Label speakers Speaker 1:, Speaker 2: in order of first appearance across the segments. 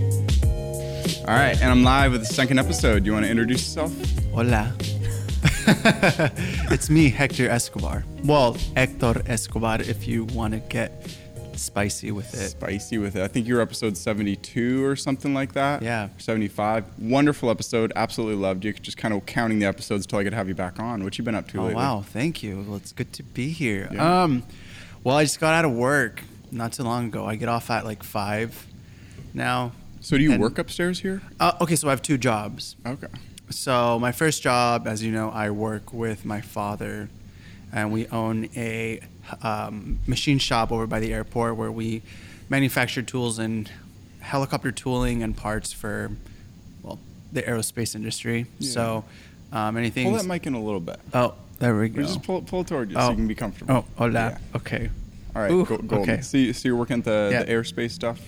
Speaker 1: All right, and I'm live with the second episode. Do you want to introduce yourself?
Speaker 2: Hola. it's me, Hector Escobar. Well, Hector Escobar, if you want to get spicy with it.
Speaker 1: Spicy with it. I think you're episode 72 or something like that.
Speaker 2: Yeah.
Speaker 1: 75. Wonderful episode. Absolutely loved you. Just kind of counting the episodes till I could have you back on. What you been up to
Speaker 2: Oh,
Speaker 1: lately?
Speaker 2: wow. Thank you. Well, it's good to be here.
Speaker 1: Yeah.
Speaker 2: Um, well, I just got out of work not too long ago. I get off at like five now.
Speaker 1: So do you
Speaker 2: And-
Speaker 1: work upstairs here?
Speaker 2: Uh, okay, so I have two jobs.
Speaker 1: Okay.
Speaker 2: So my first job, as you know, I work with my father, and we own a um, machine shop over by the airport where we manufacture tools and helicopter tooling and parts for, well, the aerospace industry.
Speaker 1: Yeah.
Speaker 2: So um, anything.
Speaker 1: Pull that mic in a little bit.
Speaker 2: Oh, there we
Speaker 1: Or
Speaker 2: go.
Speaker 1: Just pull, pull it toward you so
Speaker 2: Oh.
Speaker 1: you can be comfortable.
Speaker 2: Oh, hola.
Speaker 1: Yeah.
Speaker 2: Okay.
Speaker 1: All right,
Speaker 2: Ooh,
Speaker 1: go, golden.
Speaker 2: okay.
Speaker 1: So, you, so you're working at the,
Speaker 2: Yeah.
Speaker 1: the airspace stuff?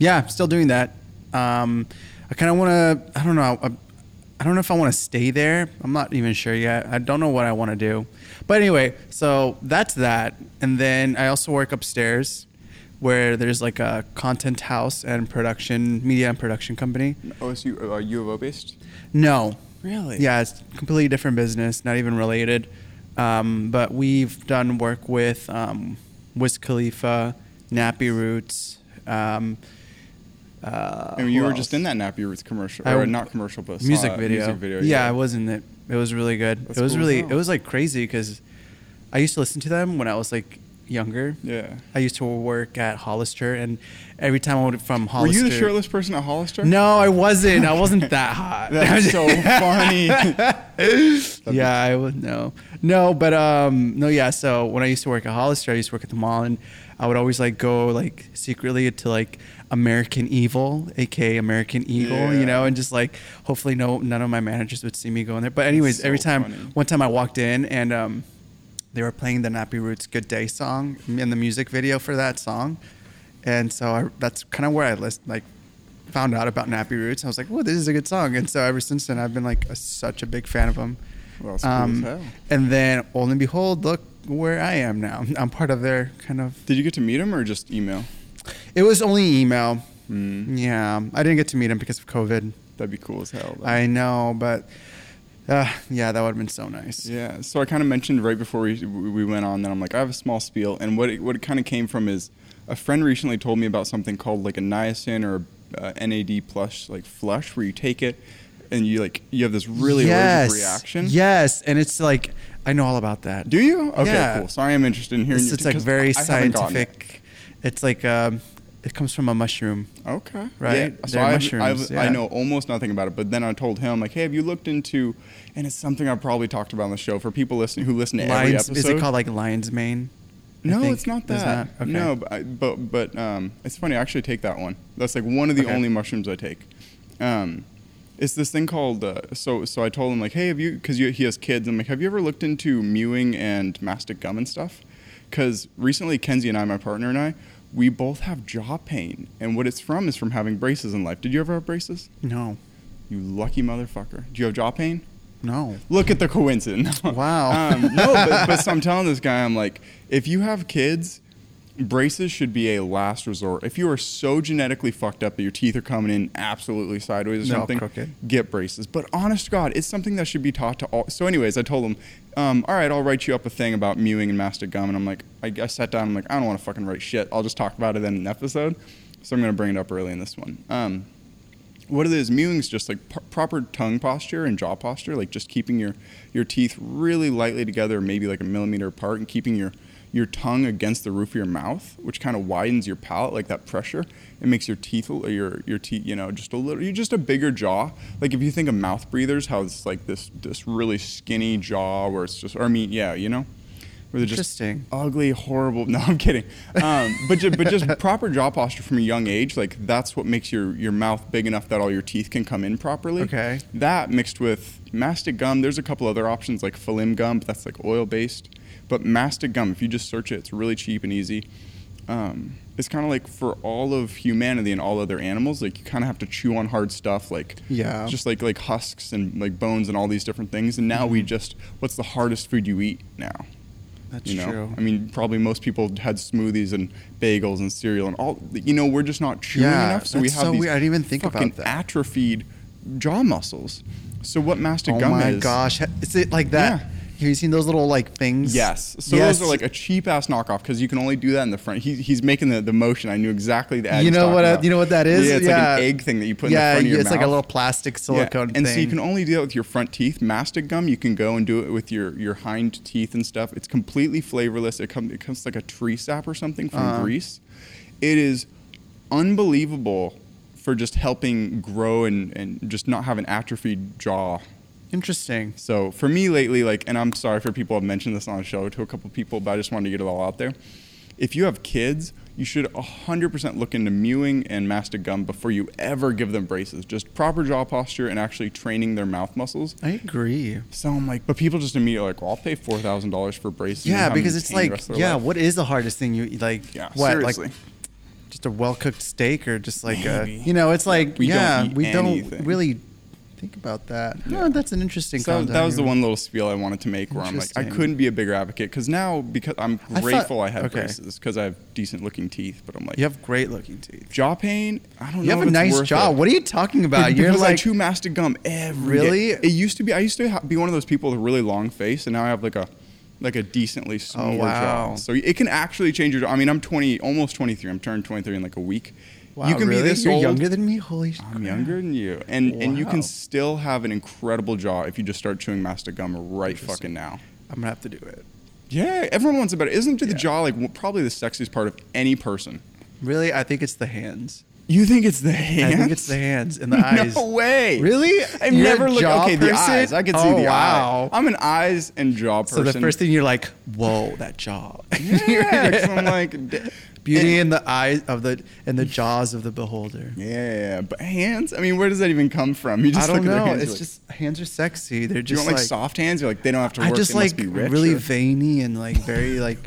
Speaker 2: Yeah, I'm still doing that. Um, I kind of want to. I don't know. I, I don't know if I want to stay there. I'm not even sure yet. I don't know what I want to do. But anyway, so that's that. And then I also work upstairs, where there's like a content house and production, media and production company.
Speaker 1: OSU, uh, U of O based?
Speaker 2: No.
Speaker 1: Really?
Speaker 2: Yeah, it's completely different business, not even related. Um, but we've done work with um, Wiz Khalifa, Nappy Roots. Um, uh,
Speaker 1: I mean, you
Speaker 2: who
Speaker 1: were
Speaker 2: else?
Speaker 1: just in that Nappy Roots commercial,
Speaker 2: I-
Speaker 1: or not commercial, but
Speaker 2: music
Speaker 1: uh,
Speaker 2: video.
Speaker 1: Music video.
Speaker 2: yeah, I was in it. It was really good.
Speaker 1: That's
Speaker 2: it was
Speaker 1: cool as
Speaker 2: really,
Speaker 1: hell.
Speaker 2: it was like crazy because I used to listen to them when I was like younger.
Speaker 1: Yeah.
Speaker 2: I used to work at Hollister, and every time I would from
Speaker 1: Were
Speaker 2: Hollister.
Speaker 1: you the shirtless person at Hollister?
Speaker 2: No, I wasn't. I wasn't that hot.
Speaker 1: That's so funny. be-
Speaker 2: yeah, I would no, no, but um, no, yeah. So when I used to work at Hollister, I used to work at the mall, and I would always like go like secretly to like American Evil, aka American Eagle,
Speaker 1: Yeah.
Speaker 2: you know, and just like hopefully no none of my managers would see me going there. But anyways,
Speaker 1: so
Speaker 2: every time
Speaker 1: funny.
Speaker 2: one time I walked in and um, they were playing the Nappy Roots "Good Day" song in the music video for that song, and so I, that's kind of where I list like found out about Nappy Roots. I was like, "Well, this is a good song," and so ever since then, I've been like a, such a big fan of them.
Speaker 1: Well, that's cool as hell.
Speaker 2: And then, lo and behold, look where I am now. I'm part of their kind of.
Speaker 1: Did you get to meet him or just email?
Speaker 2: It was only email.
Speaker 1: Mm.
Speaker 2: Yeah, I didn't get to meet him because of COVID.
Speaker 1: That'd be cool as hell. though.
Speaker 2: I know, but uh, yeah, that would have been so nice.
Speaker 1: yeah. So I kind of mentioned right before we we went on that I'm like I have a small spiel, and what it, what it kind of came from is a friend recently told me about something called like a niacin or uh, NAD plus like flush where you take it and you like you have this really allergic reaction.
Speaker 2: Yes, and it's like I know all about that.
Speaker 1: Do you? Okay.
Speaker 2: Yeah.
Speaker 1: Cool. Sorry, I'm interested in hearing.
Speaker 2: It's,
Speaker 1: your-
Speaker 2: it's like
Speaker 1: because
Speaker 2: very
Speaker 1: I haven't gotten it.
Speaker 2: scientific. It's like um, it comes from a mushroom.
Speaker 1: Okay.
Speaker 2: Right?
Speaker 1: Yeah. So
Speaker 2: They're
Speaker 1: I've,
Speaker 2: mushrooms,
Speaker 1: I've, I
Speaker 2: yeah.
Speaker 1: know almost nothing about it, but then I told him like, hey, have you looked into? And it's something I probably talked about on the show for people listening who listen to every
Speaker 2: Lion's,
Speaker 1: episode.
Speaker 2: is it called like lion's mane? I
Speaker 1: No,
Speaker 2: think.
Speaker 1: it's not
Speaker 2: It's
Speaker 1: that.
Speaker 2: not? Okay.
Speaker 1: No, but I- but, but um, it's funny. I actually take that one. That's like one of the
Speaker 2: Okay.
Speaker 1: only mushrooms I take. Um, it's this thing called. Uh, so so I told him like, hey, have you? Because he has kids. I'm like, have you ever looked into mewing and mastic gum and stuff? Because recently, Kenzie and I, my partner and I, we both have jaw pain, and what it's from is from having braces in life. Did you ever have braces?
Speaker 2: No,
Speaker 1: You lucky motherfucker. Do you have jaw pain?
Speaker 2: no.
Speaker 1: Look at the coincidence.
Speaker 2: Wow.
Speaker 1: Um, no, but, but so I'm telling this guy, I'm like, if you have kids, braces should be a last resort. If you are so genetically fucked up that your teeth are coming in absolutely sideways or
Speaker 2: No,
Speaker 1: something,
Speaker 2: crooked.
Speaker 1: get braces. But honest to God, it's something that should be taught to all. So, anyways, I told him, um, all right, I'll write you up a thing about mewing and mastic gum. And I'm like, I, I sat down, I'm like, I don't want to fucking write shit. I'll just talk about it in an episode. So I'm going to bring it up early in this one. Um, what it is mewing is just like p- proper tongue posture and jaw posture like just keeping your your teeth really lightly together maybe like a millimeter apart and keeping your your tongue against the roof of your mouth which kind of widens your palate like that pressure it makes your teeth a- your your teeth you know just a little you just a bigger jaw like if you think of mouth breathers how it's like this this really skinny jaw where it's just or i mean yeah you know where they're just
Speaker 2: Interesting.
Speaker 1: ugly, horrible. No, I'm kidding. Um, but ju- but just proper jaw posture from a young age, like that's what makes your your mouth big enough that all your teeth can come in properly.
Speaker 2: Okay.
Speaker 1: That mixed with mastic gum. There's a couple other options like Falim gum, but that's like oil based. But mastic gum, if you just search it, it's really cheap and easy. um, it's kind of like for all of humanity and all other animals, like you kind of have to chew on hard stuff, like
Speaker 2: Yeah.
Speaker 1: just like like husks and like bones and all these different things. And now
Speaker 2: Mm-hmm.
Speaker 1: we just, what's the hardest food you eat now?
Speaker 2: That's
Speaker 1: you know,
Speaker 2: true.
Speaker 1: I mean, probably most people had smoothies and bagels and cereal and all. You know, we're just not chewing
Speaker 2: Yeah,
Speaker 1: enough, so we
Speaker 2: that's
Speaker 1: have
Speaker 2: so
Speaker 1: these
Speaker 2: weird. I didn't even think about
Speaker 1: fucking
Speaker 2: that.
Speaker 1: atrophied jaw muscles. So what mastic
Speaker 2: oh
Speaker 1: gum
Speaker 2: my
Speaker 1: is?
Speaker 2: gosh, is it like that?
Speaker 1: Yeah.
Speaker 2: Have you seen those little like things?
Speaker 1: Yes. So those are like a cheap ass knockoff because you can only do that in the front. He, he's making the, the motion. I knew exactly the ad.
Speaker 2: You
Speaker 1: he's
Speaker 2: know
Speaker 1: talking
Speaker 2: what? I-
Speaker 1: about.
Speaker 2: you know what that is?
Speaker 1: Yeah, it's
Speaker 2: Yeah.
Speaker 1: like an egg thing that you put in
Speaker 2: yeah,
Speaker 1: the front of your
Speaker 2: it's
Speaker 1: mouth.
Speaker 2: like a little plastic
Speaker 1: Yeah,
Speaker 2: silicone
Speaker 1: And
Speaker 2: thing.
Speaker 1: so you can only do that with your front teeth. Mastic gum, you can go and do it with your, your hind teeth and stuff. It's completely flavorless. It comes it comes like a tree sap or something from
Speaker 2: Uh-huh.
Speaker 1: Greece. It is unbelievable for just helping grow and, and just not have an atrophied jaw.
Speaker 2: Interesting.
Speaker 1: So for me lately, like, and I'm sorry for people I've mentioned this on the show to a couple people, but I just wanted to get it all out there. If you have kids, you should 100% look into mewing and mastic gum before you ever give them braces. Just proper jaw posture and actually training their mouth muscles.
Speaker 2: I agree.
Speaker 1: So I'm like, but people just immediately are like, well, I'll pay four thousand dollars for braces. and
Speaker 2: Yeah,
Speaker 1: have them
Speaker 2: because it's
Speaker 1: pain the
Speaker 2: like,
Speaker 1: rest of their
Speaker 2: yeah,
Speaker 1: life."
Speaker 2: what is the hardest thing you like?
Speaker 1: yeah,
Speaker 2: what,
Speaker 1: seriously.
Speaker 2: like just a well cooked steak or just like a,
Speaker 1: Maybe.
Speaker 2: you know, it's like,
Speaker 1: We don't
Speaker 2: yeah,
Speaker 1: eat
Speaker 2: we
Speaker 1: anything.
Speaker 2: don't really think about that.
Speaker 1: Yeah.
Speaker 2: No, that's an interesting
Speaker 1: so
Speaker 2: concept.
Speaker 1: that was the one little spiel I wanted to make where I'm like, I
Speaker 2: Interesting.
Speaker 1: couldn't be a bigger advocate because now because I'm
Speaker 2: I thought-
Speaker 1: grateful I, have
Speaker 2: okay.
Speaker 1: braces because I have decent looking teeth, but I'm like,
Speaker 2: You have great looking teeth.
Speaker 1: jaw pain. I don't know.
Speaker 2: You have
Speaker 1: if
Speaker 2: a
Speaker 1: it's
Speaker 2: nice
Speaker 1: worth
Speaker 2: jaw.
Speaker 1: it.
Speaker 2: What are you talking about?
Speaker 1: Because
Speaker 2: You're
Speaker 1: I
Speaker 2: like,
Speaker 1: chew mastic gum every day.
Speaker 2: Really?
Speaker 1: It used to be I used to ha- be one of those people with a really long face, and now I have like a like a decently smaller jaw.
Speaker 2: Oh, wow.
Speaker 1: So it can actually change your. jaw. I mean, I'm 20, almost 23. I'm turning 23 in like a week.
Speaker 2: wow,
Speaker 1: you can
Speaker 2: really?
Speaker 1: be this
Speaker 2: You're
Speaker 1: old.
Speaker 2: younger than me? Holy
Speaker 1: I'm younger than you, and and you
Speaker 2: Wow.
Speaker 1: can still have an incredible jaw if you just start chewing mastic gum right fucking now.
Speaker 2: I'm going to have to do it.
Speaker 1: Yeah, everyone wants it better. Isn't the
Speaker 2: Yeah.
Speaker 1: jaw like w- probably the sexiest part of any person?
Speaker 2: Really? I think it's the hands.
Speaker 1: You think it's the hands?
Speaker 2: I think it's the hands and the eyes.
Speaker 1: No way.
Speaker 2: Really?
Speaker 1: I've
Speaker 2: You're a
Speaker 1: never looked.
Speaker 2: jaw
Speaker 1: Okay, the
Speaker 2: person?
Speaker 1: eyes. I can see
Speaker 2: Oh,
Speaker 1: the wow.
Speaker 2: wow.
Speaker 1: I'm an eyes and jaw
Speaker 2: So
Speaker 1: person.
Speaker 2: the first thing you're like, whoa, that jaw.
Speaker 1: yeah, 'cause I'm like d-
Speaker 2: Beauty
Speaker 1: and-
Speaker 2: in the eyes of the and the jaws of the beholder.
Speaker 1: yeah, but hands. I mean, where does that even come from? You
Speaker 2: I
Speaker 1: just
Speaker 2: don't
Speaker 1: look at their
Speaker 2: know.
Speaker 1: hands.
Speaker 2: It's
Speaker 1: you're like,
Speaker 2: just hands are sexy. They're
Speaker 1: you
Speaker 2: just
Speaker 1: want like,
Speaker 2: like,
Speaker 1: soft hands. You're like they don't have to
Speaker 2: I
Speaker 1: work.
Speaker 2: just
Speaker 1: they must
Speaker 2: like
Speaker 1: be rich
Speaker 2: really
Speaker 1: or-
Speaker 2: veiny and like very like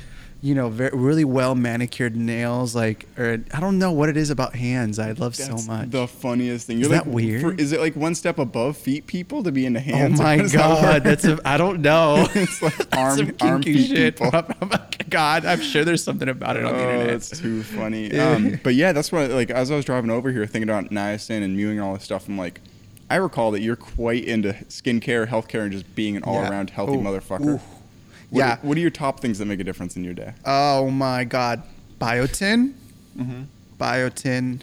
Speaker 2: you know very, really well manicured nails. Like or I don't know what it is about hands. I love so
Speaker 1: That's
Speaker 2: much.
Speaker 1: The funniest thing. You're
Speaker 2: that
Speaker 1: like,
Speaker 2: weird?
Speaker 1: for- is it like one step above feet people to be into
Speaker 2: Oh
Speaker 1: hands?
Speaker 2: my god, that's a, I don't know.
Speaker 1: It's like
Speaker 2: That's
Speaker 1: arm-
Speaker 2: some
Speaker 1: arm
Speaker 2: kinky Oh
Speaker 1: feet people.
Speaker 2: God, I'm sure there's something about it on the
Speaker 1: Oh,
Speaker 2: internet.
Speaker 1: that's too funny.
Speaker 2: Yeah.
Speaker 1: Um, but yeah, that's what like as I was driving over here, thinking about niacin and mewing and all this stuff. I'm like, I recall that you're quite into skincare, healthcare, and just being an all-around healthy
Speaker 2: Ooh.
Speaker 1: motherfucker.
Speaker 2: Ooh.
Speaker 1: What
Speaker 2: Yeah.
Speaker 1: Are, what are your top things that make a difference in your day?
Speaker 2: Oh my God. Biotin?
Speaker 1: Mm-hmm.
Speaker 2: Biotin,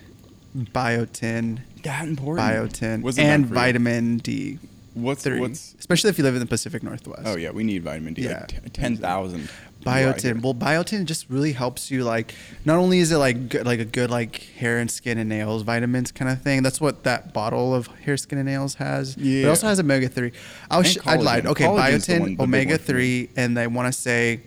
Speaker 2: biotin,
Speaker 1: That important.
Speaker 2: biotin,
Speaker 1: What's it done
Speaker 2: and
Speaker 1: for you?
Speaker 2: vitamin D.
Speaker 1: What's
Speaker 2: Three.
Speaker 1: what's?
Speaker 2: Especially if you live in the Pacific Northwest.
Speaker 1: Oh yeah, we need vitamin D.
Speaker 2: Yeah.
Speaker 1: Like t- ten thousand.
Speaker 2: Biotin. Well, biotin just really helps you. Like, not only is it like good, like a good like hair and skin and nails vitamins kind of thing. That's what that bottle of hair, skin and nails has. But
Speaker 1: Yeah.
Speaker 2: It also has omega three. I
Speaker 1: And
Speaker 2: was sh- I lied.
Speaker 1: collagen.
Speaker 2: Okay,
Speaker 1: Collagen's the one- the
Speaker 2: biotin,
Speaker 1: big
Speaker 2: omega
Speaker 1: one for me.
Speaker 2: three, and I want to say,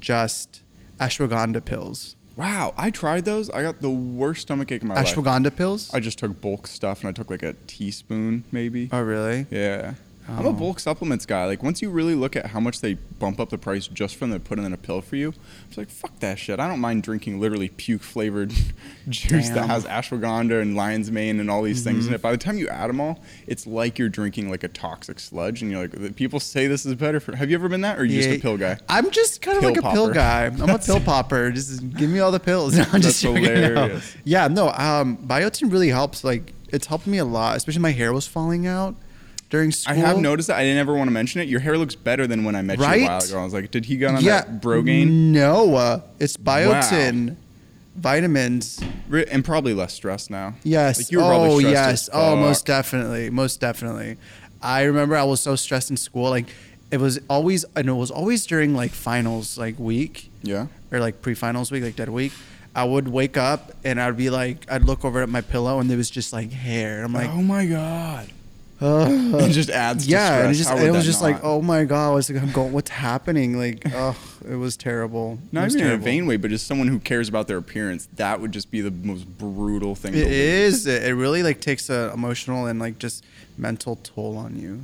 Speaker 2: just ashwagandha pills.
Speaker 1: Wow, I tried those. I got the worst stomach ache in my life.
Speaker 2: Ashwagandha pills.
Speaker 1: I just took bulk stuff and I took like a teaspoon maybe.
Speaker 2: oh really?
Speaker 1: Yeah. I'm a
Speaker 2: Oh.
Speaker 1: bulk supplements guy. Like once you really look at how much they bump up the price just from them putting in a pill for you, it's like fuck that shit. I don't mind drinking literally puke flavored juice that
Speaker 2: Damn. Mm-hmm.
Speaker 1: has ashwagandha and lion's mane and all these things in it. By the time you add them all, it's like you're drinking like a toxic sludge, and you're like, "The people say this is better for. Have you ever been that, or are you
Speaker 2: Yeah.
Speaker 1: just a pill guy?
Speaker 2: I'm just kind of
Speaker 1: Pill
Speaker 2: like a pill
Speaker 1: popper.
Speaker 2: guy. I'm a pill popper. Just give me all the pills. No, I'm
Speaker 1: That's
Speaker 2: just joking. No.
Speaker 1: hilarious.
Speaker 2: Yeah, no. Um, biotin really helps. Like, it's helped me a lot. Especially my hair was falling out during
Speaker 1: I
Speaker 2: school.
Speaker 1: have noticed that. I didn't ever want to mention it. Your hair looks better than when I met you a while
Speaker 2: Right?
Speaker 1: ago. I was like, did he get on
Speaker 2: yeah,
Speaker 1: that Brogaine?
Speaker 2: No, uh, it's biotin, vitamins.
Speaker 1: Re- And probably less stressed now.
Speaker 2: Yes.
Speaker 1: Like you were probably
Speaker 2: oh,
Speaker 1: stressed as
Speaker 2: yes. Oh,
Speaker 1: fuck.
Speaker 2: most definitely. Most definitely. I remember I was so stressed in school. Like, it was always, and it was always during like finals like week.
Speaker 1: Yeah.
Speaker 2: or like pre-finals week, like that week, I would wake up and I'd be like, I'd look over at my pillow and there was just like hair. I'm like,
Speaker 1: oh my god.
Speaker 2: "Ugh."
Speaker 1: it just adds. To
Speaker 2: yeah, and it
Speaker 1: stress.
Speaker 2: just
Speaker 1: How
Speaker 2: it
Speaker 1: would
Speaker 2: was
Speaker 1: that
Speaker 2: just like,
Speaker 1: not?
Speaker 2: oh my god, I was like, I'm going, what's happening? Like, oh, it was terrible. it
Speaker 1: Not
Speaker 2: was
Speaker 1: even in a
Speaker 2: terrible.
Speaker 1: vain way, but just someone who cares about their appearance. That would just be the most brutal thing. to
Speaker 2: It
Speaker 1: lose.
Speaker 2: is. It it really like takes a emotional and like just mental toll on you.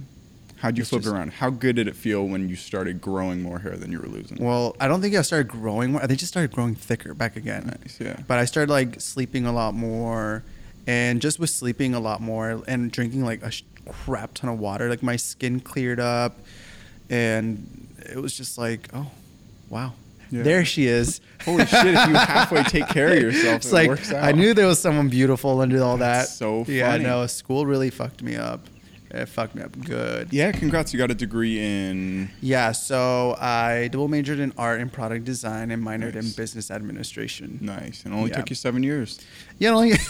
Speaker 1: How'd you
Speaker 2: It's
Speaker 1: flip
Speaker 2: just-
Speaker 1: it around? How good did it feel when you started growing more hair than you were losing?
Speaker 2: Well, I don't think I started growing more. I think I just started growing thicker back again.
Speaker 1: Nice, yeah.
Speaker 2: But I started like sleeping a lot more, and just with sleeping a lot more and drinking like a sh- crap ton of water, like my skin cleared up, and it was just like, oh, wow,
Speaker 1: Yeah.
Speaker 2: there she is.
Speaker 1: Holy shit! If you halfway take care of yourself,
Speaker 2: It's
Speaker 1: it
Speaker 2: like
Speaker 1: works out.
Speaker 2: I knew there was someone beautiful under all
Speaker 1: That's
Speaker 2: that.
Speaker 1: so
Speaker 2: Yeah,
Speaker 1: funny.
Speaker 2: no, school really fucked me up. It fucked me up good.
Speaker 1: Yeah, congrats! You got a degree in.
Speaker 2: Yeah, so I double majored in art and product design and minored in
Speaker 1: Nice.
Speaker 2: business administration.
Speaker 1: Nice, and only
Speaker 2: Yeah.
Speaker 1: took you seven years.
Speaker 2: Yeah, only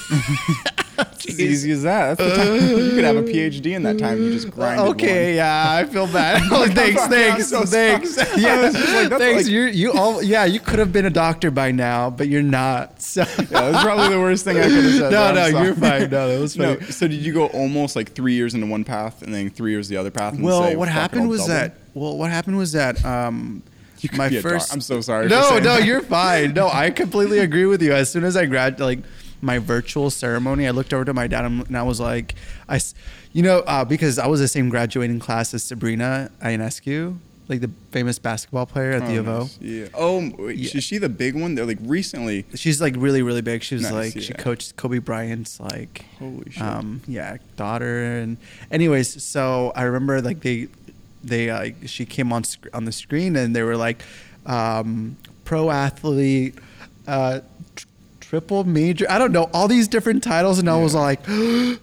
Speaker 1: It's as easy as that. That's the time. you could have a PhD in that time. You just grinded.
Speaker 2: okay,
Speaker 1: one.
Speaker 2: yeah, I feel bad. Oh, thanks,
Speaker 1: I'm
Speaker 2: thanks,
Speaker 1: so
Speaker 2: thanks.
Speaker 1: sorry. I
Speaker 2: Yeah,
Speaker 1: was just like, that's
Speaker 2: thanks.
Speaker 1: like-
Speaker 2: you you all yeah, you could have been a doctor by now, but you're not. So
Speaker 1: Yeah, that's probably the worst thing I could have said.
Speaker 2: No,
Speaker 1: but I'm
Speaker 2: no, you're
Speaker 1: sorry.
Speaker 2: fine. No, that was
Speaker 1: No,
Speaker 2: funny.
Speaker 1: so did you go almost like three years into one path and then three years the other path? And
Speaker 2: well,
Speaker 1: say,
Speaker 2: what
Speaker 1: "Fuck it,
Speaker 2: happened
Speaker 1: I'll
Speaker 2: was
Speaker 1: double"?
Speaker 2: that well, what happened was that um
Speaker 1: You could
Speaker 2: my
Speaker 1: be a doc-
Speaker 2: first
Speaker 1: I'm so sorry for
Speaker 2: No,
Speaker 1: saying
Speaker 2: no,
Speaker 1: that.
Speaker 2: you're fine. No, I completely agree with you. As soon as I grad like my virtual ceremony, I looked over to my dad and I was like, I, s- you know, uh, because I was the same graduating class as Sabrina Ionescu, like the famous basketball player at
Speaker 1: Oh,
Speaker 2: the U of O.
Speaker 1: nice. Yeah. Oh, wait,
Speaker 2: Yeah.
Speaker 1: is she the big one? They're like recently.
Speaker 2: She's like really, really big. She was
Speaker 1: Nice,
Speaker 2: like she
Speaker 1: yeah.
Speaker 2: coached Kobe Bryant's like
Speaker 1: Holy shit.
Speaker 2: um yeah, daughter and anyways, so I remember like they they uh, she came on sc- on the screen and they were like um pro athlete uh tr- triple major I don't know all these different titles and I was
Speaker 1: Yeah.
Speaker 2: like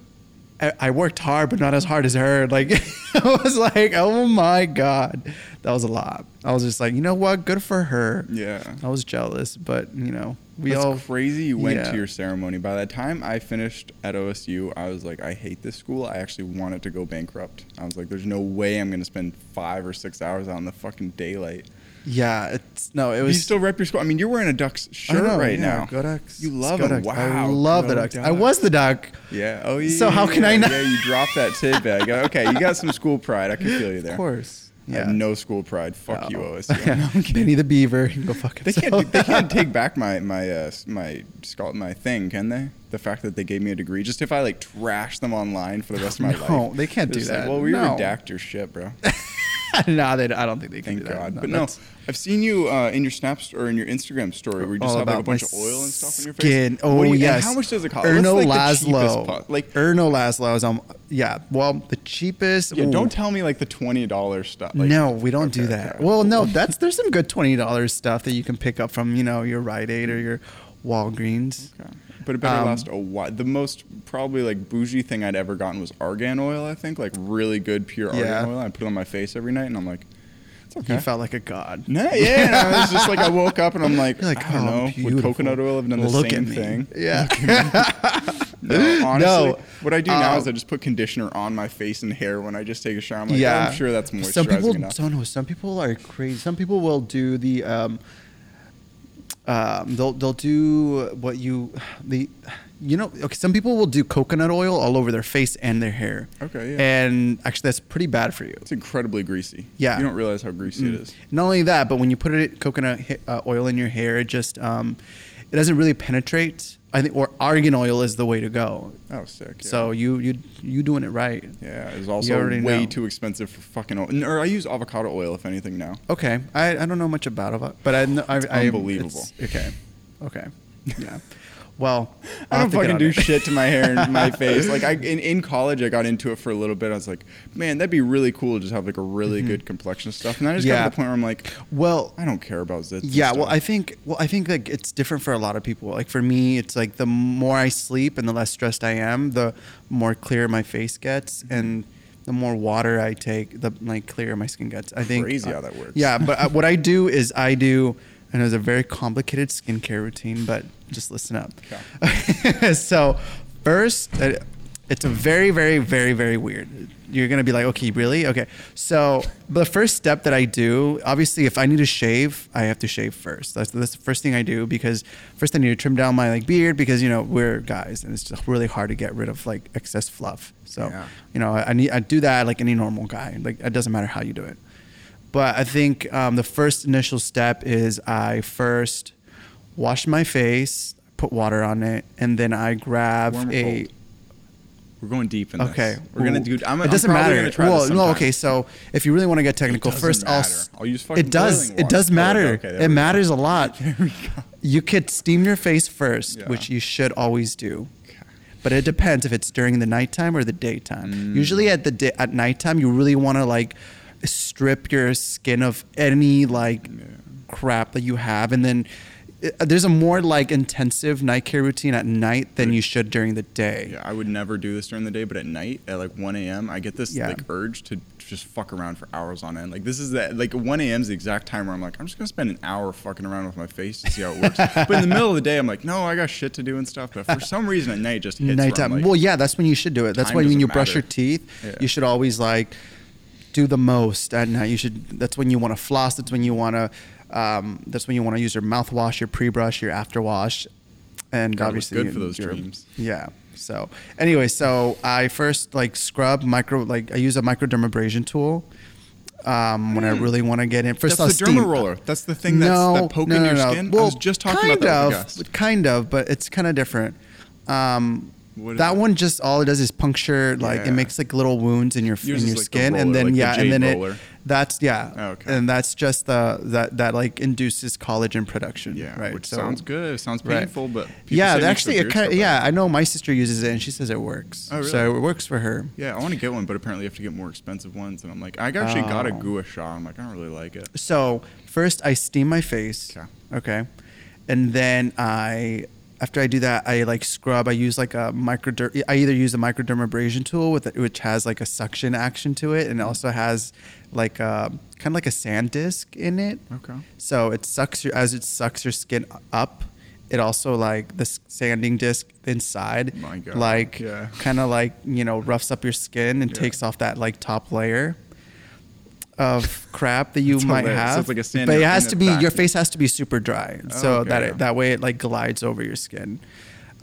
Speaker 2: I, I worked hard but not as hard as her like I was like oh my god that was a lot I was just like you know what good for her
Speaker 1: Yeah.
Speaker 2: I was jealous, but you know, we
Speaker 1: That's
Speaker 2: all
Speaker 1: crazy. You went
Speaker 2: Yeah.
Speaker 1: to your ceremony. By the time I finished at OSU, I was like, I hate this school. I actually wanted to go bankrupt. I was like, there's no way I'm going to spend five or six hours out in the fucking daylight.
Speaker 2: Yeah, it's no, it
Speaker 1: You
Speaker 2: was
Speaker 1: still rep your school. I mean, you're wearing a Ducks
Speaker 2: I
Speaker 1: shirt
Speaker 2: know,
Speaker 1: right
Speaker 2: yeah,
Speaker 1: now.
Speaker 2: Go Ducks.
Speaker 1: You love
Speaker 2: Go
Speaker 1: them.
Speaker 2: Ducks. I
Speaker 1: Wow.
Speaker 2: love the
Speaker 1: Go
Speaker 2: duck. I
Speaker 1: Ducks.
Speaker 2: was the duck.
Speaker 1: Yeah. Oh, yeah.
Speaker 2: So how can
Speaker 1: yeah,
Speaker 2: I not-
Speaker 1: Yeah, you dropped that tidbit. I go, okay, you got some school pride. I can feel you there.
Speaker 2: Of course.
Speaker 1: I have
Speaker 2: Yeah.
Speaker 1: no school pride. Fuck you,
Speaker 2: Oh.
Speaker 1: OSU. No, I'm kidding.
Speaker 2: Benny the Beaver. You can go fuck
Speaker 1: They can't.
Speaker 2: himself.
Speaker 1: do- They can't take back my my uh, s- my scal- my thing, can they? The fact that they gave me a degree, just if I like trash them online for the rest of my
Speaker 2: No,
Speaker 1: life.
Speaker 2: they can't
Speaker 1: They're
Speaker 2: do
Speaker 1: just like,
Speaker 2: that.
Speaker 1: well, we
Speaker 2: No.
Speaker 1: redact your shit, bro.
Speaker 2: nah, they, I don't think they can
Speaker 1: Thank
Speaker 2: do that.
Speaker 1: God. but no,
Speaker 2: that's
Speaker 1: I've seen you uh, in your snaps or in your Instagram story where you just
Speaker 2: all
Speaker 1: have like a
Speaker 2: about my
Speaker 1: bunch of oil and stuff on your face.
Speaker 2: Skin.
Speaker 1: What
Speaker 2: Oh
Speaker 1: do you- and
Speaker 2: yes.
Speaker 1: How much does it cost? What's,
Speaker 2: Erno
Speaker 1: like, the cheapest
Speaker 2: Laszlo.
Speaker 1: po- Like,
Speaker 2: Erno Laszlo is on. Yeah. Well, the cheapest.
Speaker 1: yeah,
Speaker 2: ooh.
Speaker 1: don't tell me like the twenty dollars stuff. Like,
Speaker 2: no, we don't do
Speaker 1: okay,
Speaker 2: that.
Speaker 1: okay.
Speaker 2: Well, no, that's there's some good twenty dollars stuff that you can pick up from you know your Rite Aid or your Walgreens.
Speaker 1: Okay. But it better
Speaker 2: Um,
Speaker 1: last a while. The most probably like bougie thing I'd ever gotten was argan oil. I think like really good pure argan
Speaker 2: Yeah.
Speaker 1: oil. I put it on my face every night, and I'm like, it's okay.
Speaker 2: You felt like a god.
Speaker 1: no, yeah, no, it was just like I woke up and I'm like,
Speaker 2: You're like,
Speaker 1: I don't
Speaker 2: "Oh,
Speaker 1: know. Would
Speaker 2: beautiful.
Speaker 1: coconut oil have done the
Speaker 2: Look
Speaker 1: same
Speaker 2: at me."
Speaker 1: thing?
Speaker 2: Yeah.
Speaker 1: No, honestly,
Speaker 2: No.
Speaker 1: what I do now is
Speaker 2: Um,
Speaker 1: I just put conditioner on my face and hair when I just take a shower. I'm like,
Speaker 2: yeah,
Speaker 1: I'm sure that's moisturizing
Speaker 2: Some people
Speaker 1: enough.
Speaker 2: don't know. Some people are crazy. Some people will do the um, um, they'll they'll do what you the you know okay. Some people will do coconut oil all over their face and their hair.
Speaker 1: Okay, yeah.
Speaker 2: And actually, that's pretty bad for you.
Speaker 1: It's incredibly greasy.
Speaker 2: Yeah. Mm.
Speaker 1: you don't realize how greasy it is.
Speaker 2: Not only that, but when you put it coconut hi- uh, oil in your hair, it just um, it doesn't really penetrate. I think or argan oil is the way to go.
Speaker 1: Oh, sick. yeah.
Speaker 2: So you you you doing it right.
Speaker 1: Yeah, it's also way
Speaker 2: already know.
Speaker 1: too expensive for fucking oil. N- Or I use avocado oil if anything now.
Speaker 2: Okay, I, I don't know much about it, but I know I,
Speaker 1: It's
Speaker 2: I-
Speaker 1: unbelievable.
Speaker 2: it's- okay, okay, yeah. Well,
Speaker 1: I don't
Speaker 2: I'll have to get
Speaker 1: fucking
Speaker 2: on
Speaker 1: do
Speaker 2: it.
Speaker 1: shit to my hair and my face. Like I in, in college, I got into it for a little bit. I was like, man, that'd be really cool to just have like a really good complexion stuff. And I just got
Speaker 2: Yeah.
Speaker 1: to the point where I'm like,
Speaker 2: Well,
Speaker 1: I don't care about zits. and
Speaker 2: yeah. Well,
Speaker 1: stuff.
Speaker 2: I think well, I think like it's different for a lot of people. Like for me, it's like the more I sleep and the less stressed I am, the more clear my face gets, and the more water I take, the like clearer my skin gets. I think
Speaker 1: Crazy how that works.
Speaker 2: Yeah, but I, what I do is I do, and it's a very complicated skincare routine, but just listen up. so first, uh, it's a very, very, very, very weird. You're gonna be like, okay, really? Okay. So the first step that I do, obviously, if I need to shave, I have to shave first. That's, that's the first thing I do because first I need to trim down my like beard because you know we're guys and it's just really hard to get rid of like excess fluff. So
Speaker 1: Yeah.
Speaker 2: you know I, I need I do that like any normal guy. Like it doesn't matter how you do it. But I think um, the first initial step is I first wash my face, put water on it, and then I grab
Speaker 1: Warm or
Speaker 2: a
Speaker 1: cold? We're going deep in
Speaker 2: Okay.
Speaker 1: this. We're gonna
Speaker 2: Ooh.
Speaker 1: do. I'm,
Speaker 2: it doesn't
Speaker 1: I'm probably
Speaker 2: matter.
Speaker 1: Gonna try
Speaker 2: well,
Speaker 1: this
Speaker 2: no.
Speaker 1: sometime.
Speaker 2: Okay, so if you really want to get technical,
Speaker 1: doesn't
Speaker 2: first I'll. s-
Speaker 1: matter. I'll use fucking
Speaker 2: it does.
Speaker 1: boiling
Speaker 2: It
Speaker 1: water.
Speaker 2: does
Speaker 1: Oh,
Speaker 2: matter.
Speaker 1: okay, there we
Speaker 2: it
Speaker 1: go.
Speaker 2: matters a lot.
Speaker 1: There we go.
Speaker 2: You could steam your face first,
Speaker 1: Yeah.
Speaker 2: which you should always do. But it depends if it's during the nighttime or the daytime.
Speaker 1: Mm.
Speaker 2: Usually at the day, at nighttime, you really want to like strip your skin of any like crap that you have, and then uh, there's a more like intensive night care routine at night than you should during the day.
Speaker 1: Yeah, I would never do this during the day, but at night at like 1 a.m., I get this
Speaker 2: Yeah.
Speaker 1: like urge to just fuck around for hours on end. Like this is that like 1 a.m. is the exact time where I'm like, I'm just gonna spend an hour fucking around with my face to see how it works. but in the middle of the day, I'm like, no, I got shit to do and stuff. But for some reason, at night it just hits. where I'm
Speaker 2: Nighttime.
Speaker 1: like,
Speaker 2: well, yeah, that's when you should do it. That's
Speaker 1: Time
Speaker 2: why when
Speaker 1: doesn't
Speaker 2: you brush
Speaker 1: matter.
Speaker 2: your teeth,
Speaker 1: Yeah.
Speaker 2: you should always like do the most at night. You should. That's when you want to floss. That's when you want to. Um, that's when you want to use your mouthwash, your pre-brush, your afterwash, and
Speaker 1: look
Speaker 2: obviously
Speaker 1: good
Speaker 2: you-
Speaker 1: for those
Speaker 2: your-
Speaker 1: dreams.
Speaker 2: Yeah. So anyway, so I first like scrub micro. Like I use a microdermabrasion tool. Um, when I really want to get in, first
Speaker 1: Hmm. That's
Speaker 2: I'll
Speaker 1: the derma
Speaker 2: steam.
Speaker 1: roller. That's the thing that's- that poke in your skin? I was just talking
Speaker 2: kind
Speaker 1: about that with a
Speaker 2: of,
Speaker 1: guest.
Speaker 2: kind of, but it's kind of different. Um,
Speaker 1: What is
Speaker 2: that
Speaker 1: it?
Speaker 2: one just all it does is puncture, like
Speaker 1: Yeah.
Speaker 2: it makes like little wounds in your
Speaker 1: Yours
Speaker 2: in
Speaker 1: is
Speaker 2: your
Speaker 1: like the
Speaker 2: skin,
Speaker 1: roller,
Speaker 2: and then
Speaker 1: like the
Speaker 2: yeah, and
Speaker 1: jade
Speaker 2: then it
Speaker 1: roller.
Speaker 2: that's yeah,
Speaker 1: Oh, okay.
Speaker 2: and that's just the that that like induces collagen production.
Speaker 1: yeah,
Speaker 2: right.
Speaker 1: which
Speaker 2: So-
Speaker 1: sounds good. It sounds
Speaker 2: right.
Speaker 1: painful, but people
Speaker 2: yeah,
Speaker 1: say it
Speaker 2: they
Speaker 1: makes
Speaker 2: actually,
Speaker 1: their
Speaker 2: it
Speaker 1: beard
Speaker 2: kind
Speaker 1: so
Speaker 2: of,
Speaker 1: bad.
Speaker 2: yeah, I know my sister uses it, and she says it works.
Speaker 1: Oh,
Speaker 2: So
Speaker 1: really?
Speaker 2: it works for her.
Speaker 1: Yeah, I want to get one, but apparently you have to get more expensive ones. And I'm like, I actually got a
Speaker 2: Oh.
Speaker 1: Gua Sha. I'm like, I don't really like it.
Speaker 2: So first, I steam my face.
Speaker 1: Okay.
Speaker 2: Okay. And then I, after I do that, I like scrub. I use like a microder. I either use a microdermabrasion tool with which has like a suction action to it, and
Speaker 1: Mm-hmm.
Speaker 2: it also has like a kind of like a sand disk in it.
Speaker 1: Okay.
Speaker 2: So it sucks your as it sucks your skin up. It also like the s- sanding disc inside,
Speaker 1: My God.
Speaker 2: like
Speaker 1: Yeah.
Speaker 2: kind of like you know roughs up your skin and
Speaker 1: Yeah.
Speaker 2: takes off that like top layer of crap that you
Speaker 1: It's
Speaker 2: might
Speaker 1: hilarious. So
Speaker 2: have.
Speaker 1: it's like a sand
Speaker 2: but it
Speaker 1: in
Speaker 2: has
Speaker 1: the
Speaker 2: to be
Speaker 1: back.
Speaker 2: your face has to be super dry,
Speaker 1: Oh,
Speaker 2: so
Speaker 1: okay,
Speaker 2: that
Speaker 1: yeah.
Speaker 2: it, that way it like glides over your skin.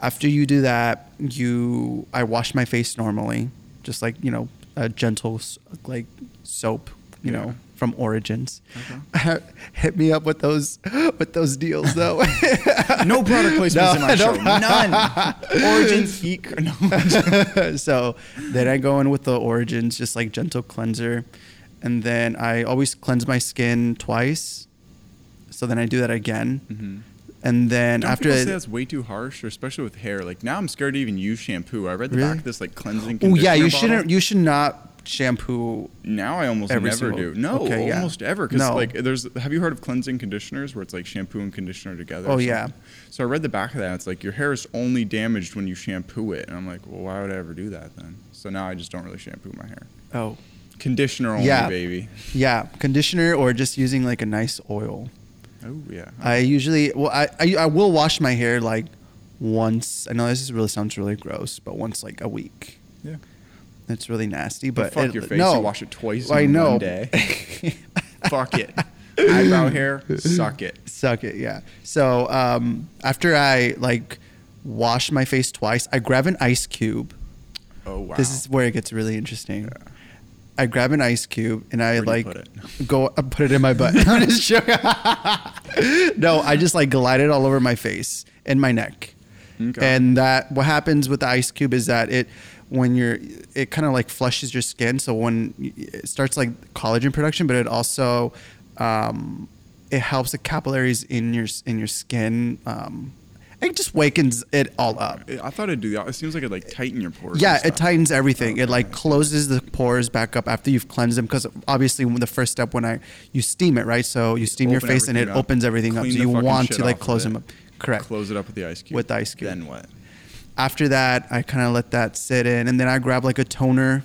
Speaker 2: After you do that, you I wash my face normally, just like you know a gentle s- like soap, you
Speaker 1: Yeah. Uh-huh.
Speaker 2: know from Origins. Hit me up with those with those deals though.
Speaker 1: No product placements
Speaker 2: No,
Speaker 1: in my show.
Speaker 2: no.
Speaker 1: None. Origins Heat. No.
Speaker 2: so then I go in with the origins, just like gentle cleanser, and then I always cleanse my skin twice. So then I do that again,
Speaker 1: Mm-hmm.
Speaker 2: and then
Speaker 1: Don't
Speaker 2: after
Speaker 1: people say that's way too harsh, or especially with hair. Like now, I'm scared to even use shampoo. I read the
Speaker 2: Really?
Speaker 1: back of this like cleansing.
Speaker 2: oh yeah,
Speaker 1: conditioner
Speaker 2: you
Speaker 1: bottle.
Speaker 2: shouldn't you should not shampoo.
Speaker 1: Now I almost
Speaker 2: Every
Speaker 1: never
Speaker 2: single-
Speaker 1: do. No,
Speaker 2: Okay, yeah.
Speaker 1: almost ever. Because
Speaker 2: No.
Speaker 1: like, there's. Have you heard of cleansing conditioners where it's like shampoo and conditioner together? or
Speaker 2: Oh, yeah.
Speaker 1: something? So I read the back of that. It's like your hair is only damaged when you shampoo it, and I'm like, well, why would I ever do that then? So now I just don't really shampoo my hair.
Speaker 2: Oh
Speaker 1: Conditioner only,
Speaker 2: yeah,
Speaker 1: baby.
Speaker 2: yeah, conditioner or just using like a nice oil.
Speaker 1: Oh yeah.
Speaker 2: I usually well I, I I will wash my hair like once. I know this is really sounds really gross, but once like a week.
Speaker 1: yeah.
Speaker 2: It's really nasty, but
Speaker 1: fuck
Speaker 2: it-
Speaker 1: your face.
Speaker 2: No,
Speaker 1: You wash it twice
Speaker 2: I
Speaker 1: in
Speaker 2: know.
Speaker 1: one day. Fuck it. Eyebrow hair. Suck it.
Speaker 2: Suck it, yeah. So um, after I like wash my face twice, I grab an ice cube.
Speaker 1: Oh wow.
Speaker 2: This is where it gets really interesting. I grab an ice cube and I
Speaker 1: Where do you
Speaker 2: like
Speaker 1: put it?
Speaker 2: go I put it in my butt. I'm just joking. no, I just like glide it all over my face and my neck.
Speaker 1: Okay.
Speaker 2: And that what happens with the ice cube is that it when you're it kind of like flushes your skin. So when y- it starts like collagen production, but it also um, it helps the capillaries in your s- in your skin. Um, it just wakens it all up.
Speaker 1: I thought it'd do that. It seems like it'd like tighten your pores.
Speaker 2: Yeah,
Speaker 1: and
Speaker 2: it
Speaker 1: stuff.
Speaker 2: tightens everything. It
Speaker 1: Okay,
Speaker 2: like
Speaker 1: I see.
Speaker 2: closes the pores back up after you've cleansed them because obviously when the first step when I you steam it right, so you steam your
Speaker 1: Open
Speaker 2: face and it
Speaker 1: everything up.
Speaker 2: opens everything up. So
Speaker 1: Clean the
Speaker 2: you
Speaker 1: fucking
Speaker 2: want
Speaker 1: shit
Speaker 2: to like
Speaker 1: off of
Speaker 2: close
Speaker 1: it.
Speaker 2: them up. Correct.
Speaker 1: Close it up with the ice cube.
Speaker 2: With the ice cube.
Speaker 1: Then what?
Speaker 2: After that, I kind of let that sit in, and then I grab like a toner,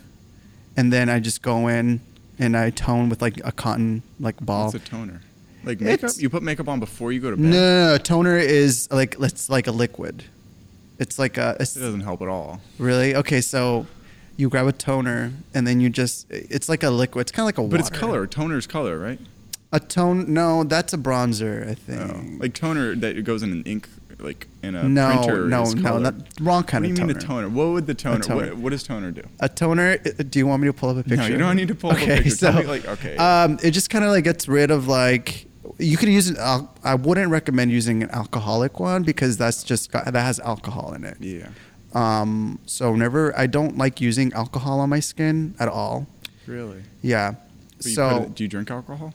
Speaker 2: and then I just go in and I tone with like a cotton like ball.
Speaker 1: What's a toner? Like makeup?
Speaker 2: It's-
Speaker 1: You put makeup on before you go to bed.
Speaker 2: No, no, no, toner is like it's like a liquid. It's like a it's
Speaker 1: It doesn't help at all.
Speaker 2: really okay. So you grab a toner and then you just it's like a liquid. It's kind of like a
Speaker 1: But it's
Speaker 2: water.
Speaker 1: color. Toner's color, right?
Speaker 2: A tone? No, that's a bronzer. I think.
Speaker 1: Oh. Like toner that goes in an ink, like in a
Speaker 2: No,
Speaker 1: printer.
Speaker 2: no,
Speaker 1: is
Speaker 2: no,
Speaker 1: color.
Speaker 2: not- wrong kind
Speaker 1: what
Speaker 2: of
Speaker 1: do you mean a
Speaker 2: toner.
Speaker 1: toner? What would the toner?
Speaker 2: toner.
Speaker 1: What, what does toner do?
Speaker 2: a toner. i- Do you want me to pull up a picture?
Speaker 1: you don't need to pull up a picture. Tell me, like, okay.
Speaker 2: Um, it just kind of like gets rid of like. You could use an. Al- I wouldn't recommend using an alcoholic one because that's just got, that has alcohol in it.
Speaker 1: Yeah.
Speaker 2: Um, so whenever I don't like using alcohol on my skin at all.
Speaker 1: Really?
Speaker 2: Yeah.
Speaker 1: But you
Speaker 2: so
Speaker 1: put it- do you drink alcohol?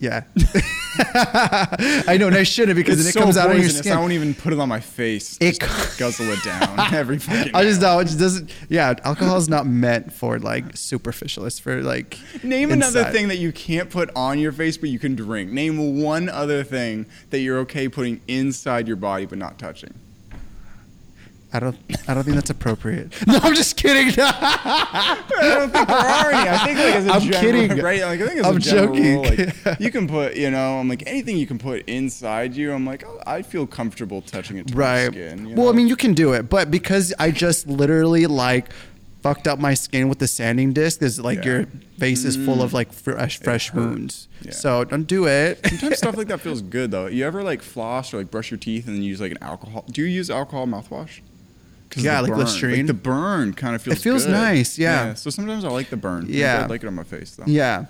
Speaker 2: yeah, I know, and I shouldn't because then it
Speaker 1: so
Speaker 2: comes out on your
Speaker 1: poisonous,
Speaker 2: skin.
Speaker 1: I won't even put it on my face.
Speaker 2: It
Speaker 1: It just guzzle it down every fucking.
Speaker 2: I just
Speaker 1: hour.
Speaker 2: know it just doesn't. Yeah, alcohol's not meant for like superficial. It's for like
Speaker 1: Name another
Speaker 2: inside.
Speaker 1: thing that you can't put on your face, but you can drink. Name one other thing that you're okay putting inside your body, but not touching.
Speaker 2: I don't. I don't think that's appropriate. No, I'm just kidding.
Speaker 1: I don't think there are any. I think like as a
Speaker 2: I'm
Speaker 1: general,
Speaker 2: kidding.
Speaker 1: right? Like, I think as a
Speaker 2: I'm
Speaker 1: general rule,
Speaker 2: joking.
Speaker 1: like, you can put, you know, I'm like anything you can put inside you. I'm like, oh, I feel comfortable touching it to my
Speaker 2: right.
Speaker 1: skin. you
Speaker 2: well, I
Speaker 1: know?
Speaker 2: mean, you can do it, but because I just literally like fucked up my skin with the sanding disc, is like
Speaker 1: Yeah. Mm.
Speaker 2: your face is full of like fresh, fresh wounds.
Speaker 1: Yeah.
Speaker 2: So don't do it.
Speaker 1: Sometimes stuff like that feels good though. You ever like floss or like brush your teeth and then use like an alcohol? Do you use alcohol mouthwash? 'Cause of
Speaker 2: Yeah,
Speaker 1: the
Speaker 2: like
Speaker 1: burn.
Speaker 2: Listerine.
Speaker 1: the burn kind of feels.
Speaker 2: feels
Speaker 1: good.
Speaker 2: nice, yeah.
Speaker 1: So sometimes I like the burn. Maybe
Speaker 2: Yeah.
Speaker 1: I like it on my face though.
Speaker 2: yeah.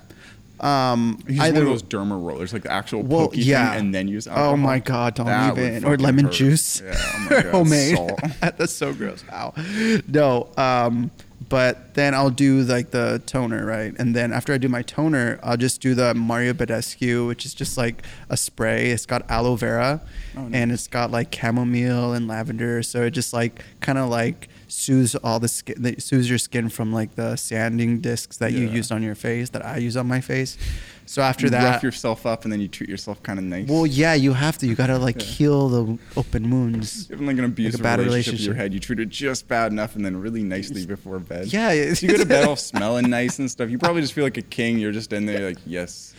Speaker 2: Um,
Speaker 1: Use one of those derma rollers, like the actual
Speaker 2: Well,
Speaker 1: pokey
Speaker 2: yeah.
Speaker 1: thing, and then use
Speaker 2: Oh
Speaker 1: alcohol.
Speaker 2: my God, don't
Speaker 1: That would
Speaker 2: even. Or
Speaker 1: fucking
Speaker 2: lemon
Speaker 1: hurt.
Speaker 2: juice.
Speaker 1: Yeah, oh my God,
Speaker 2: Homemade.
Speaker 1: salt.
Speaker 2: That's so gross. Ow. No. Um, but then I'll do like the toner, right? And then after I do my toner, I'll just do the Mario Badescu, which is just like a spray. It's got aloe vera
Speaker 1: Oh, nice.
Speaker 2: and it's got like chamomile and lavender. So it just like kind of like soothes all the skin, that soothes your skin from like the sanding discs that you
Speaker 1: Yeah.
Speaker 2: used on your face, that I use on my face. So after
Speaker 1: You
Speaker 2: that,
Speaker 1: rough yourself up and then you treat yourself kind of nice.
Speaker 2: well, yeah, you have to. You gotta like
Speaker 1: Yeah.
Speaker 2: heal the open wounds.
Speaker 1: you have like an abusive
Speaker 2: bad
Speaker 1: relationship, in your
Speaker 2: relationship.
Speaker 1: head. You treat it just bad enough and then really nicely before bed.
Speaker 2: Yeah, it's-
Speaker 1: So you go to bed all smelling nice and stuff. You probably just feel like a king. You're just in there like, yes.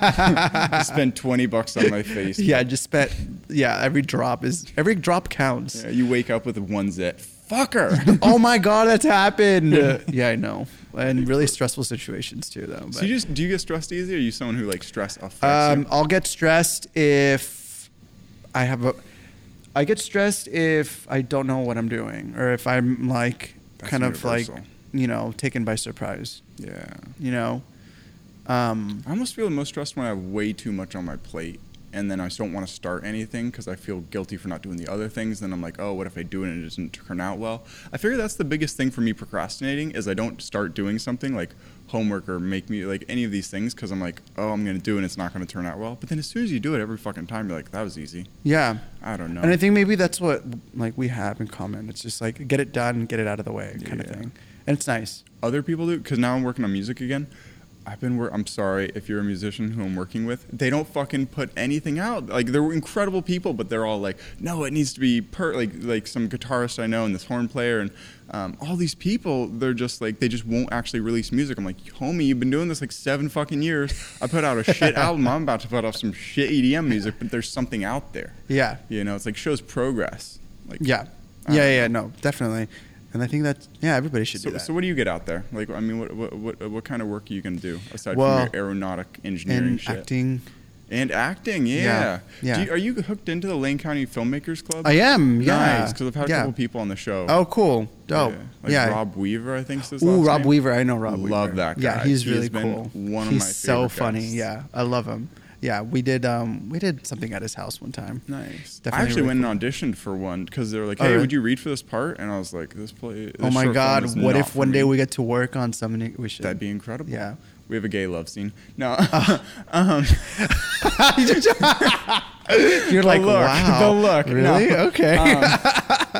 Speaker 1: I spent 20 bucks on my face.
Speaker 2: Yeah, I just spent. Yeah, every drop is every drop counts.
Speaker 1: Yeah, You wake up with one zit. Fucker.
Speaker 2: oh my god, that's happened. yeah, I know, and really stressful situations too, though.
Speaker 1: so
Speaker 2: but-
Speaker 1: you just, do you get stressed easy or are you someone who like stress affects
Speaker 2: Um,
Speaker 1: you?
Speaker 2: I'll get stressed if I have a. I get stressed if I don't know what I'm doing, or if I'm like
Speaker 1: That's
Speaker 2: kind of like
Speaker 1: universal.
Speaker 2: you know taken by surprise.
Speaker 1: Yeah.
Speaker 2: You know, um,
Speaker 1: I almost feel the most stressed when I have way too much on my plate. And then I just don't want to start anything because I feel guilty for not doing the other things. Then I'm like, oh, what if I do it and it doesn't turn out well? I figure that's the biggest thing for me procrastinating is I don't start doing something like homework or make me like any of these things because I'm like, oh, I'm gonna do it and it's not gonna turn out well. But then as soon as you do it every fucking time, you're like, that was easy.
Speaker 2: yeah.
Speaker 1: I don't know.
Speaker 2: And I think maybe that's what like we have in common. It's just like get it done, get it out of the way kind
Speaker 1: Yeah.
Speaker 2: of thing. And it's nice.
Speaker 1: other people do because now I'm working on music again. I've been. Wor- I'm sorry if you're a musician who I'm working with. They don't fucking put anything out. Like they're incredible people, but they're all like, no, it needs to be per like like some guitarist I know and this horn player and um, all these people. They're just like they just won't actually release music. I'm like, homie, you've been doing this like seven fucking years. I put out a shit album. I'm about to put out some shit EDM music, but there's something out there.
Speaker 2: Yeah.
Speaker 1: You know, it's like shows progress. Like
Speaker 2: Yeah.
Speaker 1: I
Speaker 2: yeah,
Speaker 1: don't
Speaker 2: yeah, no, definitely. And I think that's yeah, everybody should do
Speaker 1: so,
Speaker 2: that.
Speaker 1: so what do you get out there? Like, I mean, what what what, what kind of work are you gonna do aside
Speaker 2: Well,
Speaker 1: from your aeronautic engineering
Speaker 2: and
Speaker 1: shit?
Speaker 2: acting.
Speaker 1: And acting, yeah.
Speaker 2: Yeah, yeah.
Speaker 1: Do you, are you hooked into the Lane County Filmmakers Club?
Speaker 2: I am, yeah.
Speaker 1: Nice, because I've had a
Speaker 2: Yeah.
Speaker 1: couple people on the show.
Speaker 2: Oh, cool. Dope.
Speaker 1: Yeah,
Speaker 2: Yeah.
Speaker 1: like Rob Weaver, I think. is his
Speaker 2: Ooh,
Speaker 1: last
Speaker 2: Rob
Speaker 1: name.
Speaker 2: Weaver. I know Rob Weaver.
Speaker 1: Love that guy.
Speaker 2: Yeah, he's
Speaker 1: He's
Speaker 2: really
Speaker 1: been
Speaker 2: cool.
Speaker 1: one of
Speaker 2: he's
Speaker 1: my
Speaker 2: so
Speaker 1: favorite
Speaker 2: funny.
Speaker 1: guys.
Speaker 2: Yeah. I love him. Yeah, we did um we did something at his house one time.
Speaker 1: Nice. I
Speaker 2: Definitely
Speaker 1: actually
Speaker 2: really
Speaker 1: went and auditioned for one because they were like,
Speaker 2: Oh,
Speaker 1: "Hey,
Speaker 2: really?
Speaker 1: would you read for this part?" And I was like, "This play." This
Speaker 2: Oh my
Speaker 1: short film
Speaker 2: god,
Speaker 1: is
Speaker 2: what
Speaker 1: not
Speaker 2: if
Speaker 1: for
Speaker 2: one day
Speaker 1: me."
Speaker 2: we get to work on something we should
Speaker 1: That'd be incredible.
Speaker 2: Yeah.
Speaker 1: We have a gay love scene. No. um,
Speaker 2: You're
Speaker 1: The
Speaker 2: like,
Speaker 1: look,
Speaker 2: wow,
Speaker 1: the look,
Speaker 2: really?
Speaker 1: no.
Speaker 2: Okay.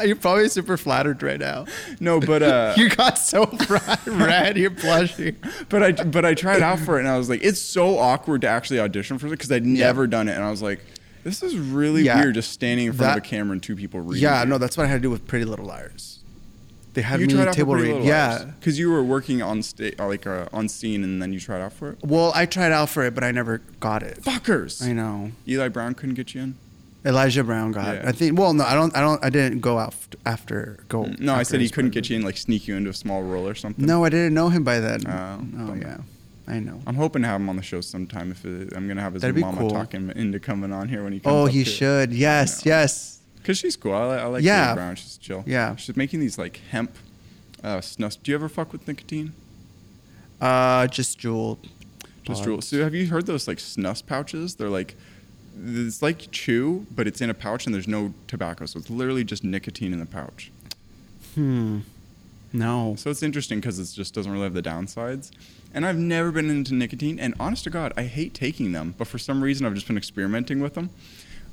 Speaker 2: You're probably super flattered right now.
Speaker 1: no, but uh,
Speaker 2: you got so fried red. You're blushing.
Speaker 1: but I but I tried out for it and I was like, it's so awkward to actually audition for it because I'd never done it and I was like, this is really
Speaker 2: Yeah.
Speaker 1: weird just standing in front
Speaker 2: That-
Speaker 1: of a camera and two people reading.
Speaker 2: Yeah,
Speaker 1: you.
Speaker 2: no, that's what I had to do with Pretty Little Liars. They had
Speaker 1: you
Speaker 2: me
Speaker 1: tried out
Speaker 2: table
Speaker 1: for
Speaker 2: read. Yeah.
Speaker 1: because you were working on state like uh, on scene and then you tried out for it.
Speaker 2: Well, I tried out for it, but I never got it.
Speaker 1: Fuckers.
Speaker 2: I know.
Speaker 1: Eli Brown couldn't get you in.
Speaker 2: Elijah Brown got. it.
Speaker 1: Yeah.
Speaker 2: I think. Well, no, I don't. I don't. I didn't go out f- after. Go.
Speaker 1: Mm, No, I
Speaker 2: after
Speaker 1: said he
Speaker 2: his
Speaker 1: couldn't
Speaker 2: part.
Speaker 1: get you in, like sneak you into a small role or something.
Speaker 2: No, I didn't know him by then.
Speaker 1: Oh,
Speaker 2: oh
Speaker 1: bummer.
Speaker 2: yeah, I know.
Speaker 1: I'm hoping to have him on the show sometime. If it, I'm gonna have his
Speaker 2: That'd be
Speaker 1: mama
Speaker 2: cool.
Speaker 1: talk him into coming on here when he comes.
Speaker 2: Oh,
Speaker 1: up
Speaker 2: he
Speaker 1: too.
Speaker 2: should. Yes, yes.
Speaker 1: Cause she's cool. I, li- I like
Speaker 2: Yeah.
Speaker 1: Lily Brown. She's chill.
Speaker 2: Yeah.
Speaker 1: She's making these like hemp uh, snuffs. Do you ever fuck with nicotine?
Speaker 2: Uh, just Jewel.
Speaker 1: Just
Speaker 2: Pod.
Speaker 1: drool. So have you heard those like snuff pouches? They're like it's like chew, but it's in a pouch and there's no tobacco, so it's literally just nicotine in the pouch.
Speaker 2: Hmm. No.
Speaker 1: So it's interesting because it just doesn't really have the downsides. And I've never been into nicotine. And honest to God, I hate taking them. But for some reason, I've just been experimenting with them.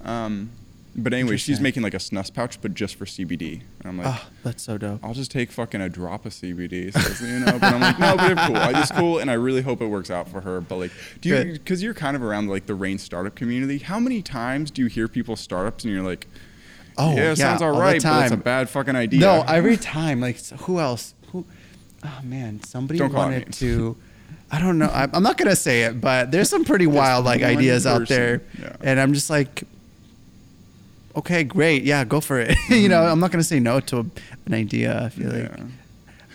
Speaker 1: Um, but anyway, she's
Speaker 2: Interesting.
Speaker 1: making like a snuff pouch, but just for CBD. And I'm like,
Speaker 2: Ah, that's so dope.
Speaker 1: I'll just take fucking a drop of CBD. So, you know, but I'm like, no, but it's cool. It's cool, and I really hope it works out for her. But like, do you?
Speaker 2: Good.
Speaker 1: Because you're kind of around like the rain startup community. How many times do you hear people startups, and you're like,
Speaker 2: Oh,
Speaker 1: yeah,
Speaker 2: yeah,
Speaker 1: it sounds
Speaker 2: all
Speaker 1: all
Speaker 2: the
Speaker 1: right, but it's a
Speaker 2: time.
Speaker 1: bad fucking idea.
Speaker 2: No, every time. Like, so who else? Who? Oh man, somebody
Speaker 1: Don't call out
Speaker 2: wanted
Speaker 1: names.
Speaker 2: to. I don't know. I- I'm not gonna say it, but there's some pretty wild like
Speaker 1: one
Speaker 2: ideas out
Speaker 1: person.
Speaker 2: there,
Speaker 1: Yeah.
Speaker 2: and I'm just like, okay, great, yeah, go for it. you know, I'm not gonna say no to an idea. I feel like
Speaker 1: Mm-hmm. Yeah.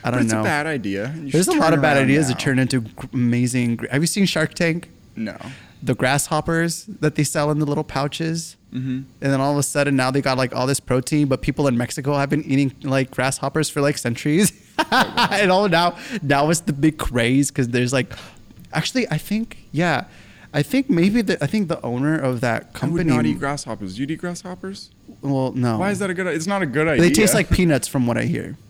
Speaker 2: I
Speaker 1: but
Speaker 2: don't
Speaker 1: it's
Speaker 2: know.
Speaker 1: a bad idea. and you
Speaker 2: there's a
Speaker 1: should
Speaker 2: lot
Speaker 1: turn
Speaker 2: of bad
Speaker 1: around
Speaker 2: ideas
Speaker 1: now.
Speaker 2: that turn into gr- amazing. gr- Have you seen Shark Tank?
Speaker 1: No.
Speaker 2: the grasshoppers that they sell in the little pouches.
Speaker 1: Mm-hmm.
Speaker 2: And then all of a sudden now they got like all this protein, but people in Mexico have been eating like grasshoppers for like centuries. and all now, now it's the big craze because there's like, actually, I think, yeah, I think maybe the, I think the owner of that
Speaker 1: I would
Speaker 2: company.
Speaker 1: not eat grasshoppers. Do you eat grasshoppers?
Speaker 2: well, no.
Speaker 1: Why is that a good? It's not a good idea.
Speaker 2: They taste like peanuts from what I hear.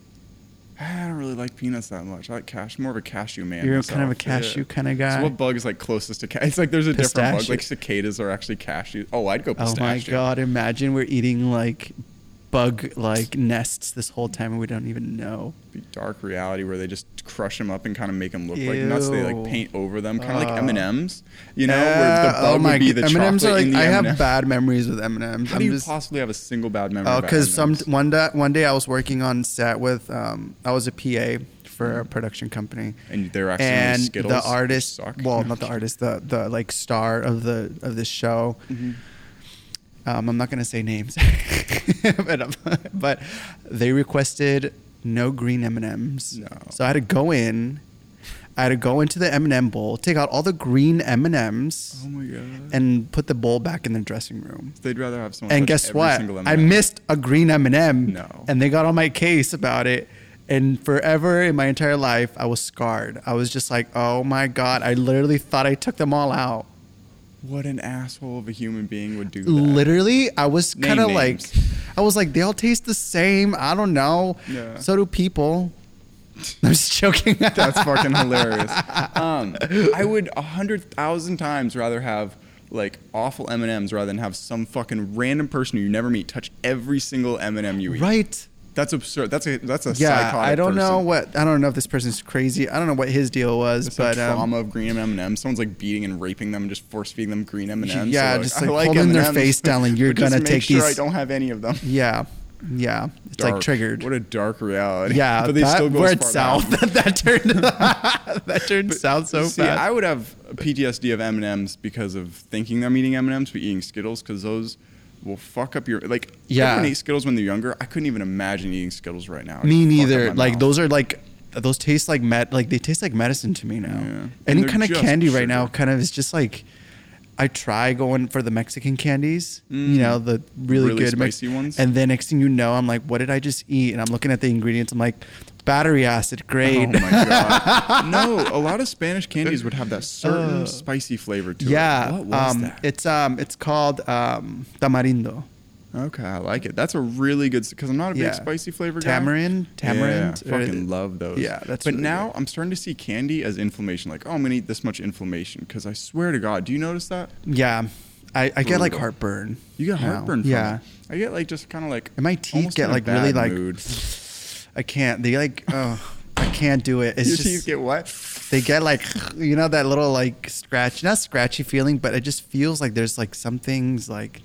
Speaker 1: I don't really like peanuts that much. I like cash, more of a cashew man.
Speaker 2: You're kind of a
Speaker 1: myself,
Speaker 2: cashew kinda guy.
Speaker 1: So what bug is like closest to? Ca- it's like there's a different bug.
Speaker 2: Pistachio.
Speaker 1: Like cicadas are actually cashews. Oh, I'd go
Speaker 2: Oh
Speaker 1: pistachio.
Speaker 2: my God. Imagine we're eating like bug like nests this whole time and we don't even know.
Speaker 1: The dark reality where they just crush them up and kind of make them look like nuts. They like
Speaker 2: Ew.
Speaker 1: paint over them, kind of like
Speaker 2: Uh,
Speaker 1: M and M's. You know, where
Speaker 2: Yeah, oh
Speaker 1: the bug would be the
Speaker 2: g- M&Ms
Speaker 1: chocolate
Speaker 2: are like,
Speaker 1: in the
Speaker 2: I
Speaker 1: M&M.
Speaker 2: have bad memories with M&Ms.
Speaker 1: How do you possibly have a single bad memory?
Speaker 2: Oh,
Speaker 1: about
Speaker 2: because some
Speaker 1: M&Ms?
Speaker 2: one day one day I was working on set with um, I was a PA for a production company,
Speaker 1: And they were accidentally
Speaker 2: and
Speaker 1: Skittles,
Speaker 2: the
Speaker 1: which
Speaker 2: artist,
Speaker 1: suck.
Speaker 2: well, not the artist, the the like star of the of this show.
Speaker 1: Mm-hmm.
Speaker 2: Um, I'm not gonna say names, but, um, but they requested no green M and M's.
Speaker 1: No.
Speaker 2: So I had to go in. I had to go into the M and m bowl, take out all the green M and M's,
Speaker 1: Oh my god.
Speaker 2: and put the bowl back in the dressing room.
Speaker 1: They'd rather have someone.
Speaker 2: And
Speaker 1: touch
Speaker 2: guess
Speaker 1: every
Speaker 2: what?
Speaker 1: single
Speaker 2: I
Speaker 1: M&M.
Speaker 2: missed a green M&M.
Speaker 1: No.
Speaker 2: And they got on my case about it. And forever in my entire life, I was scarred. I was just like, oh my God, I literally thought I took them all out.
Speaker 1: What an asshole of a human being would do that.
Speaker 2: Literally, I was
Speaker 1: Name
Speaker 2: kind of like,
Speaker 1: names.
Speaker 2: I was like, they all taste the same. I don't know.
Speaker 1: Yeah.
Speaker 2: So do people. I'm just joking.
Speaker 1: That's fucking hilarious. Um, I would a hundred thousand times rather have like awful M and M's rather than have some fucking random person who you never meet touch every single M and m you eat.
Speaker 2: right.
Speaker 1: That's absurd. That's a that's a
Speaker 2: Yeah.
Speaker 1: psychotic.
Speaker 2: I don't know
Speaker 1: person.
Speaker 2: what, I don't know if this person's crazy. I don't know what his deal was,
Speaker 1: It's
Speaker 2: but.
Speaker 1: like
Speaker 2: um,
Speaker 1: trauma of green M and M's. Someone's like beating and raping them, and just force feeding them green M and M's.
Speaker 2: Yeah, just, like, holding their face down, like, you're gonna
Speaker 1: make
Speaker 2: take
Speaker 1: sure I
Speaker 2: these-
Speaker 1: don't have any of them.
Speaker 2: yeah. Yeah. It's like
Speaker 1: Dark.
Speaker 2: triggered.
Speaker 1: What a dark reality.
Speaker 2: Yeah,
Speaker 1: but they
Speaker 2: that
Speaker 1: still go as
Speaker 2: word
Speaker 1: far down.
Speaker 2: south that turned that turned south so
Speaker 1: See, I
Speaker 2: fast.
Speaker 1: would have PTSD of M and M's because of thinking I'm eating M and M's, but eating Skittles because those will fuck up your like.
Speaker 2: Yeah.
Speaker 1: Everyone ate Skittles when they're younger. I couldn't even imagine eating Skittles right now. It'd fuck
Speaker 2: Me
Speaker 1: up
Speaker 2: neither.
Speaker 1: my
Speaker 2: Like
Speaker 1: mouth.
Speaker 2: those are like those taste like med like they taste like medicine to me now.
Speaker 1: Yeah. And
Speaker 2: Any
Speaker 1: they're
Speaker 2: kind of
Speaker 1: just
Speaker 2: candy right now
Speaker 1: sugar.
Speaker 2: kind of is just like I try going for the Mexican candies, you know, the really,
Speaker 1: Mm. Really
Speaker 2: good Mex-
Speaker 1: spicy ones?
Speaker 2: And then next thing you know, I'm like, what did I just eat? And I'm looking at the ingredients. I'm like, battery acid,
Speaker 1: Oh
Speaker 2: great.
Speaker 1: my god. no, a lot of Spanish candies would have that certain spicy flavor to
Speaker 2: Uh, yeah.
Speaker 1: it. What was
Speaker 2: um,
Speaker 1: that?
Speaker 2: It's um, it's called um, tamarindo.
Speaker 1: okay, I like it. That's a really good because I'm not a big
Speaker 2: Yeah.
Speaker 1: spicy flavor guy.
Speaker 2: Tamarind, tamarind.
Speaker 1: Yeah, I
Speaker 2: or-
Speaker 1: fucking love those.
Speaker 2: Yeah, that's.
Speaker 1: But
Speaker 2: really
Speaker 1: now
Speaker 2: good.
Speaker 1: I'm starting to see candy as inflammation. Like, oh, I'm gonna eat this much inflammation because I swear to God, do you notice that?
Speaker 2: Yeah, I, I get like
Speaker 1: Brutal.
Speaker 2: heartburn.
Speaker 1: You get
Speaker 2: now.
Speaker 1: heartburn. From
Speaker 2: yeah,
Speaker 1: it. I get like just kind of like.
Speaker 2: and my teeth
Speaker 1: almost
Speaker 2: get
Speaker 1: in a
Speaker 2: like really
Speaker 1: bad
Speaker 2: like.
Speaker 1: mood.
Speaker 2: I can't. They like. Oh, I can't do it. It's
Speaker 1: Your
Speaker 2: just
Speaker 1: teeth get what?
Speaker 2: they get like you know that little like scratch, not scratchy feeling, but it just feels like there's like something's like.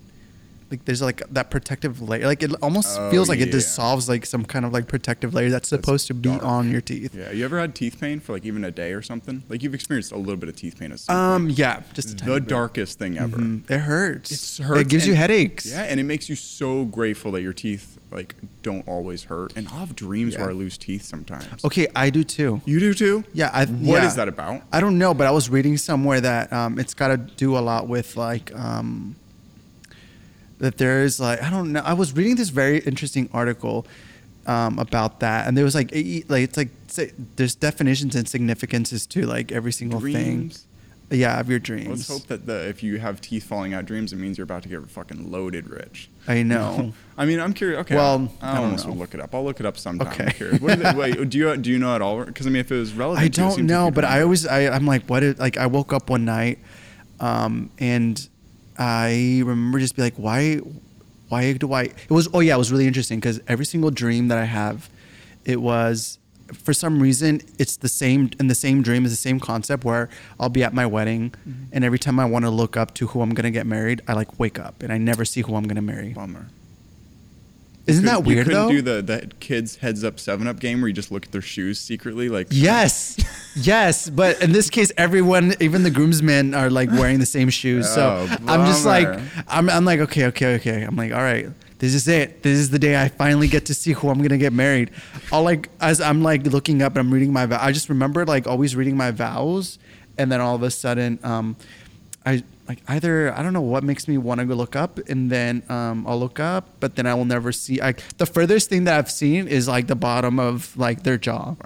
Speaker 2: Like there's like that protective layer, like it almost
Speaker 1: Oh,
Speaker 2: feels like it
Speaker 1: yeah.
Speaker 2: dissolves like some kind of like protective layer that's supposed to be
Speaker 1: dark.
Speaker 2: on your teeth.
Speaker 1: Yeah. You ever had teeth pain for like even a day or something? Like you've experienced a little bit of teeth pain. At some
Speaker 2: Um, yeah, just a
Speaker 1: point.
Speaker 2: tiny
Speaker 1: the
Speaker 2: bit.
Speaker 1: darkest thing ever.
Speaker 2: Mm, It hurts.
Speaker 1: It's hurts
Speaker 2: It gives
Speaker 1: and-
Speaker 2: you headaches.
Speaker 1: Yeah, and it makes you so grateful that your teeth like don't always hurt. And I'll have dreams
Speaker 2: Yeah.
Speaker 1: where I lose teeth sometimes.
Speaker 2: Okay, I do too.
Speaker 1: You do too?
Speaker 2: Yeah, I,
Speaker 1: What is
Speaker 2: yeah.
Speaker 1: that about?
Speaker 2: I don't know, but I was reading somewhere that um, it's got to do a lot with like um, that. There is like I don't know. I was reading this very interesting article um, about that, and there was e, like, it, like it's like say, there's definitions and significances to like every single
Speaker 1: Dreams?
Speaker 2: thing. yeah, of your dreams.
Speaker 1: Let's hope that the if you have teeth falling out dreams, it means you're about to get fucking loaded rich.
Speaker 2: I know.
Speaker 1: I mean, I'm curious. Okay.
Speaker 2: Well,
Speaker 1: I,
Speaker 2: I don't
Speaker 1: almost
Speaker 2: know.
Speaker 1: would look it up. I'll look it up sometime. I'm
Speaker 2: Okay.
Speaker 1: curious. What are they, wait, do you do you know at all? Because I mean, if it was relevant, to
Speaker 2: I
Speaker 1: you, it
Speaker 2: don't
Speaker 1: seems like
Speaker 2: know,
Speaker 1: you'd
Speaker 2: but I
Speaker 1: remember.
Speaker 2: always I, I'm like, what is like I woke up one night um and I remember just be like, why why do I it was oh yeah, it was really interesting because every single dream that I have, it was for some reason it's the same in the same dream is the same concept where I'll be at my wedding
Speaker 1: Mm-hmm.
Speaker 2: and every time I want to look up to who I'm gonna get married, I like wake up and I never see who I'm gonna marry.
Speaker 1: bummer.
Speaker 2: Isn't
Speaker 1: Couldn't-
Speaker 2: that weird
Speaker 1: You couldn't
Speaker 2: though?
Speaker 1: do the the kids heads up seven up game where you just look at their shoes secretly, like
Speaker 2: Yes. Yes, but in this case, everyone, even the groomsmen, are like wearing the same shoes. So
Speaker 1: Oh,
Speaker 2: I'm just like,
Speaker 1: bummer.
Speaker 2: I'm, I'm like, okay, okay, okay. I'm like, all right, this is it. This is the day I finally get to see who I'm gonna get married. All like as I'm like looking up and I'm reading my, vow- I just remember like always reading my vows, and then all of a sudden, um, I like either I don't know what makes me want to go look up, and then um, I'll look up, but then I will never see. Like the furthest thing that I've seen is like the bottom of like their jaw.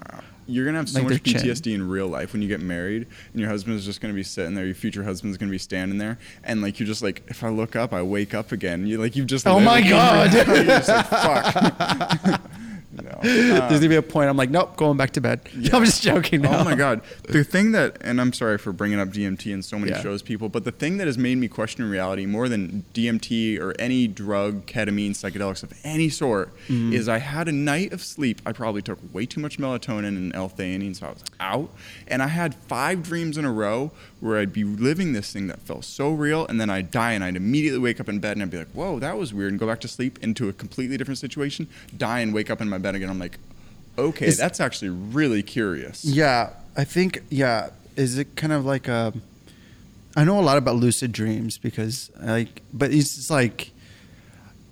Speaker 1: You're gonna have so
Speaker 2: Like
Speaker 1: much
Speaker 2: their chin.
Speaker 1: PTSD in real life when you get married, and your husband's just gonna be sitting there. Your future husband's gonna be standing there, and like you're just like, if I look up, I wake up again. You like you've just
Speaker 2: Oh
Speaker 1: lived
Speaker 2: my
Speaker 1: every
Speaker 2: God.
Speaker 1: day. You're just like, fuck. no.
Speaker 2: There's gonna be a point I'm like, nope, going back to bed.
Speaker 1: Um, Yeah.
Speaker 2: I'm just joking.
Speaker 1: Oh
Speaker 2: now.
Speaker 1: my god, the thing that, and I'm sorry for bringing up DMT in so many
Speaker 2: Yeah.
Speaker 1: shows, people, but the thing that has made me question reality more than DMT or any drug, ketamine, psychedelics of any sort,
Speaker 2: Mm-hmm.
Speaker 1: is I had a night of sleep. I probably took way too much melatonin and L-theanine, so I was out, and I had five dreams in a row where I'd be living this thing that felt so real, and then I'd die, and I'd immediately wake up in bed, and I'd be like, "Whoa, that was weird," and go back to sleep into a completely different situation, die, and wake up in my bed again. I'm like. Okay,
Speaker 2: Is-
Speaker 1: that's actually really curious.
Speaker 2: Yeah, I think yeah. Is it kind of like a? I know a lot about lucid dreams because I like, but it's just like.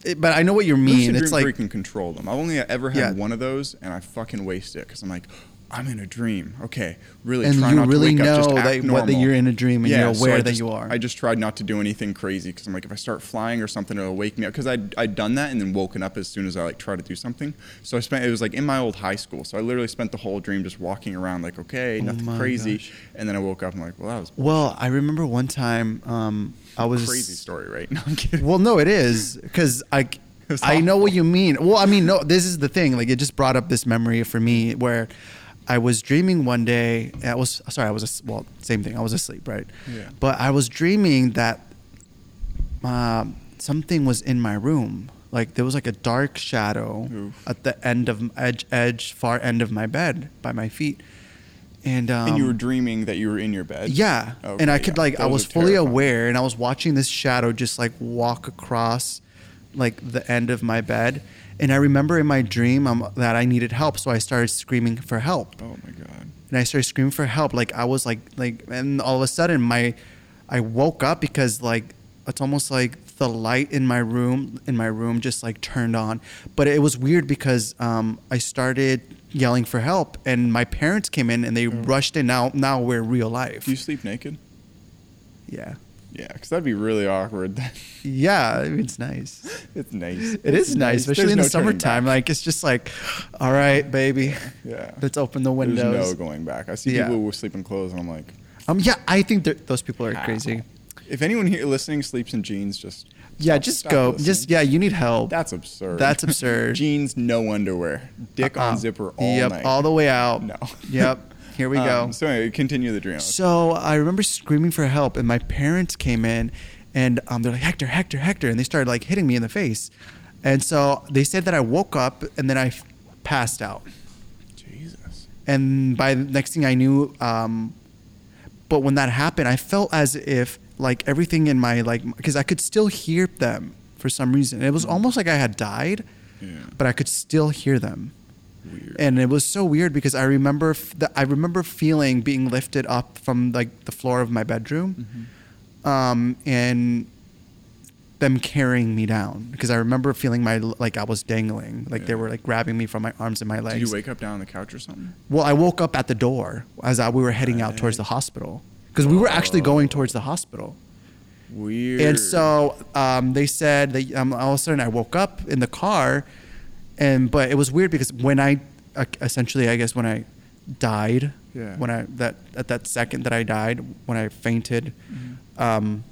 Speaker 2: It, but I know what you mean.
Speaker 1: Lucid
Speaker 2: it's
Speaker 1: dream
Speaker 2: like
Speaker 1: freaking control them. I've only ever had
Speaker 2: Yeah.
Speaker 1: one of those, and I fucking waste it because I'm like, I'm in a dream. Okay, really.
Speaker 2: And
Speaker 1: try
Speaker 2: you
Speaker 1: not
Speaker 2: really
Speaker 1: to wake up,
Speaker 2: know
Speaker 1: just act
Speaker 2: that- what- that
Speaker 1: normal.
Speaker 2: you're in a dream and
Speaker 1: Yeah,
Speaker 2: you're
Speaker 1: so
Speaker 2: aware
Speaker 1: I
Speaker 2: that
Speaker 1: just-
Speaker 2: you are.
Speaker 1: I just tried not to do anything crazy because I'm like, if I start flying or something, it'll wake me up. Because I I'd done that and then woken up as soon as I like try to do something. So I spent it was like in my old high school. So I literally spent the whole dream just walking around like, okay, nothing
Speaker 2: Oh my
Speaker 1: crazy.
Speaker 2: gosh.
Speaker 1: And then I woke up. I'm like, well, that was
Speaker 2: well, I remember one time um, I
Speaker 1: a
Speaker 2: was
Speaker 1: crazy story, right? No, I'm kidding.
Speaker 2: Well, no, it is because I
Speaker 1: was
Speaker 2: I know
Speaker 1: awful.
Speaker 2: what you mean. Well, I mean, no, this is the thing. Like, it just brought up this memory for me where I was dreaming one day. I was sorry, I was as- well, same thing. I was asleep, right?
Speaker 1: Yeah.
Speaker 2: But I was dreaming that um, something was in my room. Like there was like a dark shadow
Speaker 1: Oof.
Speaker 2: at the end of edge, edge, far end of my bed by my feet, and um,
Speaker 1: and you were dreaming that you were in your bed.
Speaker 2: yeah.
Speaker 1: Okay,
Speaker 2: and I could
Speaker 1: yeah.
Speaker 2: like I
Speaker 1: Those
Speaker 2: was
Speaker 1: are
Speaker 2: fully
Speaker 1: terrifying.
Speaker 2: aware and I was watching this shadow just like walk across like the end of my bed. And I remember in my dream um, that I needed help, so I started screaming for help.
Speaker 1: Oh my god.
Speaker 2: And I started screaming for help. Like I was like like and all of a sudden my I woke up because like it's almost like the light in my room in my room just like turned on. But it was weird because um, I started yelling for help and my parents came in and they rushed in. Now now we're real life.
Speaker 1: Do Mm. you sleep naked?
Speaker 2: Yeah.
Speaker 1: Yeah, because that'd be really awkward.
Speaker 2: Yeah, I mean, it's nice.
Speaker 1: it's nice.
Speaker 2: It is nice, especially
Speaker 1: There's
Speaker 2: in the
Speaker 1: no turning
Speaker 2: summertime.
Speaker 1: back.
Speaker 2: Like it's just like, all right, baby,
Speaker 1: Yeah.
Speaker 2: let's open the
Speaker 1: There's
Speaker 2: windows.
Speaker 1: no going back. I see
Speaker 2: Yeah.
Speaker 1: people with sleeping clothes, and I'm like,
Speaker 2: um, yeah, I think they're- those people are
Speaker 1: "Ow."
Speaker 2: crazy.
Speaker 1: If anyone here listening sleeps in jeans, just
Speaker 2: Yeah,
Speaker 1: stop-
Speaker 2: just
Speaker 1: stop
Speaker 2: go.
Speaker 1: listening.
Speaker 2: Just yeah, you need help.
Speaker 1: that's absurd.
Speaker 2: That's absurd.
Speaker 1: jeans, no underwear, dick
Speaker 2: Uh-uh.
Speaker 1: on zipper all
Speaker 2: yep,
Speaker 1: night.
Speaker 2: all the way out.
Speaker 1: No.
Speaker 2: Yep. Here we
Speaker 1: Um,
Speaker 2: go.
Speaker 1: So anyway, continue the dream.
Speaker 2: So I remember screaming for help, and my parents came in, and um, they're like Hector, Hector, Hector, and they started like hitting me in the face, and so they said that I woke up and then I f- passed out.
Speaker 1: Jesus.
Speaker 2: and by the next thing I knew, um, but when that happened, I felt as if like everything in my like because I could still hear them for some reason. It was almost like I had died,
Speaker 1: Mm. Yeah.
Speaker 2: but I could still hear them.
Speaker 1: Weird.
Speaker 2: And it was so weird because I remember f- the, I remember feeling being lifted up from like the floor of my bedroom,
Speaker 1: Mm-hmm.
Speaker 2: um, and them carrying me down because I remember feeling my like I was dangling, like they
Speaker 1: Yeah.
Speaker 2: were like grabbing me from my arms and my legs.
Speaker 1: Did you wake up down on the couch or something?
Speaker 2: Well, I woke up at the door as I, we were heading out towards the hospital because we were actually going towards the hospital.
Speaker 1: Weird.
Speaker 2: And so um, they said that um, all of a sudden I woke up in the car, and but it was weird because when I uh, essentially I guess when I died
Speaker 1: Yeah.
Speaker 2: when I that at that second that I died when I fainted.
Speaker 1: Mm-hmm.
Speaker 2: Um,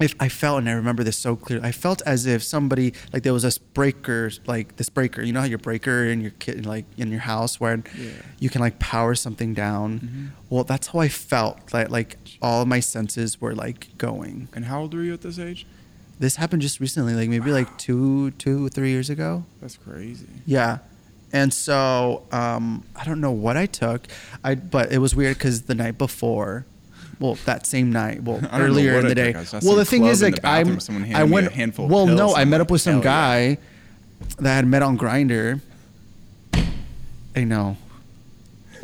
Speaker 2: if I felt and I remember this so clearly, I felt as if somebody like there was this breaker, like this breaker. You know how your breaker in your kid, like in your house where
Speaker 1: Yeah. Mm-hmm.
Speaker 2: you can like power something down. Well, that's how I felt. Like like all my senses were like going.
Speaker 1: And how old were you at this age?
Speaker 2: This happened just recently, like maybe like two, two, three years ago.
Speaker 1: That's crazy.
Speaker 2: Yeah. And so um, I don't know what I took, I but it was weird because the night before, well, that same night, well,
Speaker 1: I don't know
Speaker 2: earlier
Speaker 1: what
Speaker 2: in
Speaker 1: I
Speaker 2: the day.
Speaker 1: took. I was at
Speaker 2: Well,
Speaker 1: some
Speaker 2: the thing
Speaker 1: club
Speaker 2: is,
Speaker 1: in the
Speaker 2: like,
Speaker 1: bathroom,
Speaker 2: I'm,
Speaker 1: someone handed
Speaker 2: I
Speaker 1: me
Speaker 2: went.
Speaker 1: a handful of
Speaker 2: well,
Speaker 1: pills,
Speaker 2: no,
Speaker 1: and
Speaker 2: I
Speaker 1: I'm
Speaker 2: met
Speaker 1: like,
Speaker 2: up with some
Speaker 1: "Hell
Speaker 2: guy
Speaker 1: yeah."
Speaker 2: that I had met on Grinder. I know.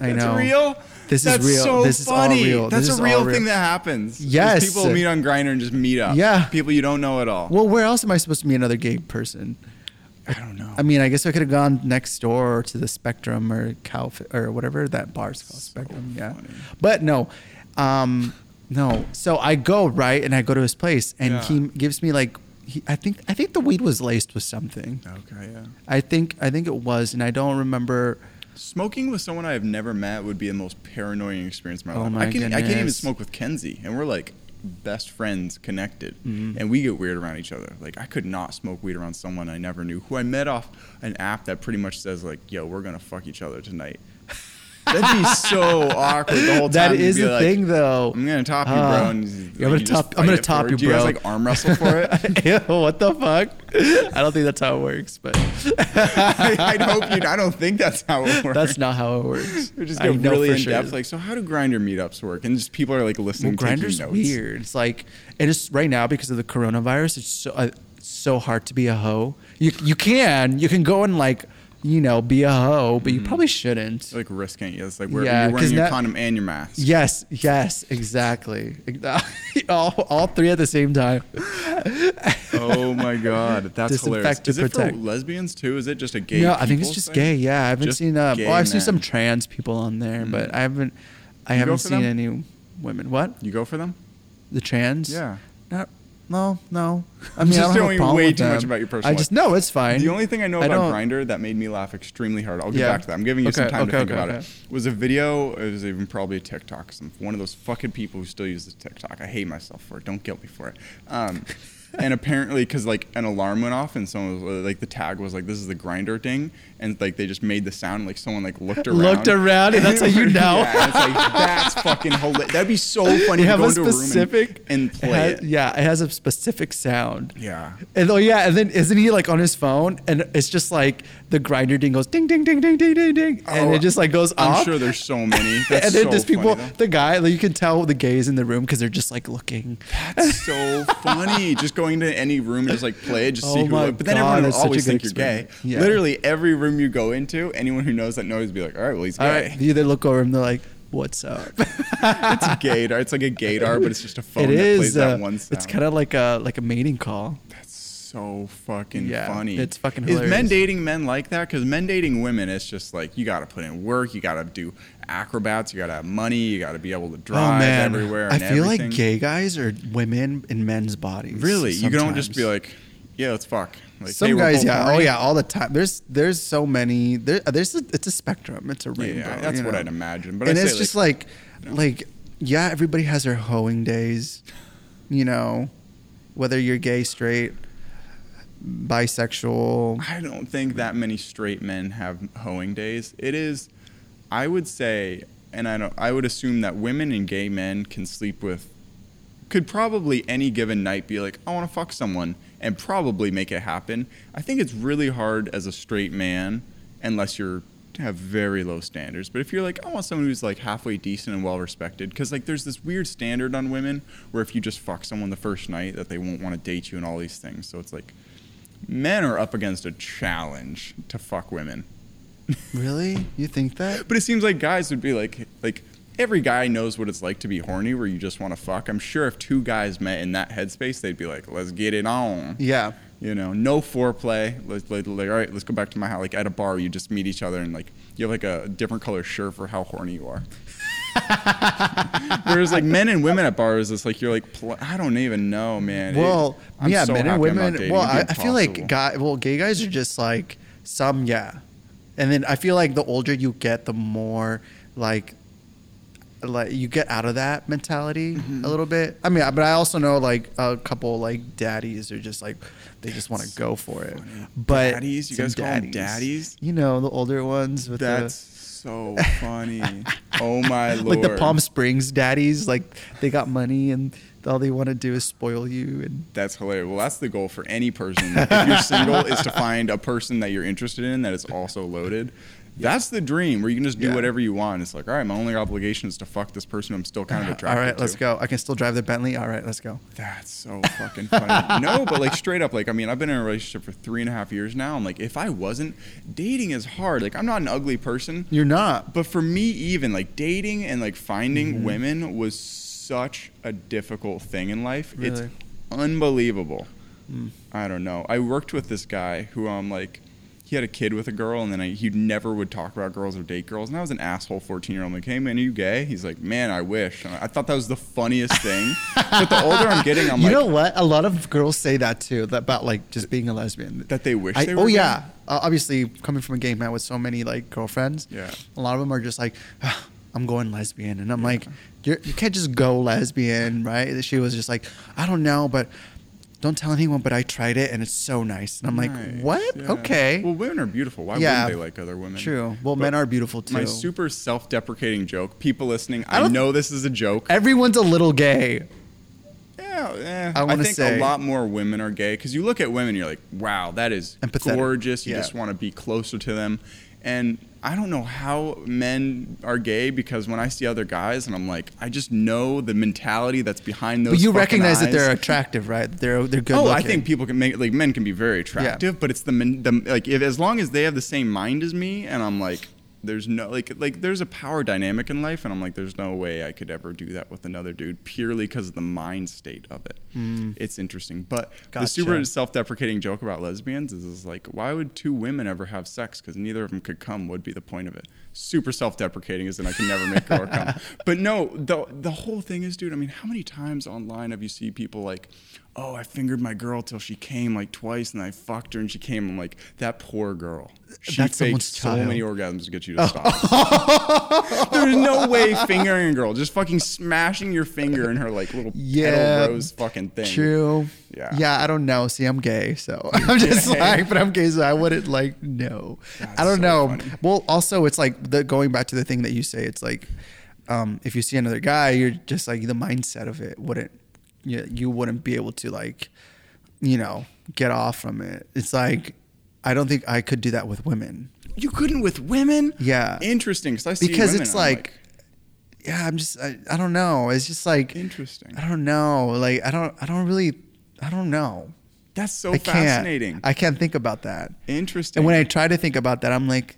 Speaker 2: I
Speaker 1: That's
Speaker 2: know.
Speaker 1: real.
Speaker 2: This is
Speaker 1: That's
Speaker 2: real.
Speaker 1: So
Speaker 2: This is all
Speaker 1: funny.
Speaker 2: real.
Speaker 1: That's
Speaker 2: This
Speaker 1: a
Speaker 2: is
Speaker 1: real
Speaker 2: all real.
Speaker 1: thing that happens. is
Speaker 2: Yes.
Speaker 1: People meet on Grinder and just meet up.
Speaker 2: Yeah.
Speaker 1: People you don't know at all.
Speaker 2: Well, where else am I supposed to meet another gay person?
Speaker 1: I don't know.
Speaker 2: I mean, I guess I could have gone next door to the Spectrum or Cow or whatever that bar's called.
Speaker 1: So
Speaker 2: Spectrum, yeah.
Speaker 1: funny.
Speaker 2: But no, um, no. So I go right, and I go to his place, and
Speaker 1: Yeah.
Speaker 2: he gives me like, he, I think I think the weed was laced with something.
Speaker 1: okay. Yeah.
Speaker 2: I think I think it was, and I don't remember.
Speaker 1: Smoking with someone I have never met would be the most paranoid experience of my
Speaker 2: Oh
Speaker 1: life.
Speaker 2: my
Speaker 1: I can I can't even
Speaker 2: goodness.
Speaker 1: smoke with Kenzie, and we're like best friends connected,
Speaker 2: Mm-hmm.
Speaker 1: and we get weird around each other. Like I could not smoke weed around someone I never knew, who I met off an app that pretty much says like, "Yo, we're gonna fuck each other tonight." That'd be so awkward the whole time.
Speaker 2: That
Speaker 1: You'd
Speaker 2: is
Speaker 1: be
Speaker 2: the
Speaker 1: like,
Speaker 2: thing, though.
Speaker 1: I'm gonna top you,
Speaker 2: Uh,
Speaker 1: bro. And you just-
Speaker 2: I'm
Speaker 1: like,
Speaker 2: gonna
Speaker 1: you just
Speaker 2: top- I'm
Speaker 1: fight
Speaker 2: gonna
Speaker 1: it
Speaker 2: top
Speaker 1: for it.
Speaker 2: you,
Speaker 1: Do you guys
Speaker 2: bro.
Speaker 1: like arm wrestle for it?
Speaker 2: Ew, what the fuck? I don't think that's how it works, but
Speaker 1: I, I'd hope you. I don't think that's how it works.
Speaker 2: that's not how it works.
Speaker 1: We just
Speaker 2: I
Speaker 1: go
Speaker 2: know
Speaker 1: really
Speaker 2: for
Speaker 1: in
Speaker 2: sure.
Speaker 1: depth. Like, so how do grinder meetups work? And just people are like listening.
Speaker 2: Well, Grinder's
Speaker 1: taking notes.
Speaker 2: weird. It's like it is right now because of the coronavirus. It's so uh, so hard to be a hoe. You you can you can go and like you know be a hoe, but you
Speaker 1: Mm-hmm.
Speaker 2: probably shouldn't.
Speaker 1: It's like risking. it. It's like we're,
Speaker 2: Yeah,
Speaker 1: you're
Speaker 2: 'cause
Speaker 1: wearing your
Speaker 2: that-
Speaker 1: condom and your mask.
Speaker 2: Yes, yes, exactly. all, all three at the same time.
Speaker 1: Oh my god, that's hilarious.
Speaker 2: Disinfect to
Speaker 1: Is it
Speaker 2: protect.
Speaker 1: for lesbians too? Is it just a gay?
Speaker 2: No, I think it's
Speaker 1: people
Speaker 2: just
Speaker 1: thing?
Speaker 2: gay. Yeah, I haven't
Speaker 1: Just
Speaker 2: seen. Uh,
Speaker 1: gay
Speaker 2: oh, I've seen some
Speaker 1: men. Mm-hmm.
Speaker 2: trans people on there, but I haven't. I
Speaker 1: You go
Speaker 2: haven't
Speaker 1: for
Speaker 2: seen
Speaker 1: them?
Speaker 2: any women. What
Speaker 1: You go for them?
Speaker 2: the trans?
Speaker 1: Yeah.
Speaker 2: Not, no, no. I
Speaker 1: I'm
Speaker 2: mean, I
Speaker 1: just
Speaker 2: don't have a
Speaker 1: knowing
Speaker 2: problem
Speaker 1: way
Speaker 2: with
Speaker 1: too much
Speaker 2: them.
Speaker 1: about your
Speaker 2: I
Speaker 1: personal
Speaker 2: just
Speaker 1: life.
Speaker 2: no, it's fine.
Speaker 1: The only thing I know
Speaker 2: I
Speaker 1: about
Speaker 2: don't-
Speaker 1: Grinder that made me laugh extremely hard. I'll get
Speaker 2: Yeah.
Speaker 1: back to that. I'm giving you some
Speaker 2: Okay,
Speaker 1: time to
Speaker 2: okay,
Speaker 1: think
Speaker 2: okay,
Speaker 1: about
Speaker 2: okay.
Speaker 1: it. Was a video. It was even probably a TikTok. Some one of those fucking people who still uses TikTok. I hate myself for it. Don't guilt me for it. Um, and apparently, because like an alarm went off and someone was uh, like the tag was like this is the grinder thing, and like they just made the sound like someone like looked around.
Speaker 2: Looked around, and that's how you know.
Speaker 1: yeah, and it's like that's fucking hilarious. That'd be so funny. to
Speaker 2: You have
Speaker 1: go
Speaker 2: a
Speaker 1: into room and-
Speaker 2: specific
Speaker 1: and
Speaker 2: it
Speaker 1: play
Speaker 2: has-
Speaker 1: it.
Speaker 2: Yeah, it has a specific sound.
Speaker 1: Yeah.
Speaker 2: And oh yeah, and then isn't he like on his phone and it's just like the grinder ding goes ding ding ding ding ding ding ding and
Speaker 1: Oh,
Speaker 2: it just like goes
Speaker 1: I'm
Speaker 2: off.
Speaker 1: sure there's so many. That's
Speaker 2: and then
Speaker 1: so
Speaker 2: just people,
Speaker 1: funny, though.
Speaker 2: the guy, like, you can tell the gays in the room because they're just like looking.
Speaker 1: That's so funny. Just going to any room and just like play it, just
Speaker 2: Oh
Speaker 1: see who.
Speaker 2: my
Speaker 1: But then
Speaker 2: God,
Speaker 1: everyone will
Speaker 2: that's such a
Speaker 1: always
Speaker 2: good
Speaker 1: think you're gay.
Speaker 2: experiment. Yeah.
Speaker 1: Literally every room you go into, anyone who knows that knows be like, all right, well he's
Speaker 2: All
Speaker 1: gay.
Speaker 2: right, you they look over and they're like, "What's up?"
Speaker 1: it's a gaydar. It's like a gaydar, but it's just a phone
Speaker 2: it
Speaker 1: that
Speaker 2: is.
Speaker 1: plays that
Speaker 2: uh,
Speaker 1: one sound.
Speaker 2: it's kind of like a like a mating call.
Speaker 1: That's so fucking
Speaker 2: Yeah,
Speaker 1: funny.
Speaker 2: it's fucking
Speaker 1: Is men
Speaker 2: hilarious.
Speaker 1: dating men like that? Because men dating women, it's just like you got to put in work, you got to do acrobats, you got to have money, you got to be able to drive everywhere.
Speaker 2: Oh, I
Speaker 1: and
Speaker 2: feel
Speaker 1: everything.
Speaker 2: like gay guys are women in men's bodies.
Speaker 1: Really, you don't just be
Speaker 2: sometimes.
Speaker 1: like, yeah, let's fuck. Like, hey,
Speaker 2: Some
Speaker 1: we're
Speaker 2: guys,
Speaker 1: both
Speaker 2: yeah, oh
Speaker 1: horny.
Speaker 2: yeah, all the time. There's there's so many. There, uh, there's a, it's a spectrum. It's a rainbow.
Speaker 1: Yeah, that's
Speaker 2: you
Speaker 1: what
Speaker 2: know?
Speaker 1: I'd imagine. But
Speaker 2: and
Speaker 1: I
Speaker 2: it's
Speaker 1: say,
Speaker 2: just
Speaker 1: like,
Speaker 2: like, like, yeah, everybody has their hoeing days, you know, whether you're gay, straight, bisexual.
Speaker 1: I don't think that many straight men have hoeing days. It is, I would say, and I don't, I would assume that women and gay men can sleep with, could probably any given night be like, I want to fuck someone, and probably make it happen. I think it's really hard as a straight man, unless you're have very low standards. But if you're like, I want someone who's like halfway decent and well respected, because like there's this weird standard on women where if you just fuck someone the first night, that they won't want to date you and all these things. So it's like men are up against a challenge to fuck women.
Speaker 2: Really, you think that?
Speaker 1: But it seems like guys would be like like every guy knows what it's like to be horny where you just want to fuck. I'm sure if two guys met in that headspace, they'd be like, "Let's get it on."
Speaker 2: Yeah.
Speaker 1: You know, no foreplay. Let's like, like, all right, let's go back to my house. Like at a bar, you just meet each other and like you have like a different color shirt for how horny you are. Whereas like men and women at bars, it's like you're like pl- I don't even know, man. It-
Speaker 2: Well,
Speaker 1: I'm
Speaker 2: yeah,
Speaker 1: so
Speaker 2: men and
Speaker 1: happy I'm not
Speaker 2: women.
Speaker 1: dating.
Speaker 2: Well, I,
Speaker 1: It'd be
Speaker 2: I feel like
Speaker 1: impossible.
Speaker 2: guy. Well, gay guys are just like some, yeah, and then I feel like the older you get, the more like like you get out of that mentality
Speaker 1: Mm-hmm.
Speaker 2: a little bit. I mean, I- but I also know like a couple like daddies are just like they just want to go for it. But
Speaker 1: Daddies? You
Speaker 2: some
Speaker 1: guys call 'em daddies?
Speaker 2: You know the older ones with
Speaker 1: That's so funny. oh my
Speaker 2: the
Speaker 1: lord.
Speaker 2: like the Palm Springs daddies. Like they got money and all they want to do is spoil you and
Speaker 1: That's hilarious. Well, that's the goal for any person. if you're single, is to find a person that you're interested in that is also loaded. That's the dream where you can just do
Speaker 2: Yeah.
Speaker 1: whatever you want. It's like, all right, my only obligation is to fuck this person I'm still kind of
Speaker 2: all
Speaker 1: attracted
Speaker 2: right, let's
Speaker 1: to.
Speaker 2: go. I can still drive the Bentley. All right, let's go.
Speaker 1: That's so fucking funny. no, but like straight up, like I mean, I've been in a relationship for three and a half years now. I'm like, if I wasn't, dating is hard. Like I'm not an ugly person.
Speaker 2: You're not.
Speaker 1: But for me, even like dating and like finding
Speaker 2: Mm-hmm.
Speaker 1: women was such a difficult thing in life. It's
Speaker 2: Really? Mm.
Speaker 1: unbelievable. I don't know. I worked with this guy who um like he had a kid with a girl and then I, he never would talk about girls or date girls and I was an asshole 14 year old. I'm like, hey man, are you gay? He's like, man, I wish. And I, I thought that was the funniest thing. but the older I'm getting, I'm
Speaker 2: you
Speaker 1: like,
Speaker 2: know what? A lot of girls say that too, that about like just being a lesbian.
Speaker 1: That they wish
Speaker 2: I-
Speaker 1: they
Speaker 2: Oh
Speaker 1: were gay?
Speaker 2: yeah, uh, obviously coming from a gay man with so many like girlfriends.
Speaker 1: Yeah.
Speaker 2: a lot of them are just like, "Ah, I'm going lesbian, and I'm like, You're, you can't just go lesbian, right? She was just like, I don't know, but don't tell anyone, but I tried it and it's so nice, and I'm
Speaker 1: Nice,
Speaker 2: like, what?
Speaker 1: yeah.
Speaker 2: Okay.
Speaker 1: Well, women are beautiful. Why
Speaker 2: Yeah.
Speaker 1: wouldn't they like other women?
Speaker 2: True. Well,
Speaker 1: But
Speaker 2: men are beautiful too.
Speaker 1: My super self-deprecating joke. People listening,
Speaker 2: I
Speaker 1: I,
Speaker 2: don't-
Speaker 1: know this is a joke.
Speaker 2: Everyone's a little gay.
Speaker 1: Yeah, eh.
Speaker 2: I
Speaker 1: I,
Speaker 2: wanna
Speaker 1: think
Speaker 2: say-
Speaker 1: a lot more women are gay because you look at women, you're like, wow, that is
Speaker 2: Empathetic.
Speaker 1: gorgeous. You
Speaker 2: Yeah.
Speaker 1: just want to be closer to them. And I don't know how men are gay because when I see other guys and I'm like, I just know the mentality that's behind those.
Speaker 2: But you
Speaker 1: fucking
Speaker 2: recognize that
Speaker 1: eyes.
Speaker 2: they're attractive, right? They're they're good.
Speaker 1: oh, I
Speaker 2: looking.
Speaker 1: think people can make like men can be very attractive, but it's the men, the like if, as long as they have the same mind as me, and I'm like, there's no like like there's a power dynamic in life, and I'm like, there's no way I could ever do that with another dude purely because of the mind state of it. It's interesting, but the
Speaker 2: Hmm. Gotcha.
Speaker 1: super self-deprecating joke about lesbians is, is like, why would two women ever have sex? Because neither of them could come. Would be the point of it. Super self-deprecating is that I can never make her come. But no, the the whole thing is, dude. I mean, how many times online have you seen people like, oh, I fingered my girl till she came like twice, and I fucked her and she came. I'm like, that poor girl. She
Speaker 2: That's
Speaker 1: faked
Speaker 2: someone's
Speaker 1: so
Speaker 2: child.
Speaker 1: many orgasms to get you to stop. There's no way fingering a girl, just fucking smashing your finger in her like little
Speaker 2: Yeah,
Speaker 1: petal rose fucking thing.
Speaker 2: True.
Speaker 1: Yeah.
Speaker 2: Yeah, I don't know. See, I'm gay, so I'm just
Speaker 1: gay.
Speaker 2: like, but I'm gay, so I wouldn't like no.
Speaker 1: That's
Speaker 2: I don't
Speaker 1: so
Speaker 2: know.
Speaker 1: funny.
Speaker 2: Well, also, it's like the going back to the thing that you say. It's like, um, if you see another guy, you're just like the mindset of it wouldn't, you, you wouldn't be able to like, you know, get off from it. It's like, I don't think I could do that with women
Speaker 1: You couldn't with women?
Speaker 2: Yeah.
Speaker 1: Interesting, because I see
Speaker 2: because
Speaker 1: women,
Speaker 2: it's
Speaker 1: I'm
Speaker 2: like, yeah, I'm just, I, I don't know. It's just like,
Speaker 1: Interesting.
Speaker 2: I don't know. Like, I don't, I don't really, I don't know.
Speaker 1: that's so
Speaker 2: I can't.
Speaker 1: fascinating.
Speaker 2: I can't think about that.
Speaker 1: Interesting.
Speaker 2: And when I try to think about that, I'm like,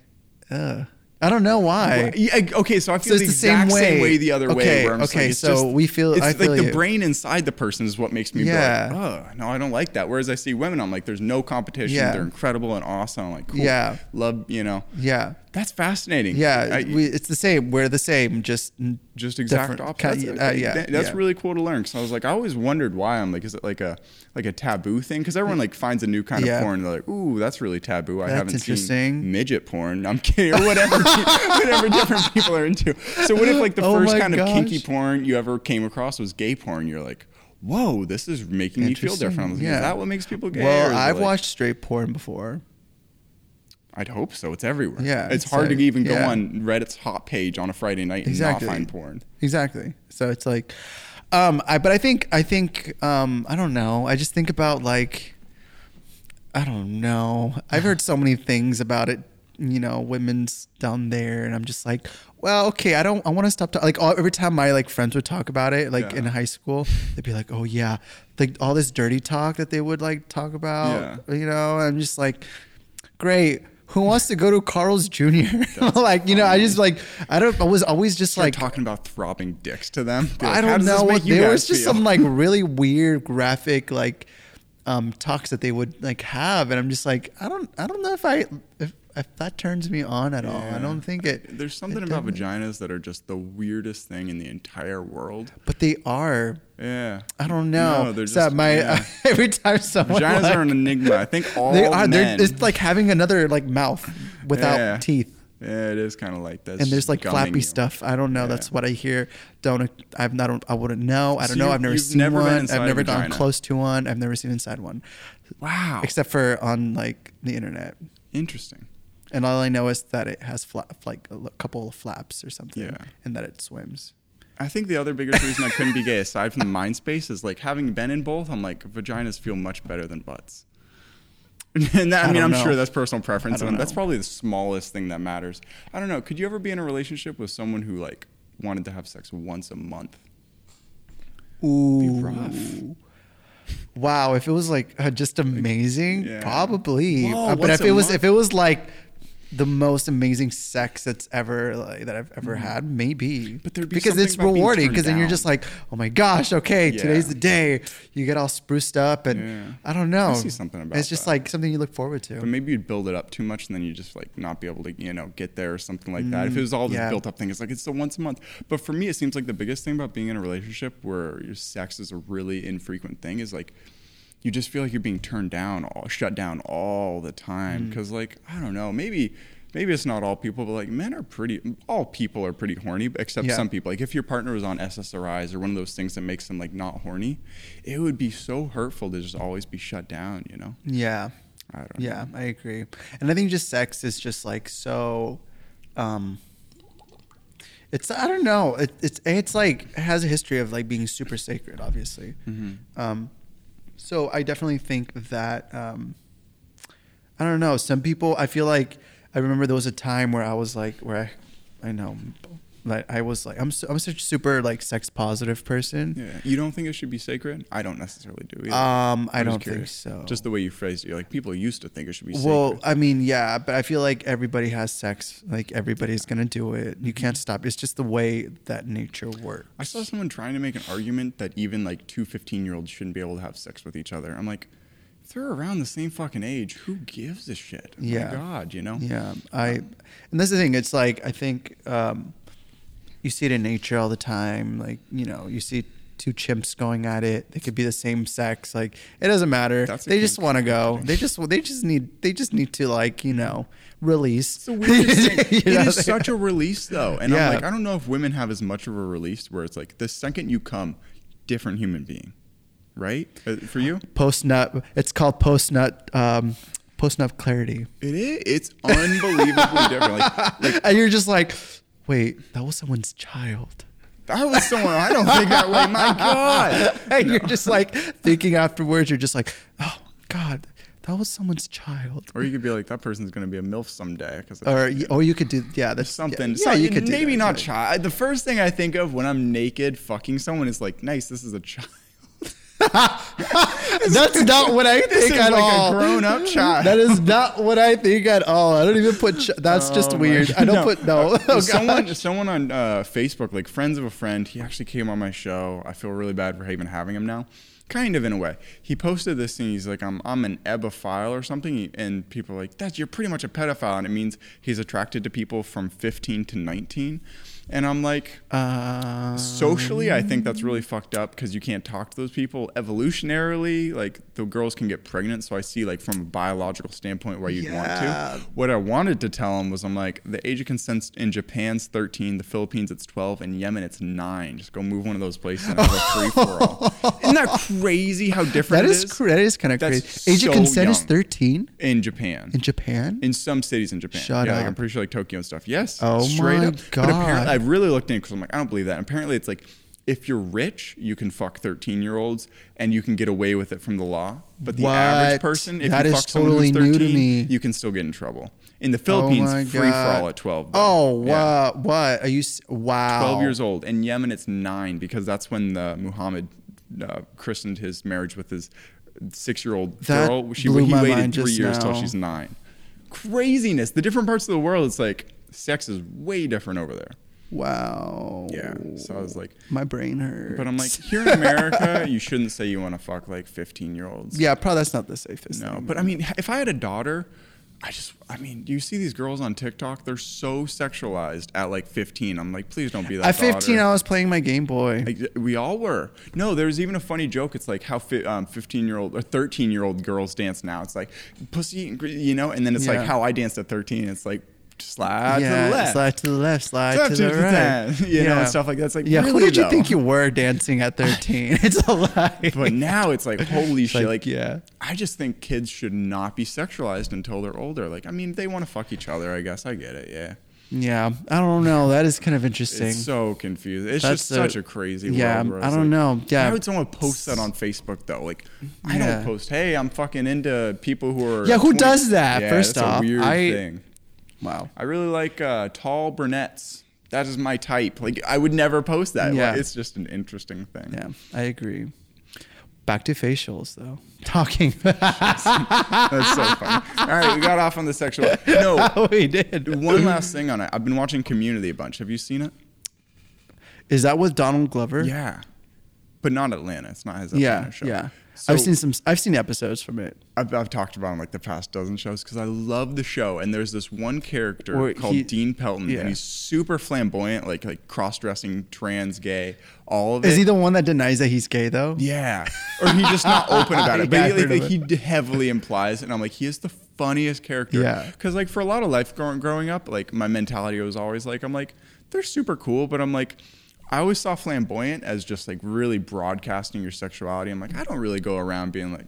Speaker 2: ugh. I don't know why.
Speaker 1: Yeah, I- okay, so I feel
Speaker 2: it's
Speaker 1: the,
Speaker 2: the same
Speaker 1: exact same
Speaker 2: way.
Speaker 1: way the other way.
Speaker 2: Okay,
Speaker 1: Where I'm just
Speaker 2: okay,
Speaker 1: like, it's
Speaker 2: so
Speaker 1: just-
Speaker 2: we feel-
Speaker 1: it's
Speaker 2: I
Speaker 1: like
Speaker 2: feel
Speaker 1: the
Speaker 2: you.
Speaker 1: brain inside the person is what makes me
Speaker 2: Yeah.
Speaker 1: be like, oh no, I don't like that. Whereas I see women, I'm like, there's no competition.
Speaker 2: Yeah.
Speaker 1: They're incredible and awesome. I'm like, cool,
Speaker 2: Yeah.
Speaker 1: love, you know,
Speaker 2: Yeah.
Speaker 1: that's fascinating.
Speaker 2: Yeah,
Speaker 1: I-
Speaker 2: we, it's the same. We're the same, just n-
Speaker 1: just exact
Speaker 2: different
Speaker 1: opposite.
Speaker 2: kind-
Speaker 1: That's,
Speaker 2: uh, yeah,
Speaker 1: that- that's
Speaker 2: yeah.
Speaker 1: really cool to learn. Because I was like, I always wondered why I'm like, is it like a like a taboo thing? Because everyone like finds a new kind
Speaker 2: Yeah.
Speaker 1: of porn. They're like, ooh, that's really taboo. I
Speaker 2: That's
Speaker 1: haven't
Speaker 2: interesting.
Speaker 1: seen midget porn. I'm kidding. Or whatever, whatever different people are into. So what if like the
Speaker 2: Oh
Speaker 1: first
Speaker 2: my
Speaker 1: kind of kinky
Speaker 2: gosh.
Speaker 1: porn you ever came across was gay porn? You're like. Whoa, this is making me feel different. I'm like,
Speaker 2: Interesting, yeah.
Speaker 1: Is that what makes people gay? or
Speaker 2: Well,
Speaker 1: is it,
Speaker 2: I've
Speaker 1: like-
Speaker 2: watched straight porn before.
Speaker 1: I'd hope so. It's everywhere.
Speaker 2: Yeah,
Speaker 1: it's,
Speaker 2: it's
Speaker 1: hard
Speaker 2: like-
Speaker 1: to even go
Speaker 2: yeah.
Speaker 1: on Reddit's hot page on a Friday night and
Speaker 2: Exactly.
Speaker 1: not find porn.
Speaker 2: Exactly. So it's like, um, I but I think I think um, I don't know. I just think about like, I don't know. I've heard so many things about it. You know, women's down there, and I'm just like, well, okay. I don't. I want to stop. Ta-. Like all, every time my like friends would talk about it, like in
Speaker 1: Yeah.
Speaker 2: high school, they'd be like, oh yeah, like all this dirty talk that they would like talk about. You know, I'm just like, great. Who wants to go to Carl's Jr.? like, you know, I just like, I don't, I was always just
Speaker 1: Start
Speaker 2: like,
Speaker 1: talking about throbbing dicks to them. Be like,
Speaker 2: I
Speaker 1: "How
Speaker 2: don't
Speaker 1: does this
Speaker 2: know.
Speaker 1: make you
Speaker 2: There
Speaker 1: guys
Speaker 2: was just
Speaker 1: feel?"
Speaker 2: some like really weird graphic like um, talks that they would like have, and I'm just like, I don't, I don't know if I if, if that turns me on at all. I
Speaker 1: Yeah.
Speaker 2: don't think it.
Speaker 1: There's
Speaker 2: it
Speaker 1: something about
Speaker 2: doesn't.
Speaker 1: vaginas that are just the weirdest thing in the entire world.
Speaker 2: but they are.
Speaker 1: Yeah.
Speaker 2: I don't know.
Speaker 1: No, they're
Speaker 2: So
Speaker 1: just-
Speaker 2: my
Speaker 1: yeah.
Speaker 2: every time someone
Speaker 1: Vaginas
Speaker 2: like-
Speaker 1: are an enigma. I think all
Speaker 2: They are.
Speaker 1: men.
Speaker 2: They're, it's like having another like mouth without
Speaker 1: Yeah.
Speaker 2: teeth.
Speaker 1: Yeah, it is kind of like this.
Speaker 2: and there's like
Speaker 1: gumming
Speaker 2: flappy
Speaker 1: you.
Speaker 2: stuff. I don't know.
Speaker 1: Yeah.
Speaker 2: That's what I hear. Don't I've not I wouldn't know. I
Speaker 1: So
Speaker 2: don't know.
Speaker 1: you-
Speaker 2: I've never
Speaker 1: you've
Speaker 2: seen
Speaker 1: never been
Speaker 2: one.
Speaker 1: inside
Speaker 2: I've
Speaker 1: a
Speaker 2: never gone
Speaker 1: vagina.
Speaker 2: close to one. I've never seen inside one,
Speaker 1: Wow.
Speaker 2: except for on like the internet.
Speaker 1: Interesting.
Speaker 2: And all I know is that it has flap, like a l- couple of flaps or something,
Speaker 1: Yeah.
Speaker 2: and that it swims.
Speaker 1: I think the other biggest reason I couldn't be gay, aside from the mind space, is like having been in both. I'm like vaginas feel much better than butts. And that,
Speaker 2: I
Speaker 1: I mean,
Speaker 2: don't
Speaker 1: I'm
Speaker 2: know.
Speaker 1: sure that's personal preference,
Speaker 2: I don't
Speaker 1: and that's
Speaker 2: know.
Speaker 1: probably the smallest thing that matters. I don't know. Could you ever be in a relationship with someone who like wanted to have sex once a month?
Speaker 2: Ooh.
Speaker 1: rough.
Speaker 2: Wow, if it was like uh, just amazing,
Speaker 1: Yeah.
Speaker 2: probably.
Speaker 1: Whoa,
Speaker 2: Uh, but
Speaker 1: once
Speaker 2: if
Speaker 1: a
Speaker 2: it was
Speaker 1: month?
Speaker 2: if it was like the most amazing sex that's ever like, that I've ever had, maybe.
Speaker 1: Mm-hmm. But there'd be
Speaker 2: because
Speaker 1: something
Speaker 2: it's
Speaker 1: about being
Speaker 2: rewarding
Speaker 1: turned
Speaker 2: because then you're
Speaker 1: down.
Speaker 2: just like, "Oh my gosh, okay,
Speaker 1: Yeah.
Speaker 2: today's the day." You get all spruced up and
Speaker 1: Yeah.
Speaker 2: I don't know.
Speaker 1: I see something about
Speaker 2: It's just
Speaker 1: that.
Speaker 2: like something you look forward to.
Speaker 1: But maybe you'd build it up too much, and then you just like not be able to, you know, get there or something like that. If it was all this
Speaker 2: Mm, yeah.
Speaker 1: built up thing, it's like it's the once a month. But for me, it seems like the biggest thing about being in a relationship where your sex is a really infrequent thing is like you just feel like you're being turned down, all, shut down all the time.
Speaker 2: Mm.
Speaker 1: Because like I don't know, maybe maybe it's not all people, but like men are pretty. All people are pretty horny, except
Speaker 2: Yeah.
Speaker 1: some people. Like if your partner was on SSRIs or one of those things that makes them like not horny, it would be so hurtful to just always be shut down. You know?
Speaker 2: Yeah.
Speaker 1: I don't know.
Speaker 2: Yeah, I agree. And I think just sex is just like so um it's I don't know. It, it's it's like it has a history of like being super sacred, obviously.
Speaker 1: Mm-hmm.
Speaker 2: Um so I definitely think that um I don't know. Some people, I feel like I remember there was a time where I was like, where I, I know, like I was like, I'm so, I'm such a super like sex positive person.
Speaker 1: Yeah. You don't think it should be sacred? I don't necessarily do either.
Speaker 2: Um, I
Speaker 1: I'm just
Speaker 2: don't think
Speaker 1: curious.
Speaker 2: so.
Speaker 1: Just the way you phrased it, you're like people used to think it should be sacred.
Speaker 2: Well, I mean, yeah, but I feel like everybody has sex. Like everybody's gonna do it. You can't stop. It's just the way that nature works.
Speaker 1: Mm-hmm. I saw someone trying to make an argument that even like two 15 year olds shouldn't be able to have sex with each other. I'm like, if they're around the same fucking age, who gives a shit? Oh
Speaker 2: Yeah.
Speaker 1: My God, you know? Um,
Speaker 2: Yeah, I. And that's the thing. It's like I think um, you see it in nature all the time. Like you know, you see two chimps going at it. They could be the same sex. Like it doesn't matter.
Speaker 1: That's a
Speaker 2: they just
Speaker 1: kink.
Speaker 2: want to go. They just they just need they just need to like you know release.
Speaker 1: It's the weirdest thing. It
Speaker 2: You know,
Speaker 1: is
Speaker 2: they-
Speaker 1: such a release, though. And
Speaker 2: Yeah.
Speaker 1: I'm like, I don't know if women have as much of a release where it's like the second you come, different human being, right? Uh, For you?
Speaker 2: post nut. It's called post nut. Um, post nut clarity.
Speaker 1: It is. It's unbelievably different. Like,
Speaker 2: and you're just like, wait, that was someone's child.
Speaker 1: That was someone I don't think that way. My God.
Speaker 2: and you're just like thinking afterwards, you're just like, oh God, that was someone's child.
Speaker 1: Or you could be like, that person's going to be a MILF someday. Cause
Speaker 2: Or y- or you could do yeah, that's
Speaker 1: something.
Speaker 2: Yeah,
Speaker 1: so
Speaker 2: you could do
Speaker 1: Maybe
Speaker 2: that,
Speaker 1: not
Speaker 2: yeah.
Speaker 1: child. The first thing I think of when I'm naked fucking someone is like, nice, this is a child.
Speaker 2: That's not what I
Speaker 1: is
Speaker 2: think at
Speaker 1: like a
Speaker 2: all.
Speaker 1: grown-up child.
Speaker 2: That is not what I think at all. I don't even put. Ch- that's
Speaker 1: Oh
Speaker 2: just weird. I don't put no.
Speaker 1: Uh,
Speaker 2: Oh, God.
Speaker 1: someone, someone on uh, Facebook, like friends of a friend, he actually came on my show. I feel really bad for even having him now. Kind of in a way. He posted this thing. He's like, I'm, I'm an ebophile or something. And people are like, that's, you're pretty much a pedophile. And it means he's attracted to people from 15 to 19. And I'm like,
Speaker 2: Uh,
Speaker 1: Socially, I think that's really fucked up because you can't talk to those people. Evolutionarily, like the girls can get pregnant, so I see like from a biological standpoint why you'd
Speaker 2: Yeah.
Speaker 1: want to. What I wanted to tell him was, I'm like, the age of consent in Japan's 13, the Philippines it's 12, and Yemen it's nine. Just go move one of those places and have a free for all. Isn't that crazy? How different
Speaker 2: that
Speaker 1: it
Speaker 2: is cr- that is kind of
Speaker 1: That's
Speaker 2: crazy. Age
Speaker 1: so
Speaker 2: of consent is
Speaker 1: young.
Speaker 2: thirteen
Speaker 1: in Japan.
Speaker 2: in Japan.
Speaker 1: In some cities in Japan.
Speaker 2: Shut
Speaker 1: yeah, Like,
Speaker 2: up.
Speaker 1: I'm pretty sure like Tokyo and stuff. Yes.
Speaker 2: Oh my
Speaker 1: But
Speaker 2: God.
Speaker 1: apparently, I've really looked into because I'm like, I don't believe that. Apparently, it's like if you're rich, you can fuck 13 year olds and you can get away with it from the law. But the
Speaker 2: What?
Speaker 1: average person, if
Speaker 2: That
Speaker 1: you
Speaker 2: is
Speaker 1: fuck someone who's
Speaker 2: totally new
Speaker 1: 13,
Speaker 2: to me.
Speaker 1: you can still get in trouble. In the
Speaker 2: Oh
Speaker 1: Philippines,
Speaker 2: my
Speaker 1: free for
Speaker 2: God.
Speaker 1: all at 12. though.
Speaker 2: Oh
Speaker 1: Yeah.
Speaker 2: wow! What are you? s- Wow.
Speaker 1: 12 years old. In Yemen, it's nine because that's when the Muhammad uh, christened his marriage with his six year old
Speaker 2: That
Speaker 1: girl. She,
Speaker 2: blew
Speaker 1: he
Speaker 2: my
Speaker 1: waited
Speaker 2: mind
Speaker 1: three
Speaker 2: just
Speaker 1: years till
Speaker 2: now.
Speaker 1: she's nine. Craziness. The different parts of the world, it's like sex is way different over there.
Speaker 2: Wow.
Speaker 1: So I was like,
Speaker 2: My brain hurts.
Speaker 1: but I'm like, here in America, you shouldn't say you want to fuck like 15 year olds.
Speaker 2: yeah, probably that's not the safest.
Speaker 1: No,
Speaker 2: thing.
Speaker 1: but I mean, if I had a daughter, I just, I mean, you see these girls on TikTok, they're so sexualized at like 15. I'm like, please don't be that.
Speaker 2: at 15,
Speaker 1: daughter.
Speaker 2: I was playing my Game Boy.
Speaker 1: Like, we all were. No, there was even a funny joke. It's like how fi- um, 15 year old or 13 year old girls dance now. It's like pussy, and gr- you know, and then it's
Speaker 2: Yeah.
Speaker 1: like how I danced at 13. It's like left, slide to
Speaker 2: yeah,
Speaker 1: the left.
Speaker 2: slide to the left, slide
Speaker 1: Slide
Speaker 2: to the right.
Speaker 1: left, you know, and stuff like that. It's like,
Speaker 2: yeah, who
Speaker 1: really,
Speaker 2: did you
Speaker 1: though?
Speaker 2: think you were dancing at 13? it's a lie.
Speaker 1: But now it's like, holy shit. Like,
Speaker 2: like, yeah.
Speaker 1: I just think kids should not be sexualized until they're older. Like, I mean, they want to fuck each other, I guess. I get it. Yeah.
Speaker 2: yeah, I don't know. That is kind of interesting.
Speaker 1: It's so confusing. It's
Speaker 2: That's
Speaker 1: just
Speaker 2: a-
Speaker 1: such a crazy
Speaker 2: yeah,
Speaker 1: world. where
Speaker 2: I
Speaker 1: it's
Speaker 2: don't
Speaker 1: like,
Speaker 2: know. Yeah.
Speaker 1: Why would someone post that on Facebook, though? Like, I
Speaker 2: Yeah.
Speaker 1: don't post, hey, I'm fucking into people who are.
Speaker 2: Yeah, who
Speaker 1: 20
Speaker 2: does that,
Speaker 1: Yeah,
Speaker 2: first
Speaker 1: that's
Speaker 2: off?
Speaker 1: a weird
Speaker 2: I-
Speaker 1: thing.
Speaker 2: wow.
Speaker 1: I really like uh, tall brunettes. That is my type. Like, I would never post that. Like,
Speaker 2: Yeah.
Speaker 1: it's just an interesting thing.
Speaker 2: Yeah, I agree. Back to facials, though. Talking.
Speaker 1: That's so funny. All right, we got off on the sexual. No,
Speaker 2: we did.
Speaker 1: one last thing on it. I've been watching Community a bunch. Have you seen it?
Speaker 2: Is that with Donald Glover?
Speaker 1: Yeah, but not Atlanta. It's not his Atlanta
Speaker 2: Yeah.
Speaker 1: show.
Speaker 2: Yeah.
Speaker 1: So
Speaker 2: I've seen some. I've seen episodes from it.
Speaker 1: I've, I've talked about him like the past dozen shows because I love the show. And there's this one character
Speaker 2: Where
Speaker 1: called
Speaker 2: he-
Speaker 1: Dean Pelton,
Speaker 2: yeah.
Speaker 1: and he's super flamboyant, like like cross dressing, trans, gay, all of it.
Speaker 2: Is he the one that denies that he's gay though?
Speaker 1: Yeah. Or he's just not open about it.
Speaker 2: Yeah,
Speaker 1: But
Speaker 2: I've
Speaker 1: he,
Speaker 2: heard
Speaker 1: like,
Speaker 2: of
Speaker 1: he d- heavily implies, and I'm like, he is the funniest character.
Speaker 2: Yeah.
Speaker 1: Because like for a lot of life growing, growing up, like my mentality was always like, I'm like, they're super cool, but I'm like, I always saw flamboyant as just like really broadcasting your sexuality. I'm like, I don't really go around being like,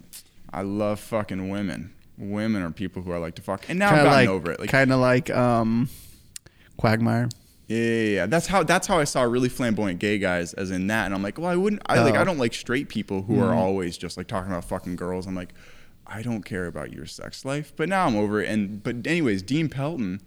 Speaker 1: I love fucking women. Women are people who I like to fuck, and now I've
Speaker 2: Kind of
Speaker 1: gotten
Speaker 2: like.
Speaker 1: over it. Like,
Speaker 2: kind of like um, Quagmire.
Speaker 1: yeah, yeah, yeah. That's how that's how I saw really flamboyant gay guys as in that. And I'm like, well, I wouldn't I like
Speaker 2: Oh.
Speaker 1: I don't like straight people who are always just like talking about fucking girls. I'm like, I don't care about your sex life. But now I'm over it. And but anyways, Dean Pelton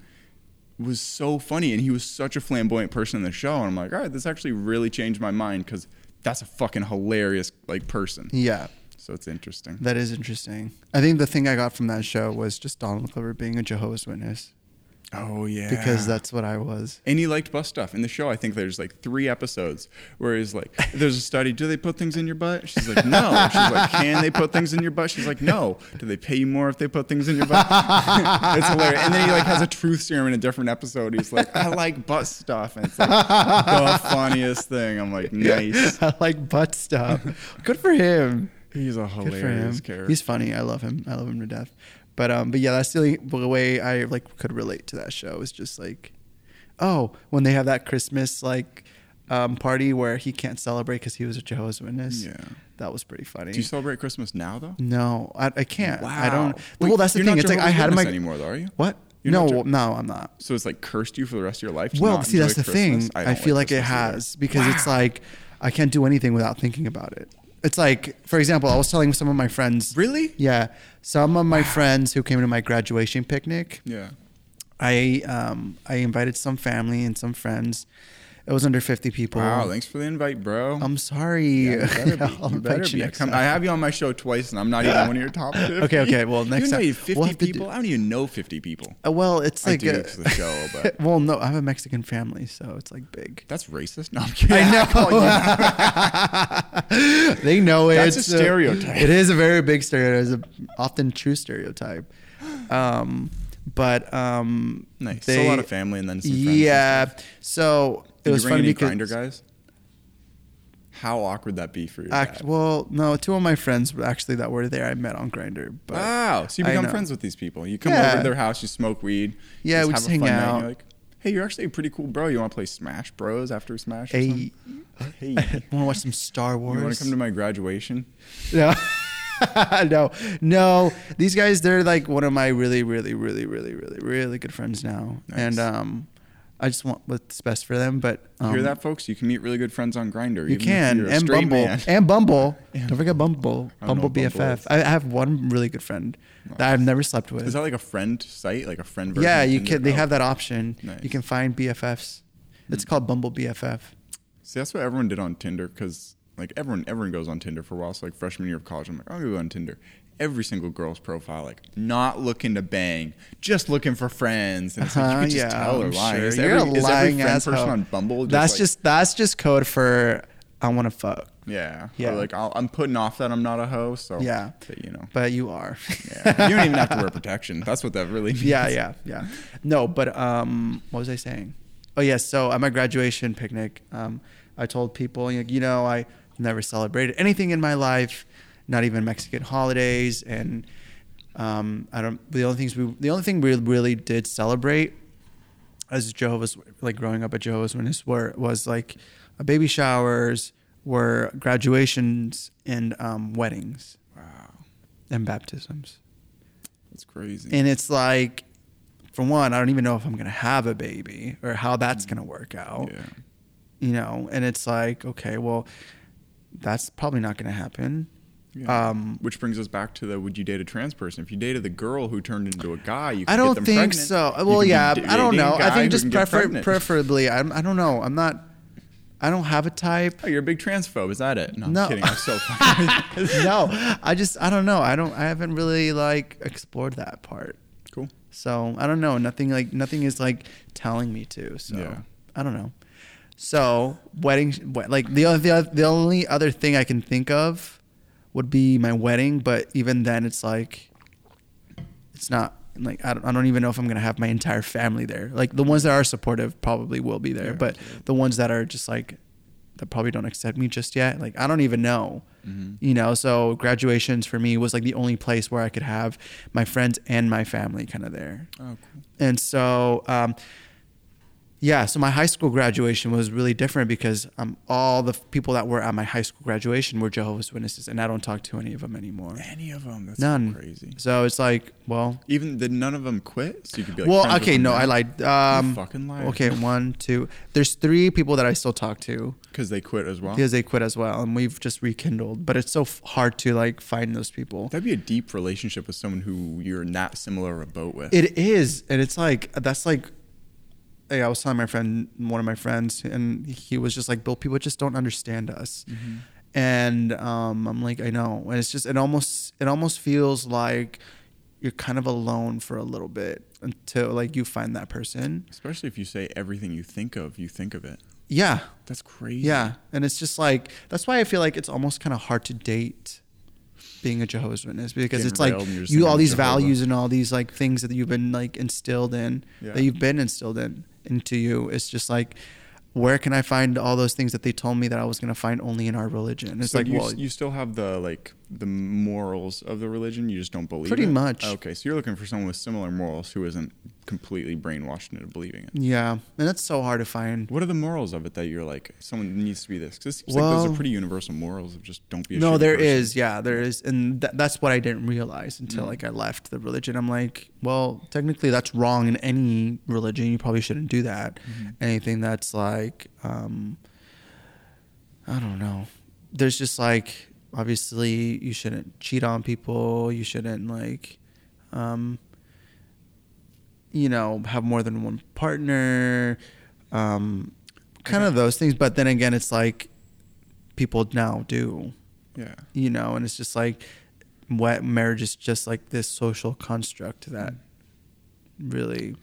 Speaker 1: was so funny and he was such a flamboyant person in the show. And I'm like, all right, this actually really changed my mind because that's a fucking hilarious like person.
Speaker 2: Yeah.
Speaker 1: So it's interesting.
Speaker 2: That is interesting. I think the thing I got from that show was just Donald Glover being a Jehovah's Witness
Speaker 1: Oh yeah.
Speaker 2: because that's what I was.
Speaker 1: And he liked bus stuff. In the show, I think there's like three episodes where he's like, there's a study, do they put things in your butt? She's like, no. She's like, can they put things in your butt? She's like, no. Do they pay you more if they put things in your butt? it's hilarious. And then he like has a truth serum in a different episode. He's like, I like butt stuff. And it's like the funniest thing. I'm like, nice.
Speaker 2: I like butt stuff. Good for him.
Speaker 1: He's a
Speaker 2: Good for him.
Speaker 1: hilarious character.
Speaker 2: He's funny. I love him. I love him to death. But um, but yeah, that's the only w- way I like could relate to that show is just like, oh, when they have that Christmas like um, party where he can't celebrate because he was a Jehovah's Witness.
Speaker 1: Yeah.
Speaker 2: that was pretty funny.
Speaker 1: Do you celebrate Christmas now though?
Speaker 2: no, I, I can't. I
Speaker 1: Wow.
Speaker 2: don't.
Speaker 1: Wait,
Speaker 2: well, that's the
Speaker 1: you're not
Speaker 2: thing. It's like I
Speaker 1: Jehovah's
Speaker 2: had my
Speaker 1: Witness anymore, though, are you?
Speaker 2: What?
Speaker 1: You're
Speaker 2: no,
Speaker 1: not Jeho-
Speaker 2: no, I'm not.
Speaker 1: So it's like cursed you for the rest of your life. to
Speaker 2: Well,
Speaker 1: not
Speaker 2: see, that's the
Speaker 1: enjoy Christmas?
Speaker 2: thing. I,
Speaker 1: don't
Speaker 2: feel like, it
Speaker 1: Christmas either.
Speaker 2: has because it's like I can't do anything without thinking about it. It's like, for example, I was telling some of my friends.
Speaker 1: Really?
Speaker 2: Yeah, some of my friends who came to my graduation picnic.
Speaker 1: Yeah.
Speaker 2: I um I invited some family and some friends. It was under fifty people.
Speaker 1: Wow, thanks for the invite, bro.
Speaker 2: I'm sorry.
Speaker 1: Yeah, you better
Speaker 2: I'll
Speaker 1: be. You better
Speaker 2: invite you
Speaker 1: be. I
Speaker 2: next
Speaker 1: come-
Speaker 2: time.
Speaker 1: I have you on my show twice, and I'm not even one of your top 50.
Speaker 2: Okay, okay, well, next
Speaker 1: you know
Speaker 2: time-
Speaker 1: You 50
Speaker 2: we'll have to do-
Speaker 1: people? I don't even know 50 people.
Speaker 2: Uh, well, it's
Speaker 1: I
Speaker 2: like
Speaker 1: do
Speaker 2: a-
Speaker 1: to the show, but-
Speaker 2: well, no, I have a Mexican family, so it's like big.
Speaker 1: That's racist. No, I'm kidding.
Speaker 2: I know. they know it.
Speaker 1: Oh, That's a
Speaker 2: It's a-
Speaker 1: stereotype.
Speaker 2: it is a very big stereotype. It's a often true stereotype. Um, but um,
Speaker 1: Nice.
Speaker 2: They,
Speaker 1: so a lot of family and then some friends. and
Speaker 2: yeah.
Speaker 1: stuff.
Speaker 2: So it
Speaker 1: Did
Speaker 2: was
Speaker 1: you bring
Speaker 2: funny
Speaker 1: any
Speaker 2: because
Speaker 1: grinder guys? How awkward that be for you?
Speaker 2: act, well, no, two of my friends were actually that were there I met on Grinder. But
Speaker 1: wow. So you
Speaker 2: I
Speaker 1: become
Speaker 2: know.
Speaker 1: friends with these people. You come
Speaker 2: Yeah.
Speaker 1: over to their house, you smoke weed.
Speaker 2: Yeah, we just
Speaker 1: have a
Speaker 2: hang
Speaker 1: fun night, and
Speaker 2: out.
Speaker 1: You're like, hey, you're actually a pretty cool bro. You want to play Smash Bros after Smash? or
Speaker 2: Hey,
Speaker 1: something? hey.
Speaker 2: want to watch some Star Wars?
Speaker 1: You want to come to my graduation?
Speaker 2: No. no, no. These guys, they're like one of my really, really, really, really, really, really good friends now,
Speaker 1: Nice.
Speaker 2: and um, I just want what's best for them. But um,
Speaker 1: Hear that, folks? You can meet really good friends on Grinder.
Speaker 2: You can and Bumble and Bumble. Don't forget Bumble.
Speaker 1: I don't know
Speaker 2: Bumble
Speaker 1: what Bumble
Speaker 2: BFF.
Speaker 1: is.
Speaker 2: I I have one really good friend that I've never slept with.
Speaker 1: Is that like a friend site, like a friend version?
Speaker 2: yeah,
Speaker 1: of
Speaker 2: you
Speaker 1: Tinder?
Speaker 2: can. They
Speaker 1: Oh.
Speaker 2: have that option.
Speaker 1: Nice. Hmm.
Speaker 2: You can find BFFs. It's called Bumble BFF.
Speaker 1: See, that's what everyone did on Tinder because like everyone, everyone goes on Tinder for a while. So like freshman year of college, I'm like, I'm gonna go on Tinder. Every single girl's profile, like not looking to bang, just looking for friends, and it's like you
Speaker 2: Uh-huh,
Speaker 1: can just tell they're
Speaker 2: I'm
Speaker 1: lying.
Speaker 2: sure.
Speaker 1: Is,
Speaker 2: You're
Speaker 1: every,
Speaker 2: a
Speaker 1: is every
Speaker 2: lying
Speaker 1: friend
Speaker 2: asshole.
Speaker 1: person on Bumble? Just
Speaker 2: that's
Speaker 1: like,
Speaker 2: just that's just code for I want to fuck.
Speaker 1: yeah, yeah.
Speaker 2: Yeah.
Speaker 1: Or like I'll, I'm putting off that I'm not a hoe, so
Speaker 2: Yeah.
Speaker 1: Oh, but, you know,
Speaker 2: But you are.
Speaker 1: yeah. you don't even have to wear protection. That's what that really means.
Speaker 2: yeah, yeah, yeah. No, but um, what was I saying? Oh yes. so at my graduation picnic, um, I told people, you you know, I never celebrated anything in my life, not even Mexican holidays, and um, I don't. The only things we, the only thing we really did celebrate as Jehovah's like growing up at Jehovah's Witness were was like uh, baby showers were graduations and um, weddings
Speaker 1: Wow,
Speaker 2: and baptisms.
Speaker 1: that's crazy.
Speaker 2: And it's like, for one, I don't even know if I'm gonna have a baby or how that's gonna work out.
Speaker 1: Mm. yeah,
Speaker 2: You know, and it's like, okay, well, that's probably not gonna happen.
Speaker 1: Yeah.
Speaker 2: Um,
Speaker 1: which brings us back to the would you date a trans person? If you dated the girl who turned into a guy, you could
Speaker 2: I don't
Speaker 1: get them
Speaker 2: think
Speaker 1: pregnant.
Speaker 2: so. Uh,
Speaker 1: You
Speaker 2: Well,
Speaker 1: could be
Speaker 2: yeah,
Speaker 1: dating
Speaker 2: I don't
Speaker 1: a
Speaker 2: know. I
Speaker 1: guy who
Speaker 2: think just
Speaker 1: can get
Speaker 2: prefer-
Speaker 1: pregnant.
Speaker 2: preferably. I'm, I don't know. I'm not. I don't have a type.
Speaker 1: Oh, you're a big transphobe. Is that it? No,
Speaker 2: No.
Speaker 1: I'm kidding. I'm so fucking.
Speaker 2: no, I just I don't know. I don't. I haven't really like explored that part.
Speaker 1: cool.
Speaker 2: So I don't know. Nothing like nothing is like telling me to. So
Speaker 1: Yeah.
Speaker 2: I don't know. So wedding, we- like the other, the other- the only other thing I can think of would be my wedding, but even then, it's like it's not like I don't, I don't even know if I'm gonna have my entire family there. Like the ones that are supportive probably will be there,
Speaker 1: Yeah,
Speaker 2: but the ones that are just like that probably don't accept me just yet. Like I don't even know,
Speaker 1: Mm-hmm.
Speaker 2: you know. So graduations for me was like the only place where I could have my friends and my family kind of there.
Speaker 1: Oh,
Speaker 2: And so, um, yeah, so my high school graduation was really different because um, all the f- people that were at my high school graduation were Jehovah's Witnesses, and I don't talk to any of them anymore.
Speaker 1: Any of them? That's
Speaker 2: None.
Speaker 1: crazy.
Speaker 2: So it's like, well,
Speaker 1: Even did none of them quit? So you could be like.
Speaker 2: well,
Speaker 1: friends with
Speaker 2: okay,
Speaker 1: them
Speaker 2: no,
Speaker 1: now?
Speaker 2: I lied. Um,
Speaker 1: fucking liar.
Speaker 2: Okay, one, two. There's three people that I still talk to
Speaker 1: Because they quit as well.
Speaker 2: because they quit as well, and we've just rekindled. But it's so f- hard to like find those people.
Speaker 1: That'd be a deep relationship with someone who you're not similar of a boat with.
Speaker 2: It is, and it's like that's like. Hey, I was telling my friend, one of my friends, and he was just like, "Bill, people just don't understand us," and um, I'm like, "I know," and it's just it almost it almost feels like you're kind of alone for a little bit until like you find that person.
Speaker 1: Especially if you say everything you think of, you think of it.
Speaker 2: Yeah,
Speaker 1: That's crazy.
Speaker 2: yeah, and it's just like that's why I feel like it's almost kind of hard to date being a Jehovah's Witness because
Speaker 1: Getting
Speaker 2: it's like
Speaker 1: railed and you're just
Speaker 2: you all
Speaker 1: thinking
Speaker 2: these
Speaker 1: Jehovah.
Speaker 2: values and all these like things that you've been like instilled in
Speaker 1: Yeah.
Speaker 2: that you've been instilled in into you. It's just like where can I find all those things that they told me that I was gonna find only in our religion? It's
Speaker 1: So
Speaker 2: like
Speaker 1: you,
Speaker 2: well,
Speaker 1: you still have the like the morals of the religion. You just don't believe.
Speaker 2: Pretty
Speaker 1: it?
Speaker 2: much.
Speaker 1: Okay, so you're looking for someone with similar morals who isn't completely brainwashed into believing it.
Speaker 2: yeah, and that's so hard to find.
Speaker 1: What are the morals of it that you're like someone needs to be this? Because it seems like those
Speaker 2: Well-
Speaker 1: are pretty universal morals of just don't be. A
Speaker 2: No,
Speaker 1: shitty
Speaker 2: there
Speaker 1: person. Mm.
Speaker 2: is, yeah, there is, and th- that's what I didn't realize until like I left the religion. I'm like, well, technically that's wrong in any religion. You probably shouldn't do that.
Speaker 1: Mm-hmm.
Speaker 2: Anything that's like, um, I don't know. There's just like, obviously, you shouldn't cheat on people. You shouldn't like, um, you know, have more than one partner. Um, kind of those things, but then again, it's like people now do
Speaker 1: Yeah.
Speaker 2: you know and it's just like what marriage is just like this social construct that really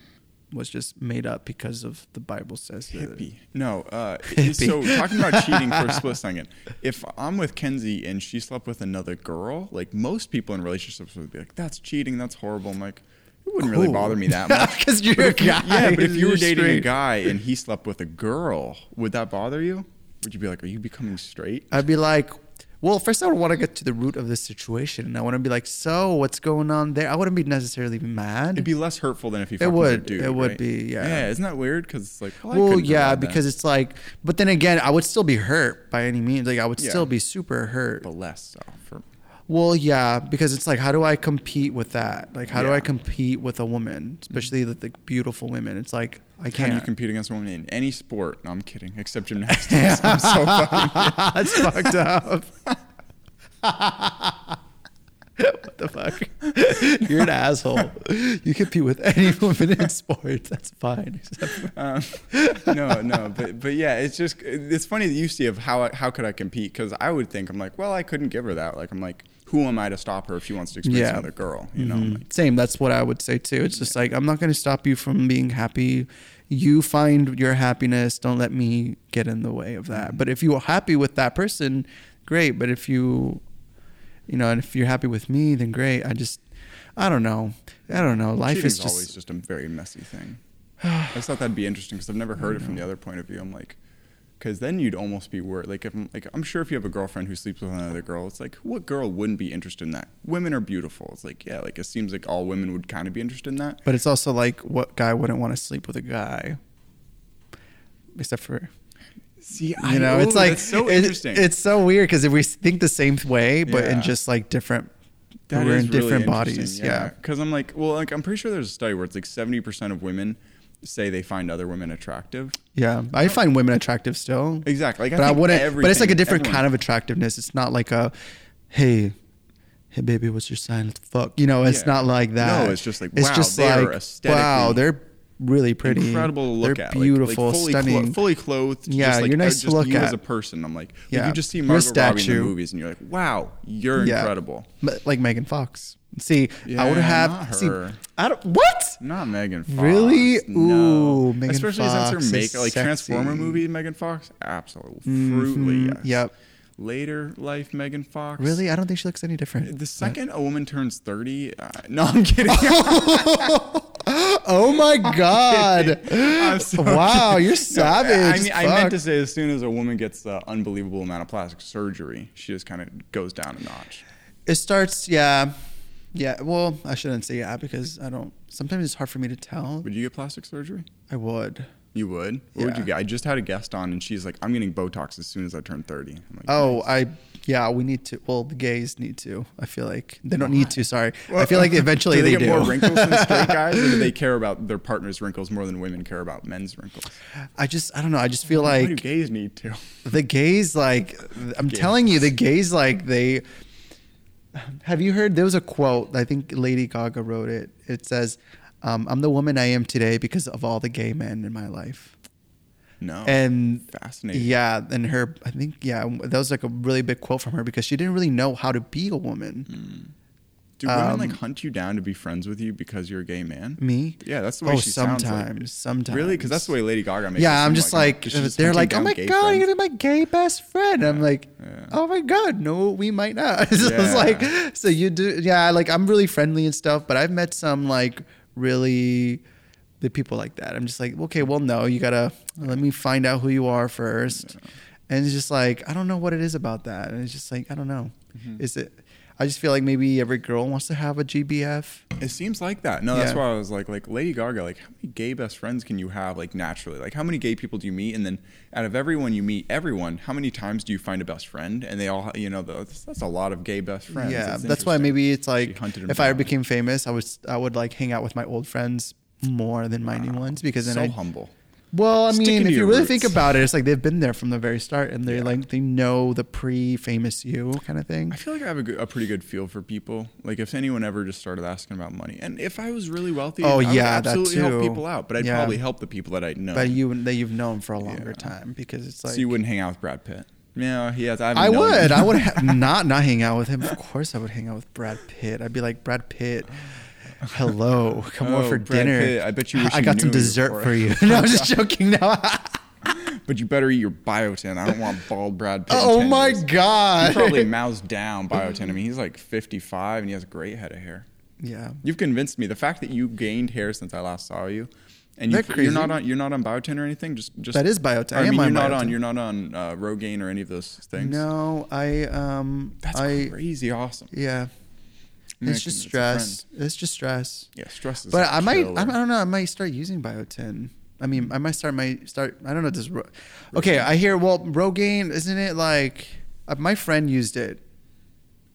Speaker 2: was just made up because of the bible says that-
Speaker 1: Hippie. No. Uh,
Speaker 2: Hippie.
Speaker 1: So talking about cheating for a split second, if I'm with Kenzie and she slept with another girl, like most people in relationships would be like, "That's cheating. That's horrible." I'm like, it wouldn't really
Speaker 2: Cool.
Speaker 1: bother me that much
Speaker 2: 'Cause you're
Speaker 1: But if
Speaker 2: a
Speaker 1: you-
Speaker 2: guy.
Speaker 1: Yeah, but if you
Speaker 2: You're
Speaker 1: were dating a
Speaker 2: straight.
Speaker 1: guy and he slept with a girl, would that bother you? Would you be like, "Are you becoming straight?"
Speaker 2: i'd be like well first i would want to get to the root of this situation and i want to be like so what's going on there i wouldn't be necessarily mad
Speaker 1: It'd be less hurtful than if you. fucked
Speaker 2: would.
Speaker 1: With a dude,
Speaker 2: It would
Speaker 1: right?
Speaker 2: be, yeah.
Speaker 1: Yeah. Isn't that weird? Because it's like. Well, I
Speaker 2: well
Speaker 1: couldn't
Speaker 2: yeah
Speaker 1: provide that,
Speaker 2: because it's like but then again i would still be hurt by any means like i would
Speaker 1: Yeah.
Speaker 2: still be super hurt
Speaker 1: But less so. For,
Speaker 2: Well, yeah, because it's like, how do I compete with that? Like, how do
Speaker 1: Yeah.
Speaker 2: I compete with a woman, especially the, the beautiful women? It's like I
Speaker 1: can you
Speaker 2: can't.
Speaker 1: compete against a woman in any sport? No, I'm kidding. Except gymnastics. I'm so fucking.
Speaker 2: That's fucked up. what the fuck? You're an asshole. You compete with any woman in sports. That's fine. Except for-
Speaker 1: Um, no, no, but but yeah, it's just it's funny that you see of how I- how could I compete? Because I would think I'm like, well, I couldn't give her that. Like I'm like, who am I to stop her if she wants to experience
Speaker 2: Yeah.
Speaker 1: another girl? You know,
Speaker 2: Mhm.
Speaker 1: like,
Speaker 2: Same. That's what I would say too. It's just like I'm not going to stop you from being happy. You find your happiness. Don't let me get in the way of that. But if you are happy with that person, great. But if you, you know, and if you're happy with me, then great. I just, I don't know. I don't know. Life
Speaker 1: cheating's
Speaker 2: is
Speaker 1: always
Speaker 2: just.
Speaker 1: just a very messy thing. I just thought that'd be interesting because I've never heard it from the other point of view. I'm like, because then you'd almost be worried. Like if I'm, like I'm sure if you have a girlfriend who sleeps with another girl, it's like what girl wouldn't be interested in that? Women are beautiful. It's like yeah, like it seems like all women would kind of be interested in that.
Speaker 2: But it's also like what guy wouldn't want to sleep with a guy? Except for
Speaker 1: See,
Speaker 2: you know, it's like
Speaker 1: so
Speaker 2: it-
Speaker 1: interesting.
Speaker 2: It's so weird because if we think the same way, but
Speaker 1: Yeah.
Speaker 2: in just like different,
Speaker 1: That
Speaker 2: we're
Speaker 1: is
Speaker 2: in
Speaker 1: really
Speaker 2: different
Speaker 1: interesting,
Speaker 2: bodies. Yeah.
Speaker 1: Because I'm like, well, like I'm pretty sure there's a study where it's like 70% of women say they find other women attractive.
Speaker 2: yeah, I find women attractive still.
Speaker 1: Exactly. Like,
Speaker 2: but I,
Speaker 1: think
Speaker 2: wouldn't. But it's like a
Speaker 1: everything-
Speaker 2: different
Speaker 1: everyone-
Speaker 2: kind of attractiveness. It's not like a, hey, hey baby, what's your sign? Let's fuck. You know, it's
Speaker 1: Yeah.
Speaker 2: not like that.
Speaker 1: No, it's just like, wow, they are aesthetically
Speaker 2: wow, they're really pretty,
Speaker 1: incredible to look
Speaker 2: they're
Speaker 1: at. Like- like
Speaker 2: beautiful,
Speaker 1: fully clo-
Speaker 2: stunning.
Speaker 1: fully clothed.
Speaker 2: Yeah,
Speaker 1: just like,
Speaker 2: you're
Speaker 1: uh,
Speaker 2: nice to
Speaker 1: just
Speaker 2: look
Speaker 1: you as
Speaker 2: at.
Speaker 1: a person. I'm like, like,
Speaker 2: Yeah.
Speaker 1: you just see
Speaker 2: You're a
Speaker 1: Margot Robbie in the
Speaker 2: statue.
Speaker 1: movies, and you're like, wow, you're
Speaker 2: Yeah.
Speaker 1: incredible.
Speaker 2: M- like Megan Fox. See, I would
Speaker 1: Yeah,
Speaker 2: have
Speaker 1: not
Speaker 2: see.
Speaker 1: her.
Speaker 2: I don't what.
Speaker 1: Not Megan Fox.
Speaker 2: Really?
Speaker 1: No.
Speaker 2: Ooh, Megan
Speaker 1: Especially
Speaker 2: Fox
Speaker 1: since
Speaker 2: is
Speaker 1: her makeup, like
Speaker 2: sexy. Mm-hmm.
Speaker 1: Transformer movie, Megan Fox. Absolutely, fruitly. Yes.
Speaker 2: Yep.
Speaker 1: Later life, Megan Fox.
Speaker 2: Really, I don't think she looks any different.
Speaker 1: The second a woman turns 30, uh, no, I'm kidding.
Speaker 2: oh my god!
Speaker 1: I'm so
Speaker 2: wow, you're savage.
Speaker 1: I mean,
Speaker 2: as
Speaker 1: I meant
Speaker 2: fuck.
Speaker 1: to say as soon as a woman gets the unbelievable amount of plastic surgery, she just kind of goes down a notch.
Speaker 2: It starts, yeah, yeah. Well, I shouldn't say yeah because I don't. Sometimes it's hard for me to tell.
Speaker 1: Would you get plastic surgery?
Speaker 2: I would.
Speaker 1: You would? What would you
Speaker 2: Yeah.
Speaker 1: get? I just had a guest on and she's like, I'm getting Botox as soon as I turn 30. I'm like,
Speaker 2: Oh, I yeah. We need to. Well, the gays need to. I feel like they don't need to. Sorry, I
Speaker 1: Well,
Speaker 2: feel like eventually
Speaker 1: do they, get
Speaker 2: do.
Speaker 1: more wrinkles than straight guys, or do they care about their partner's wrinkles more than women care about men's wrinkles?
Speaker 2: I just I don't know. I just feel
Speaker 1: Why do
Speaker 2: like
Speaker 1: gays need to?
Speaker 2: the gays like I'm telling you, the gays like they. Have you heard? There was a quote. I think Lady Gaga wrote it. It says, um, "I'm the woman I am today because of all the gay men in my life."
Speaker 1: No.
Speaker 2: and
Speaker 1: Oh, Fascinating.
Speaker 2: Yeah, and her, I think, yeah, that was like a really big quote from her because she didn't really know how to be a
Speaker 1: Mm.
Speaker 2: woman.
Speaker 1: do women like hunt you down to be friends with you because you're a gay man?
Speaker 2: um, Me?
Speaker 1: Yeah, that's the way
Speaker 2: Oh,
Speaker 1: she sounds. like.
Speaker 2: sometimes, sometimes.
Speaker 1: Really? Because that's the way Lady Gaga makes. it
Speaker 2: Yeah, I'm
Speaker 1: seem
Speaker 2: just like,
Speaker 1: she's just
Speaker 2: they're
Speaker 1: hunting
Speaker 2: like, oh
Speaker 1: down
Speaker 2: my
Speaker 1: gay
Speaker 2: god,
Speaker 1: friends."
Speaker 2: you're gonna be my gay best friend. I'm like,
Speaker 1: yeah.
Speaker 2: oh my god, no, we might not. so
Speaker 1: Yeah.
Speaker 2: It's like, so you do, yeah, like I'm really friendly and stuff, but I've met some like really the people like that. I'm just like, okay, well, no, you gotta let me find out who you are first. And it's just like, I don't know what it is about that. And it's just like, I don't know.
Speaker 1: Mm-hmm.
Speaker 2: Is it? I just feel like maybe every girl wants to have a GBF.
Speaker 1: It seems like that. No, that's
Speaker 2: Yeah.
Speaker 1: why I was like, like Lady Gaga, like how many gay best friends can you have, like naturally? Like how many gay people do you meet, and then out of everyone you meet, everyone, how many times do you find a best friend? And they all, you know, that's, that's a lot of gay best friends.
Speaker 2: Yeah,
Speaker 1: It's
Speaker 2: that's why
Speaker 1: interesting.
Speaker 2: maybe it's
Speaker 1: She
Speaker 2: like
Speaker 1: hunted him
Speaker 2: if I
Speaker 1: down.
Speaker 2: became famous, I would I would like hang out with my old friends more than my new ones because then
Speaker 1: so
Speaker 2: I
Speaker 1: humble.
Speaker 2: well I
Speaker 1: Sticking
Speaker 2: mean
Speaker 1: to
Speaker 2: if you
Speaker 1: your
Speaker 2: really
Speaker 1: roots.
Speaker 2: think about it, it's like they've been there from the very start and they're
Speaker 1: Yeah.
Speaker 2: like they know the pre-famous you kind of thing.
Speaker 1: I feel like I have a, good, a pretty good feel for people. Like if anyone ever just started asking about money, and if I was really wealthy,
Speaker 2: Oh,
Speaker 1: I would
Speaker 2: yeah, that
Speaker 1: absolutely help
Speaker 2: too.
Speaker 1: people out. But I'd
Speaker 2: Yeah.
Speaker 1: probably help the people that I know.
Speaker 2: But you that you've known for a longer
Speaker 1: Yeah.
Speaker 2: time because it's like
Speaker 1: so you wouldn't hang out with Brad Pitt. Yeah, he has. I, haven't
Speaker 2: I
Speaker 1: known
Speaker 2: would.
Speaker 1: him.
Speaker 2: I would ha- not not hang out with him. Of course, I would hang out with Brad Pitt. I'd be like, Brad Pitt, hello, come over
Speaker 1: Oh,
Speaker 2: for
Speaker 1: Brad
Speaker 2: dinner.
Speaker 1: Pitt, I bet you wish
Speaker 2: I
Speaker 1: you
Speaker 2: got some
Speaker 1: knew you
Speaker 2: dessert
Speaker 1: before."
Speaker 2: for you. no, I'm just joking. Now.
Speaker 1: but you better eat your biotin. I don't want bald Brad Pitt. in
Speaker 2: oh
Speaker 1: 10
Speaker 2: my
Speaker 1: years. He
Speaker 2: god.
Speaker 1: probably mouths down biotin. I mean, he's like 55 and he has a great head of hair.
Speaker 2: Yeah.
Speaker 1: You've convinced me. The fact that you gained hair since I last saw you, and you,
Speaker 2: That crazy.
Speaker 1: you're not on you're not on biotin or anything. Just just
Speaker 2: That is biotin.
Speaker 1: I
Speaker 2: I am
Speaker 1: mean, you're
Speaker 2: on
Speaker 1: not
Speaker 2: biotin.
Speaker 1: on you're not on uh, Rogaine or any of those things.
Speaker 2: No, I um
Speaker 1: that's
Speaker 2: I
Speaker 1: crazy awesome.
Speaker 2: yeah.
Speaker 1: American-
Speaker 2: it's just
Speaker 1: it's a friend.
Speaker 2: stress. It's just stress.
Speaker 1: Yeah, stress is.
Speaker 2: But
Speaker 1: a
Speaker 2: I might
Speaker 1: killer.
Speaker 2: I don't know, I might start using biotin. I mean, I might start my start I don't know does Ro- Okay, I hear well Rogaine isn't it like uh, my friend used it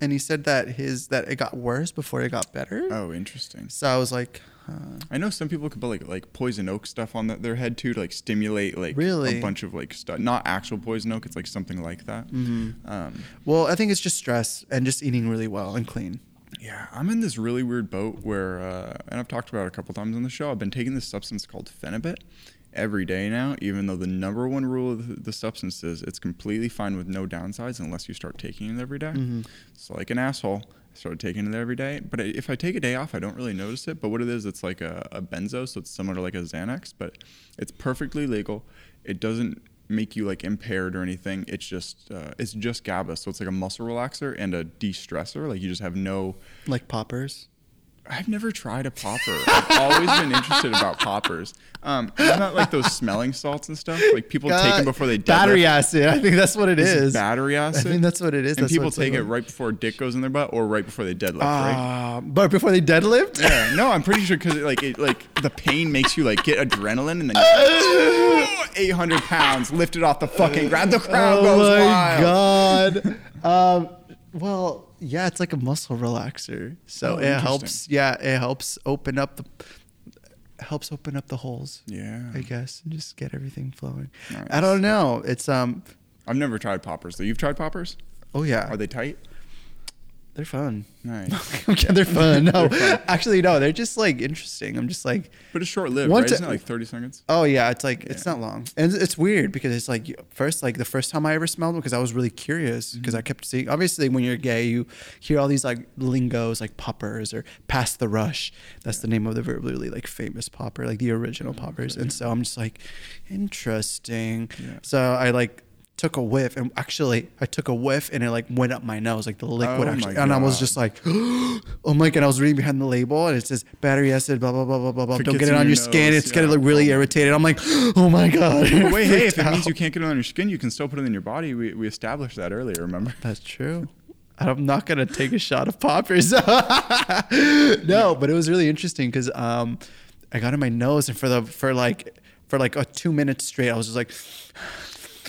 Speaker 2: and he said that his that it got worse before it got better.
Speaker 1: Oh, interesting.
Speaker 2: So I was like, huh.
Speaker 1: I know some people could put like like poison oak stuff on the, their head too to like stimulate like
Speaker 2: Really?
Speaker 1: a bunch of like stuff. Not actual poison oak. It's like something like that. Um,
Speaker 2: well, I think it's just stress and just eating really well and clean.
Speaker 1: yeah, I'm in this really weird boat where, uh, and I've talked about it a couple times on the show. I've been taking this substance called phenibut every day now, even though the number one rule of the- the substance is it's completely fine with no downsides unless you start taking it every day. So like an asshole. I Started taking it every day, but I- if I take a day off, I don't really notice it. But what it is, it's like a, a benzo, so it's similar to like a Xanax, but it's perfectly legal. It doesn't make you like impaired or anything. It's just uh, it's just GABA, so it's like a muscle relaxer and a de-stressor. Like you just have no
Speaker 2: Like poppers.
Speaker 1: I've never tried a popper. I've always been interested about poppers. Um, isn't that like those smelling salts and stuff? Like people take
Speaker 2: Uh,
Speaker 1: them before they
Speaker 2: battery
Speaker 1: deadlift.
Speaker 2: acid. I think that's what it
Speaker 1: Is it
Speaker 2: is.
Speaker 1: battery acid.
Speaker 2: I think that's what it is.
Speaker 1: And
Speaker 2: That's what
Speaker 1: people
Speaker 2: it's
Speaker 1: take it
Speaker 2: labeled.
Speaker 1: right before dick goes in their butt or right before they deadlift, right?
Speaker 2: Uh, but before they deadlift,
Speaker 1: Yeah, no, I'm pretty sure because like it like the pain makes you like get adrenaline and then you 800 pounds lifted off the fucking ground. The crowd
Speaker 2: oh
Speaker 1: goes
Speaker 2: my
Speaker 1: wild.
Speaker 2: god. Um, well, yeah, it's like a muscle relaxer, so
Speaker 1: Oh,
Speaker 2: it
Speaker 1: interesting.
Speaker 2: helps. Yeah, it helps open up the helps open up the holes.
Speaker 1: Yeah.
Speaker 2: I guess and just get everything flowing. I
Speaker 1: Nice.
Speaker 2: don't know. It's um.
Speaker 1: I've never tried poppers though. You've tried poppers?
Speaker 2: Oh yeah,
Speaker 1: Are they tight?
Speaker 2: they're fun.
Speaker 1: Nice.
Speaker 2: Okay, they're fun. No,
Speaker 1: They're fun.
Speaker 2: actually, no, they're just like interesting. I'm just like,
Speaker 1: But it's short lived,
Speaker 2: One
Speaker 1: right?
Speaker 2: ti-
Speaker 1: Isn't it like 30 seconds?
Speaker 2: oh yeah, it's like it's not long, and it's, it's weird because it's like you- first, like the first time I ever smelled them because I was really curious because
Speaker 1: Mm-hmm.
Speaker 2: I kept seeing. Obviously, when you're gay, you hear all these like lingos like poppers or past the rush. That's the name of the really like famous popper, like the original poppers. And so I'm just like, interesting.
Speaker 1: Yeah.
Speaker 2: So I like. Took a whiff and actually I took a whiff and it like went up my nose like the liquid
Speaker 1: Oh my
Speaker 2: actually and I was
Speaker 1: God.
Speaker 2: just like oh my god I was reading behind the label and it says battery acid blah blah blah blah blah blah don't
Speaker 1: Forgets
Speaker 2: get it
Speaker 1: in
Speaker 2: on your
Speaker 1: your
Speaker 2: skin
Speaker 1: nose,
Speaker 2: it's gonna
Speaker 1: yeah.
Speaker 2: look really irritated I'm like oh my god
Speaker 1: But wait, hey, if it
Speaker 2: Freaked
Speaker 1: means
Speaker 2: out.
Speaker 1: you can't get it on your skin, you can still put it in your body. We, we established that earlier, remember?
Speaker 2: that's true I'm not gonna take a shot of poppers no but it was really interesting because um I got in my nose and for the for like for like a two minutes straight I was just like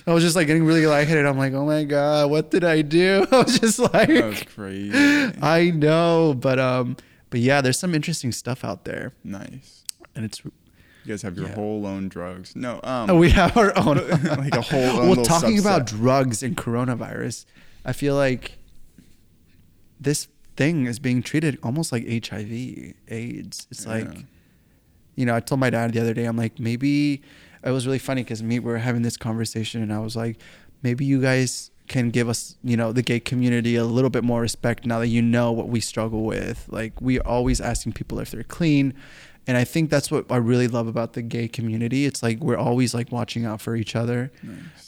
Speaker 2: I was just like getting really lightheaded I'm like oh my god what did I do I was just like
Speaker 1: That was crazy.
Speaker 2: I know, but um, but yeah, there's some interesting stuff out there,
Speaker 1: Nice.
Speaker 2: and it's
Speaker 1: You guys have your
Speaker 2: Yeah. Oh,
Speaker 1: whole own drugs. No, um,
Speaker 2: we have our own
Speaker 1: Like a whole own
Speaker 2: well,
Speaker 1: little
Speaker 2: talking about
Speaker 1: subset.
Speaker 2: drugs and coronavirus, I feel like this thing is being treated almost like HIV, AIDS. It's like
Speaker 1: Yeah.
Speaker 2: you know, I told my dad the other day, I'm like, maybe it was really funny because me, we were having this conversation, and I was like, maybe you guys can give us, you know, the gay community a little bit more respect now that you know what we struggle with. Like, we are always asking people if they're clean. And I think that's what I really love about the gay community. It's like we're always like watching out for each other.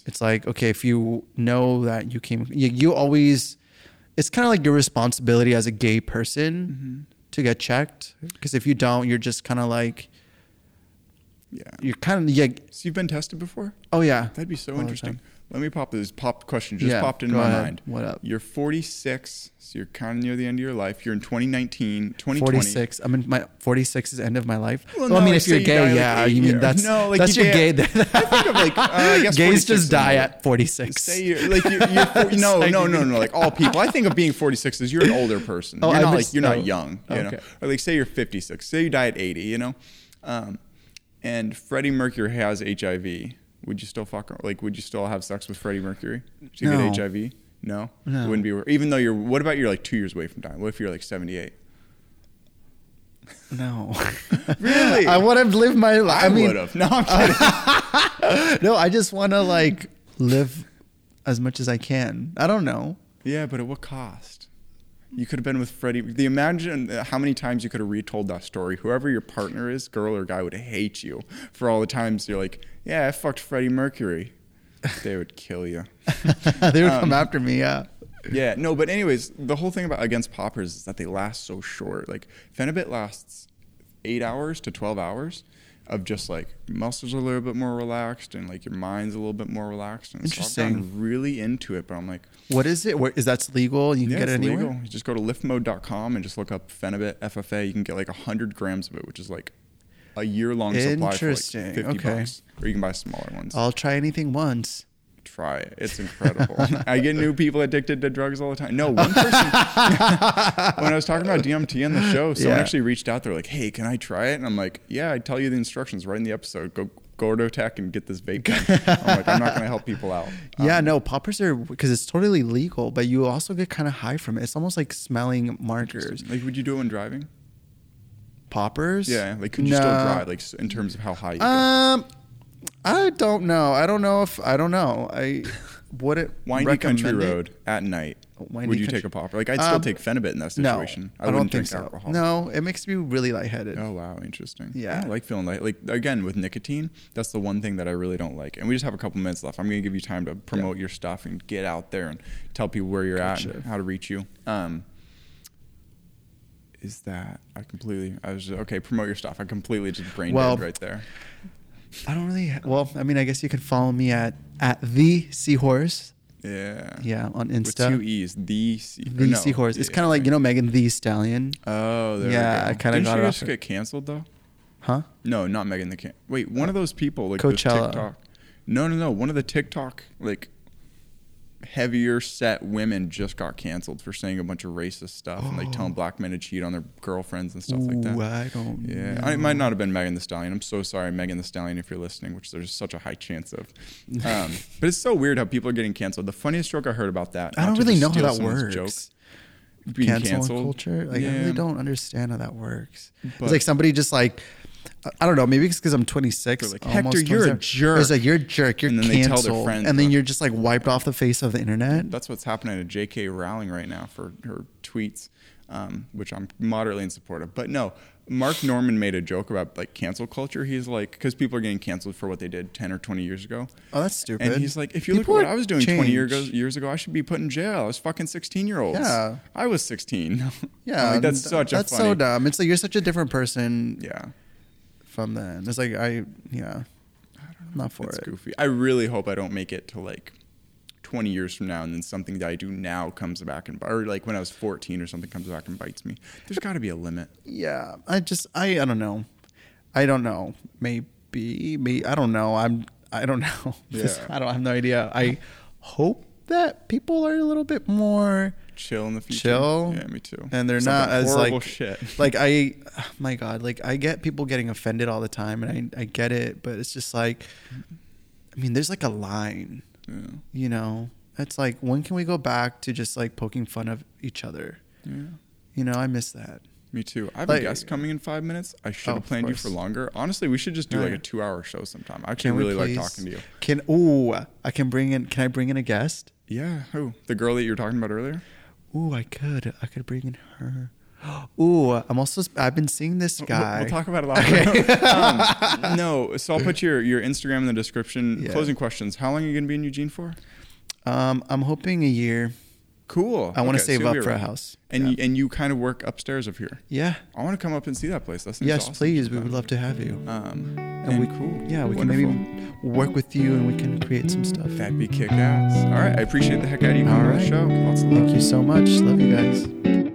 Speaker 2: It's like, okay, if you know that you came, you, you always, it's kind of like your responsibility as a gay person to get checked. Because if you don't, you're just kind of like,
Speaker 1: yeah.
Speaker 2: you're kind of yeah.
Speaker 1: So you've been tested before?
Speaker 2: Oh yeah,
Speaker 1: That'd be so
Speaker 2: All the
Speaker 1: interesting.
Speaker 2: time.
Speaker 1: Let me pop this pop question just
Speaker 2: Yeah,
Speaker 1: popped in
Speaker 2: go
Speaker 1: my
Speaker 2: ahead.
Speaker 1: mind.
Speaker 2: What up?
Speaker 1: You're 46, so you're kind of near the end of your life. You're in 2019, 2020.
Speaker 2: Forty six. I mean, my forty six is the end of my life.
Speaker 1: Well,
Speaker 2: Well,
Speaker 1: no,
Speaker 2: I mean,
Speaker 1: like,
Speaker 2: if you're
Speaker 1: say you die,
Speaker 2: gay,
Speaker 1: like,
Speaker 2: yeah,
Speaker 1: eight
Speaker 2: you mean
Speaker 1: years.
Speaker 2: that's
Speaker 1: No, like,
Speaker 2: that's
Speaker 1: you
Speaker 2: your
Speaker 1: die-
Speaker 2: gay. I
Speaker 1: Think of like, uh, I guess 46
Speaker 2: Gays just
Speaker 1: and
Speaker 2: die
Speaker 1: you're-
Speaker 2: at forty six.
Speaker 1: Say you're like you're, you're for, no
Speaker 2: It's
Speaker 1: no
Speaker 2: like-
Speaker 1: no no like all people. I think of being 46 as you're an older person.
Speaker 2: Oh,
Speaker 1: you're
Speaker 2: I
Speaker 1: not
Speaker 2: missed-
Speaker 1: like you're
Speaker 2: oh,
Speaker 1: not young. You know,
Speaker 2: okay.
Speaker 1: or like say you're 56. Say you die at 80. You know, um, and Freddie Mercury has HIV. Would you still fuck? Like, would you still have sex with Freddie Mercury? Would you
Speaker 2: No.
Speaker 1: get HIV? No,
Speaker 2: No.
Speaker 1: wouldn't be. wor- Even though you're, what about you're like two years away from dying? What if you're like 78?
Speaker 2: No,
Speaker 1: Really?
Speaker 2: I would have lived my life. I,
Speaker 1: would
Speaker 2: mean,
Speaker 1: have. No, I'm kidding.
Speaker 2: no, I just want to like live as much as I can. I don't know.
Speaker 1: Yeah, but at what cost? You could have been with Freddie. The imagine how many times you could have retold that story. Whoever your partner is, girl or guy, would hate you for all the times you're like, "Yeah, I fucked Freddie Mercury." They would kill you.
Speaker 2: they would
Speaker 1: Um,
Speaker 2: come after me. Yeah.
Speaker 1: Yeah, no, but anyways, the whole thing about against poppers is that they last so short. Like Fenibit lasts eight hours to twelve hours of just like muscles are a little bit more relaxed and like your mind's a little bit more relaxed. And So I've gotten
Speaker 2: Interesting.
Speaker 1: really into it, but I'm like,
Speaker 2: What is it? Where is that's legal? You can
Speaker 1: Yeah,
Speaker 2: get it
Speaker 1: it's
Speaker 2: anywhere.
Speaker 1: legal. You just go to liftmode.com and just look up Phenibut FFA. You can get like 100 grams of it, which is like a year long supply for like
Speaker 2: Interesting.
Speaker 1: 50
Speaker 2: Okay. Oh.
Speaker 1: bucks. Or you can buy smaller ones.
Speaker 2: I'll try anything once.
Speaker 1: Try it. It's incredible. I get new people addicted to drugs all the time. No, one person, when I was talking about DMT on the show, someone
Speaker 2: Yeah.
Speaker 1: actually reached out. They're like, hey, can I try it? And I'm like, yeah, I tell you the instructions right in the episode. Go, go to Tech and get this vape pen. I'm like, I'm not going to help people out.
Speaker 2: Yeah, no, poppers are because it's totally legal, but you also get kind of high from it. It's almost like smelling markers.
Speaker 1: Um, Like, would you do it when driving?
Speaker 2: Poppers?
Speaker 1: Yeah. Like, could you still
Speaker 2: No.
Speaker 1: drive, like, s- in terms of how high you go?
Speaker 2: Um, I don't know. I don't know if I don't know. I wouldn't
Speaker 1: windy
Speaker 2: recommend
Speaker 1: country
Speaker 2: it.
Speaker 1: road at night.
Speaker 2: Oh, Windy
Speaker 1: would you
Speaker 2: country-
Speaker 1: take a popper? Like I'd still
Speaker 2: Um,
Speaker 1: take Phenibut in that situation.
Speaker 2: No, I, don't
Speaker 1: wouldn't drink
Speaker 2: think so.
Speaker 1: alcohol.
Speaker 2: No, it makes me really lightheaded.
Speaker 1: Oh wow, interesting.
Speaker 2: Yeah.
Speaker 1: I like feeling like like again with nicotine. That's the one thing that I really don't like. And we just have a couple minutes left. I'm gonna give you time to promote your stuff and get out there and tell people where you're at
Speaker 2: Gotcha.
Speaker 1: and how to reach you. Um, is that? I completely. I was just, okay. Promote your stuff. I completely just brain
Speaker 2: Well-
Speaker 1: dead right there.
Speaker 2: I don't really. Well, I mean, I guess you can follow me at at the seahorse.
Speaker 1: Yeah.
Speaker 2: Yeah, on
Speaker 1: With
Speaker 2: Insta.
Speaker 1: two e's, the sea,
Speaker 2: the seahorse. It's kind of like you know Megan the Stallion,
Speaker 1: Oh, there
Speaker 2: Yeah,
Speaker 1: we go.
Speaker 2: I kinda
Speaker 1: Didn't
Speaker 2: got
Speaker 1: she
Speaker 2: it off
Speaker 1: just
Speaker 2: her.
Speaker 1: get canceled though?
Speaker 2: huh?
Speaker 1: No, not Megan the Can. Wait, one of those people like those
Speaker 2: Coachella.
Speaker 1: TikTok. No, no, no. One of the TikTok like heavier set women just got canceled for saying a bunch of racist stuff and like telling black men to cheat on their girlfriends and stuff like that.
Speaker 2: Ooh, I don't.
Speaker 1: Yeah,
Speaker 2: know.
Speaker 1: I, it might not have been Megan the Stallion. I'm so sorry, Megan the Stallion, if you're listening, which there's such a high chance of. Um, but it's so weird how people are getting canceled. The funniest joke I heard about that.
Speaker 2: I
Speaker 1: not
Speaker 2: don't
Speaker 1: to
Speaker 2: really
Speaker 1: just
Speaker 2: know how
Speaker 1: steal
Speaker 2: that
Speaker 1: someone's
Speaker 2: works.
Speaker 1: Joke, being
Speaker 2: Cancel
Speaker 1: canceled
Speaker 2: culture. Like I
Speaker 1: Yeah.
Speaker 2: really don't understand how that works.
Speaker 1: But-
Speaker 2: it's like somebody just like. I- I don't know. Maybe it's because I'm 26.
Speaker 1: They're like,
Speaker 2: almost
Speaker 1: "Hector, you're a
Speaker 2: 27."
Speaker 1: jerk.
Speaker 2: It's like you're a jerk. You're
Speaker 1: And then they tell
Speaker 2: canceled,
Speaker 1: their friends,
Speaker 2: and then
Speaker 1: huh?
Speaker 2: you're just like wiped off the face of the internet.
Speaker 1: That's what's happening to J.K. Rowling right now for her tweets, um, which I'm moderately in support of. But no, Mark Norman made a joke about like cancel culture. He's like, because people are getting canceled for what they did 10 or 20 years ago.
Speaker 2: Oh, that's stupid.
Speaker 1: And he's like, if you
Speaker 2: People
Speaker 1: look at
Speaker 2: are
Speaker 1: what I was doing 20 year ago,
Speaker 2: changed.
Speaker 1: years ago, I should be put in jail. I was fucking 16 year olds.
Speaker 2: Yeah.
Speaker 1: I was 16.
Speaker 2: Yeah,
Speaker 1: like, that's
Speaker 2: and
Speaker 1: such
Speaker 2: that's
Speaker 1: a funny.
Speaker 2: so dumb. It's like you're such a different person
Speaker 1: Yeah.
Speaker 2: from then. It's like I yeah, I'm not for
Speaker 1: It's
Speaker 2: it.
Speaker 1: goofy. I really hope I don't make it to like 20 years from now and then something that I do now comes back and, or like when I was 14 or something comes back and bites me. There's got to be a limit.
Speaker 2: Yeah, I just I I don't know, I don't know. Maybe me I don't know. I'm I don't know.
Speaker 1: Yeah.
Speaker 2: I don't I have no idea. I hope that people are a little bit more
Speaker 1: chill in the future.
Speaker 2: chill.
Speaker 1: Yeah, me too.
Speaker 2: And they're
Speaker 1: Something
Speaker 2: not as
Speaker 1: horrible
Speaker 2: like
Speaker 1: shit.
Speaker 2: like I oh my god, like I get people getting offended all the time and I I get it, but it's just like I mean, there's like a line.
Speaker 1: Yeah.
Speaker 2: you know it's like when can we go back to just like poking fun of each other
Speaker 1: yeah.
Speaker 2: you know i miss that
Speaker 1: Me too. I have
Speaker 2: Like-
Speaker 1: a guest coming in five minutes. I should
Speaker 2: Oh,
Speaker 1: have
Speaker 2: of
Speaker 1: planned you for
Speaker 2: course.
Speaker 1: longer. Honestly, we should just do
Speaker 2: Yeah.
Speaker 1: like a two-hour show sometime. I actually
Speaker 2: can
Speaker 1: really
Speaker 2: we
Speaker 1: like
Speaker 2: please-
Speaker 1: talking to you.
Speaker 2: can ooh i can bring in can i bring in a guest
Speaker 1: Yeah. Who? The girl that you were talking about earlier?
Speaker 2: ooh i could i could bring in her ooh i'm also i've been seeing this
Speaker 1: We'll-
Speaker 2: guy
Speaker 1: We'll, talk about it
Speaker 2: Okay.
Speaker 1: later. um, no. So I'll put your your Instagram in the description.
Speaker 2: Yeah.
Speaker 1: Closing questions. How long are you gonna be in Eugene for?
Speaker 2: um i'm hoping a year
Speaker 1: Cool.
Speaker 2: i
Speaker 1: Okay,
Speaker 2: want to
Speaker 1: so
Speaker 2: save
Speaker 1: you'll
Speaker 2: up
Speaker 1: be
Speaker 2: for a
Speaker 1: around.
Speaker 2: house
Speaker 1: And
Speaker 2: yeah,
Speaker 1: you, and you kind of work upstairs of here.
Speaker 2: Yeah.
Speaker 1: I want to come up and see that place. That seems
Speaker 2: yes
Speaker 1: awesome.
Speaker 2: please we would love to have you
Speaker 1: Um,
Speaker 2: and, we
Speaker 1: cool.
Speaker 2: yeah we
Speaker 1: Wonderful.
Speaker 2: can maybe work with you and we can create some stuff
Speaker 1: That'd be kick ass. All right. I appreciate the heck out of you
Speaker 2: All
Speaker 1: coming on the
Speaker 2: right.
Speaker 1: show. Lots of love.
Speaker 2: thank you so much love you guys